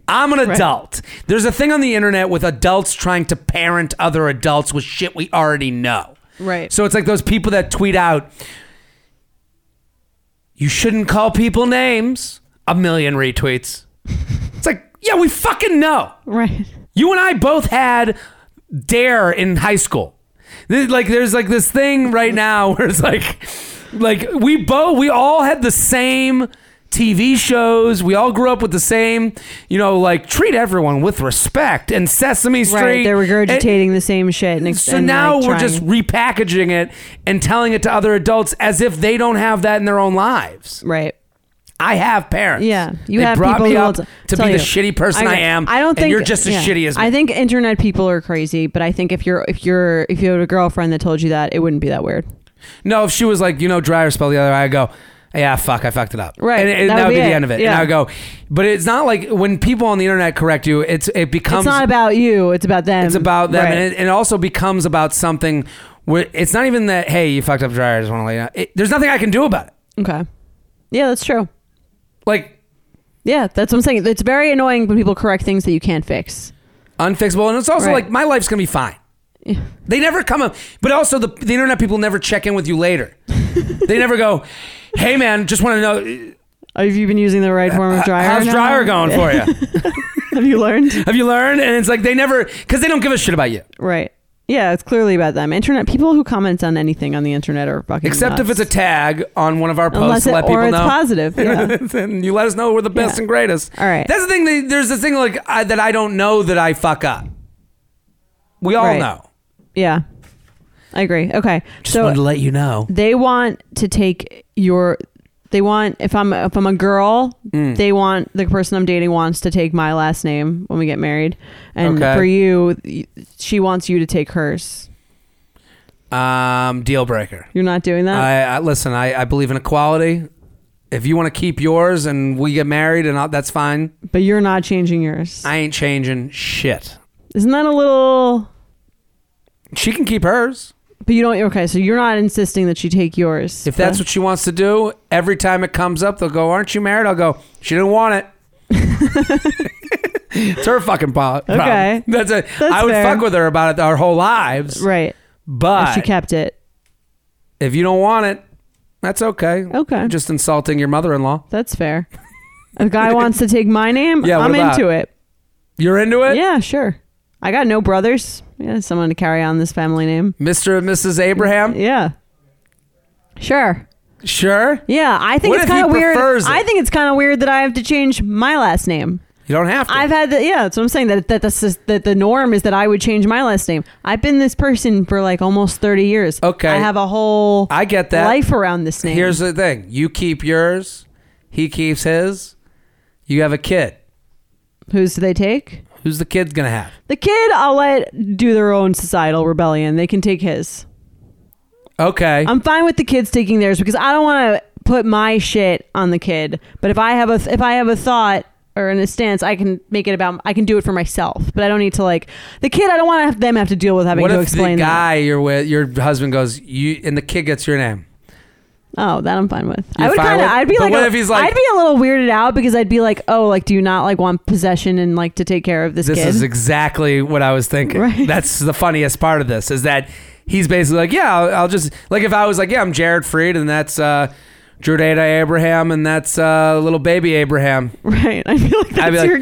Speaker 1: I'm an adult. There's a thing on the internet with adults trying to parent other adults with shit we already know.
Speaker 3: Right.
Speaker 1: So it's like those people that tweet out, you shouldn't call people names. A million retweets. it's like, yeah, we fucking know.
Speaker 3: right.
Speaker 1: You and I both had dare in high school. Th- Like there's like this thing right now where it's like like we both we all had the same TV shows. We all grew up with the same, you know, like treat everyone with respect and Sesame Street.
Speaker 3: Right. They're
Speaker 1: And-
Speaker 3: regurgitating the same shit. And, ex-
Speaker 1: so
Speaker 3: and,
Speaker 1: now
Speaker 3: like,
Speaker 1: we're
Speaker 3: trying.
Speaker 1: just repackaging it and telling it to other adults as if they don't have that in their own lives.
Speaker 3: Right.
Speaker 1: I have parents.
Speaker 3: Yeah, you
Speaker 1: they
Speaker 3: have
Speaker 1: brought
Speaker 3: people
Speaker 1: me
Speaker 3: who
Speaker 1: up
Speaker 3: will t-
Speaker 1: to
Speaker 3: tell
Speaker 1: be the
Speaker 3: you.
Speaker 1: shitty person I, am.
Speaker 3: I don't
Speaker 1: and
Speaker 3: think
Speaker 1: you're just as
Speaker 3: yeah.
Speaker 1: shitty as me.
Speaker 3: I think internet people are crazy, but I think if you're if you're if you had a girlfriend that told you that, it wouldn't be that weird.
Speaker 1: No, if she was like, you know, dryer spell the other eye, I go, yeah, fuck, I fucked it up.
Speaker 3: Right,
Speaker 1: And, and
Speaker 3: that
Speaker 1: that would
Speaker 3: would
Speaker 1: be,
Speaker 3: be
Speaker 1: the
Speaker 3: it,
Speaker 1: end of it.
Speaker 3: yeah.
Speaker 1: And I go, but it's not like when people on the internet correct you, it's it becomes
Speaker 3: It's not about you; it's about them.
Speaker 1: Um, it's about them,
Speaker 3: Right.
Speaker 1: and it, it also becomes about something where it's not even that. Hey, you fucked up dryer. I just want to lay down. It, there's nothing I can do about it.
Speaker 3: okay, yeah, that's true.
Speaker 1: Like
Speaker 3: Yeah, that's what I'm saying. It's very annoying when people correct things that you can't fix.
Speaker 1: unfixable, and it's also
Speaker 3: Right.
Speaker 1: like my life's gonna be fine.
Speaker 3: Yeah.
Speaker 1: They never come up, but also the, the internet people never check in with you later. they never go, "Hey man, just want to know
Speaker 3: Have you been using the right form of dryer?
Speaker 1: Uh, how's
Speaker 3: now?
Speaker 1: dryer going for you."
Speaker 3: Have you learned?
Speaker 1: Have you learned? And it's like they never, because they don't give a shit about you.
Speaker 3: Right. Yeah, it's clearly about them. Internet people who comment on anything on the internet are fucking.
Speaker 1: Except if it's
Speaker 3: nuts.
Speaker 1: a tag on one of our posts
Speaker 3: unless
Speaker 1: to
Speaker 3: it,
Speaker 1: let
Speaker 3: or
Speaker 1: people
Speaker 3: it's
Speaker 1: know.
Speaker 3: positive. Yeah.
Speaker 1: then you let us know we're the best
Speaker 3: Yeah.
Speaker 1: and greatest.
Speaker 3: All right.
Speaker 1: That's the thing. That, there's this thing like I, that I don't know that I fuck up. We all
Speaker 3: Right.
Speaker 1: know.
Speaker 3: yeah, I agree. Okay,
Speaker 1: Just wanted to let you know.
Speaker 3: they want to take your they want if i'm if i'm a girl
Speaker 1: Mm.
Speaker 3: they want the person i'm dating wants to take my last name when we get married and
Speaker 1: Okay.
Speaker 3: for you y- she wants you to take hers
Speaker 1: Um, deal breaker.
Speaker 3: you're not doing that
Speaker 1: I, I listen. I, I believe in equality. If you want to keep yours and we get married and all, that's fine.
Speaker 3: but you're not changing yours
Speaker 1: I ain't changing shit.
Speaker 3: isn't that a little
Speaker 1: She can keep hers.
Speaker 3: but you don't okay so you're not insisting that she take yours
Speaker 1: If that's what she wants to do, every time it comes up, they'll go, "Aren't you married?" I'll go, "She didn't want it." it's her fucking po- problem.
Speaker 3: Okay.
Speaker 1: that's it.
Speaker 3: That's
Speaker 1: I would
Speaker 3: fair.
Speaker 1: fuck with her about it our whole lives,
Speaker 3: right
Speaker 1: but
Speaker 3: if she kept it
Speaker 1: if you don't want it, that's okay.
Speaker 3: Okay.
Speaker 1: You're just insulting your mother-in-law.
Speaker 3: that's fair a guy wants to take my name
Speaker 1: Yeah, what
Speaker 3: i'm
Speaker 1: about-
Speaker 3: into it
Speaker 1: You're into it,
Speaker 3: yeah sure i got no brothers yeah someone to carry on this family name
Speaker 1: Mr. and Mrs. Abraham.
Speaker 3: Yeah. Sure.
Speaker 1: Sure,
Speaker 3: Yeah, I think
Speaker 1: What
Speaker 3: it's
Speaker 1: if he
Speaker 3: kind of weird.
Speaker 1: prefers it?
Speaker 3: I think it's kind of weird that I have to change my last name.
Speaker 1: you don't have to.
Speaker 3: I've had the yeah, that's what I'm saying that that this is, that the norm is that I would change my last name. I've been this person for like almost 30 years.
Speaker 1: Okay.
Speaker 3: I have a whole
Speaker 1: I get that.
Speaker 3: life around this name.
Speaker 1: Here's the thing: you keep yours, he keeps his. You have a kid.
Speaker 3: Whose do they take?
Speaker 1: Who's the kid's gonna have?
Speaker 3: The kid I'll let do their own societal rebellion. They can take his.
Speaker 1: Okay.
Speaker 3: I'm fine with the kids taking theirs because I don't want to put my shit on the kid. But if I have a if I have a thought or in a stance, I can make it about I can do it for myself. But I don't need to like the kid. I don't want to have them have to deal with having
Speaker 1: what
Speaker 3: to
Speaker 1: if
Speaker 3: explain
Speaker 1: the guy you're with, your husband goes, you, and the kid gets your name?
Speaker 3: that. Oh, that I'm fine with.
Speaker 1: You're
Speaker 3: I would
Speaker 1: fine
Speaker 3: kind of.
Speaker 1: with-
Speaker 3: I'd be
Speaker 1: but
Speaker 3: like,
Speaker 1: what
Speaker 3: a-
Speaker 1: if he's like-
Speaker 3: I'd be a little weirded out because I'd be like, oh, like do you not like want possession and like to take care of this,
Speaker 1: This
Speaker 3: kid?
Speaker 1: is exactly what I was thinking.
Speaker 3: Right.
Speaker 1: That's the funniest part of this is that he's basically like, yeah, I'll, I'll just like if I was like, yeah, I'm Jared Freed, and that's uh, Jordana Abraham, and that's uh, little baby Abraham.
Speaker 3: right. I feel like
Speaker 1: I'd
Speaker 3: that's
Speaker 1: be
Speaker 3: your.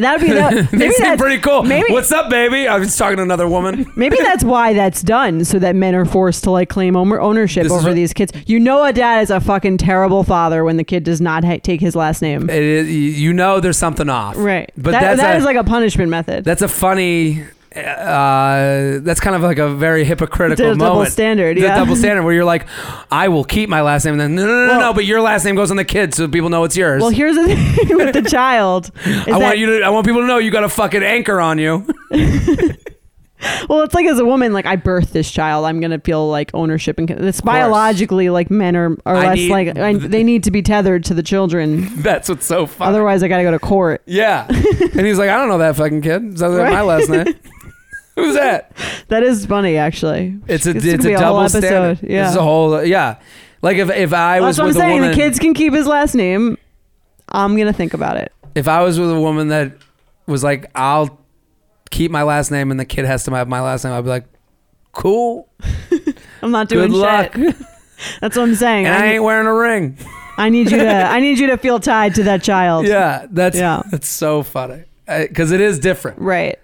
Speaker 3: That'd be that.
Speaker 1: they
Speaker 3: Maybe
Speaker 1: seem
Speaker 3: that's
Speaker 1: pretty cool.
Speaker 3: Maybe
Speaker 1: What's up, baby? I was talking to another woman.
Speaker 3: Maybe that's why that's done, so that men are forced to like claim omer- ownership
Speaker 1: This is
Speaker 3: over
Speaker 1: what-
Speaker 3: these kids. You know, a dad is a fucking terrible father when the kid does not ha- take his last name.
Speaker 1: It is- you know, there's something off,
Speaker 3: right.
Speaker 1: Eh, But
Speaker 3: that,
Speaker 1: that's
Speaker 3: that
Speaker 1: a,
Speaker 3: is like a punishment method.
Speaker 1: that's a funny. uh, that's kind of like a very hypocritical
Speaker 3: Double
Speaker 1: moment.
Speaker 3: standard,
Speaker 1: It's a
Speaker 3: yeah.
Speaker 1: double standard where you're like, I will keep my last name. And then no, no, no, no, no, but your last name goes on the kid, so people know it's yours.
Speaker 3: Well, here's the thing with the child. Is
Speaker 1: I
Speaker 3: that-
Speaker 1: want you to. I want people to know you got a fucking anchor on you.
Speaker 3: Well, it's like as a woman, like I birthed this child, I'm gonna feel like ownership and it's biologically like men are are
Speaker 1: I
Speaker 3: less
Speaker 1: need-
Speaker 3: like I, they need to be tethered to the children.
Speaker 1: That's what's so funny.
Speaker 3: Otherwise, I gotta go to court.
Speaker 1: yeah. and he's like, I don't know that fucking kid. It's not my
Speaker 3: Right.
Speaker 1: last name. Who's that?
Speaker 3: That is funny, actually.
Speaker 1: It's a
Speaker 3: This
Speaker 1: it's,
Speaker 3: could be
Speaker 1: a
Speaker 3: a whole
Speaker 1: double
Speaker 3: episode,
Speaker 1: standard.
Speaker 3: yeah.
Speaker 1: This is a whole yeah. Like if if I
Speaker 3: Well,
Speaker 1: was
Speaker 3: that's what I'm
Speaker 1: with a
Speaker 3: saying.
Speaker 1: woman,
Speaker 3: The kids can keep his last name. I'm gonna think about it.
Speaker 1: if I was with a woman that was like, I'll keep my last name and the kid has to have my last name, I'd be like, cool.
Speaker 3: I'm not doing
Speaker 1: Good luck.
Speaker 3: shit. That's what I'm saying.
Speaker 1: And
Speaker 3: I,
Speaker 1: I
Speaker 3: need-
Speaker 1: ain't wearing a ring.
Speaker 3: I need you to. I need you to feel tied to that child.
Speaker 1: Yeah, that's
Speaker 3: Yeah.
Speaker 1: that's so funny because it is different.
Speaker 3: Right.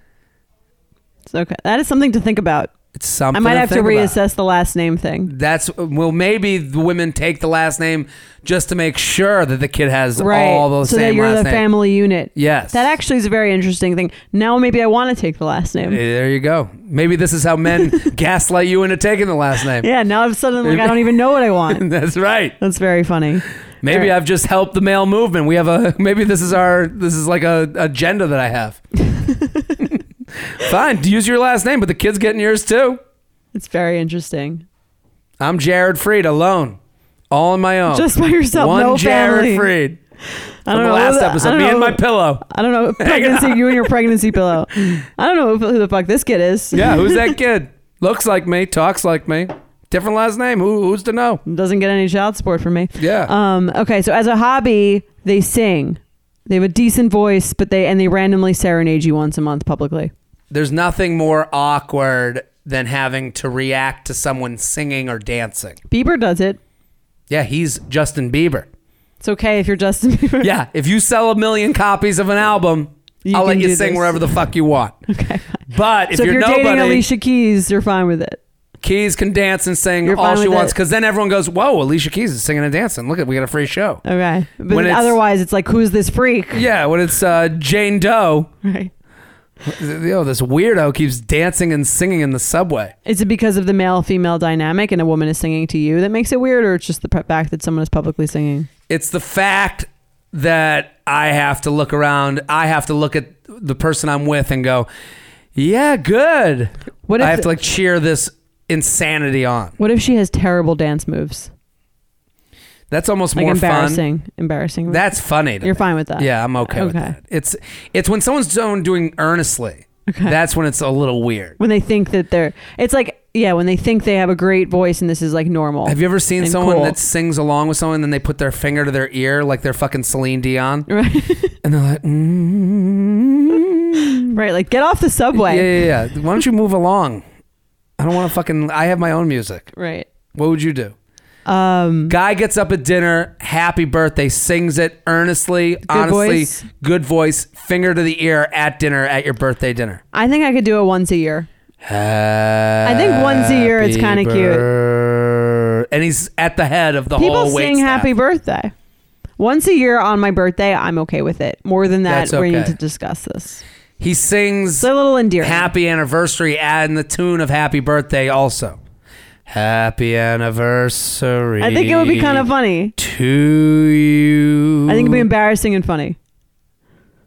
Speaker 3: It's okay. That is something to think about.
Speaker 1: It's something.
Speaker 3: I might have to
Speaker 1: think about.
Speaker 3: reassess the last name thing.
Speaker 1: That's well, maybe the women take the last name just to make sure that the kid has
Speaker 3: Right.
Speaker 1: all those
Speaker 3: so that
Speaker 1: same
Speaker 3: you're
Speaker 1: last
Speaker 3: the
Speaker 1: name.
Speaker 3: family unit.
Speaker 1: Yes,
Speaker 3: That actually is a very interesting thing. Now maybe I want to take the last name. Yeah.
Speaker 1: There you go. Maybe this is how men gaslight you into taking the last name.
Speaker 3: now I'm suddenly like I don't even know what I want.
Speaker 1: That's right.
Speaker 3: That's very funny.
Speaker 1: Maybe
Speaker 3: All right.
Speaker 1: I've just helped the male movement. We have a maybe this is our this is like a agenda that I have. Fine, use your last name, but the kid's getting yours too.
Speaker 3: It's very interesting.
Speaker 1: I'm Jared Freed alone, all on my own.
Speaker 3: Just by yourself,
Speaker 1: One
Speaker 3: no
Speaker 1: Jared
Speaker 3: family.
Speaker 1: Freed.
Speaker 3: I
Speaker 1: From
Speaker 3: don't
Speaker 1: the
Speaker 3: know.
Speaker 1: last
Speaker 3: I
Speaker 1: episode,
Speaker 3: don't
Speaker 1: me
Speaker 3: know.
Speaker 1: and my pillow.
Speaker 3: I don't know. Pregnancy, you and your pregnancy pillow. I don't know who the fuck this kid is.
Speaker 1: Yeah, who's that kid? Looks like me, talks like me, different last name. Who, who's to know?
Speaker 3: Doesn't get any child support from me.
Speaker 1: Yeah.
Speaker 3: Um, okay, so as a hobby, they sing. They have a decent voice, but they and they randomly serenade you once a month publicly.
Speaker 1: There's nothing more awkward than having to react to someone singing or dancing.
Speaker 3: Bieber does it.
Speaker 1: Yeah, he's Justin Bieber.
Speaker 3: It's okay if you're Justin Bieber.
Speaker 1: Yeah, if you sell a million copies of an album,
Speaker 3: You
Speaker 1: I'll let
Speaker 3: can
Speaker 1: you
Speaker 3: do
Speaker 1: sing
Speaker 3: this.
Speaker 1: wherever the fuck you want.
Speaker 3: Okay.
Speaker 1: But if
Speaker 3: so
Speaker 1: you're,
Speaker 3: if you're
Speaker 1: nobody,
Speaker 3: dating Alicia Keys, you're fine with it.
Speaker 1: Keys can dance and sing
Speaker 3: You're
Speaker 1: all
Speaker 3: fine
Speaker 1: she
Speaker 3: with
Speaker 1: wants
Speaker 3: it.
Speaker 1: because then everyone goes, "Whoa, Alicia Keys is singing and dancing! Look at we got a free show."
Speaker 3: Okay. But
Speaker 1: When
Speaker 3: then
Speaker 1: it's-
Speaker 3: otherwise, it's like, who's this freak?
Speaker 1: Yeah, when it's uh, Jane Doe,
Speaker 3: Right.
Speaker 1: yo, this weirdo keeps dancing and singing in the subway.
Speaker 3: Is it because of the male female dynamic and a woman is singing to you that makes it weird, or it's just the p- fact that someone is publicly singing?
Speaker 1: It's the fact that I have to look around. I have to look at the person I'm with and go, "Yeah, good."
Speaker 3: What if
Speaker 1: I have
Speaker 3: the-
Speaker 1: to like cheer this insanity on.
Speaker 3: What if she has terrible dance moves?
Speaker 1: That's almost
Speaker 3: Like
Speaker 1: more fun.
Speaker 3: embarrassing. Embarrassing.
Speaker 1: That's funny. to
Speaker 3: You're
Speaker 1: me.
Speaker 3: fine with that?
Speaker 1: Yeah, I'm okay, with
Speaker 3: Okay.
Speaker 1: that. It's it's when someone's doing doing earnestly.
Speaker 3: Okay.
Speaker 1: That's when it's a little weird.
Speaker 3: when they think that they're it's like yeah when they think they have a great voice and this is like normal
Speaker 1: Have you ever seen
Speaker 3: and
Speaker 1: someone
Speaker 3: cool.
Speaker 1: that sings along with someone and then they put their finger to their ear like they're fucking Celine Dion?
Speaker 3: right
Speaker 1: And they're like, mm.
Speaker 3: right like get off the
Speaker 1: yeah,
Speaker 3: subway
Speaker 1: yeah, yeah. Why don't you move along? I don't want to fucking. I have my own music.
Speaker 3: right
Speaker 1: What would you do?
Speaker 3: um
Speaker 1: Guy gets up at dinner, happy birthday, sings it earnestly, honestly,
Speaker 3: voice.
Speaker 1: good voice, finger to the ear at dinner, at your birthday dinner.
Speaker 3: i think i could do it once a year think once a year it's
Speaker 1: Happy
Speaker 3: kinda cute.
Speaker 1: bir- And he's at the head of the
Speaker 3: people
Speaker 1: whole
Speaker 3: sing
Speaker 1: waitstaff.
Speaker 3: happy birthday once a year on my birthday i'm okay with it more than that
Speaker 1: That's
Speaker 3: we need
Speaker 1: okay.
Speaker 3: to discuss this
Speaker 1: He sings
Speaker 3: it's a little endearing
Speaker 1: happy anniversary and the tune of happy birthday also. Happy anniversary.
Speaker 3: i think it would be kind of funny
Speaker 1: to you.
Speaker 3: i think it'd be embarrassing and funny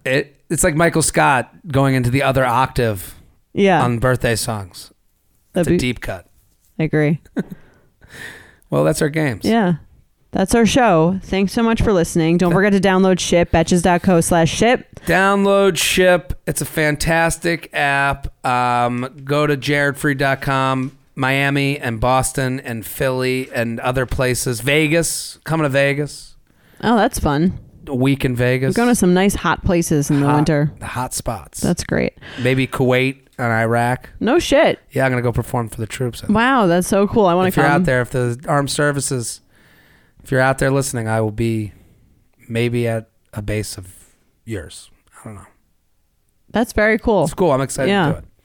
Speaker 1: it, it's like Michael Scott going into the other octave
Speaker 3: yeah
Speaker 1: on birthday songs. It's
Speaker 3: that'd
Speaker 1: a
Speaker 3: be-
Speaker 1: deep cut.
Speaker 3: i agree
Speaker 1: Well, that's our games.
Speaker 3: Yeah. That's our show. Thanks so much for listening. Don't forget to download ship, betches.co slash ship.
Speaker 1: Download Ship. It's a fantastic app. Um, go to jaredfree.com. Miami and Boston and Philly and other places. Vegas. Coming to Vegas.
Speaker 3: Oh, that's fun.
Speaker 1: A week in Vegas.
Speaker 3: We're going to some nice hot places in the
Speaker 1: Hot-
Speaker 3: winter.
Speaker 1: The hot spots.
Speaker 3: That's great.
Speaker 1: Maybe Kuwait and Iraq.
Speaker 3: No shit.
Speaker 1: Yeah, I'm going to go perform for the troops. I think.
Speaker 3: Wow, that's so cool. I want
Speaker 1: If
Speaker 3: to
Speaker 1: you're
Speaker 3: come.
Speaker 1: out there, if the armed services, if you're out there listening, I will be maybe at a base of yours. I don't know.
Speaker 3: That's very cool.
Speaker 1: It's cool. I'm excited
Speaker 3: Yeah.
Speaker 1: to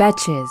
Speaker 4: Betches.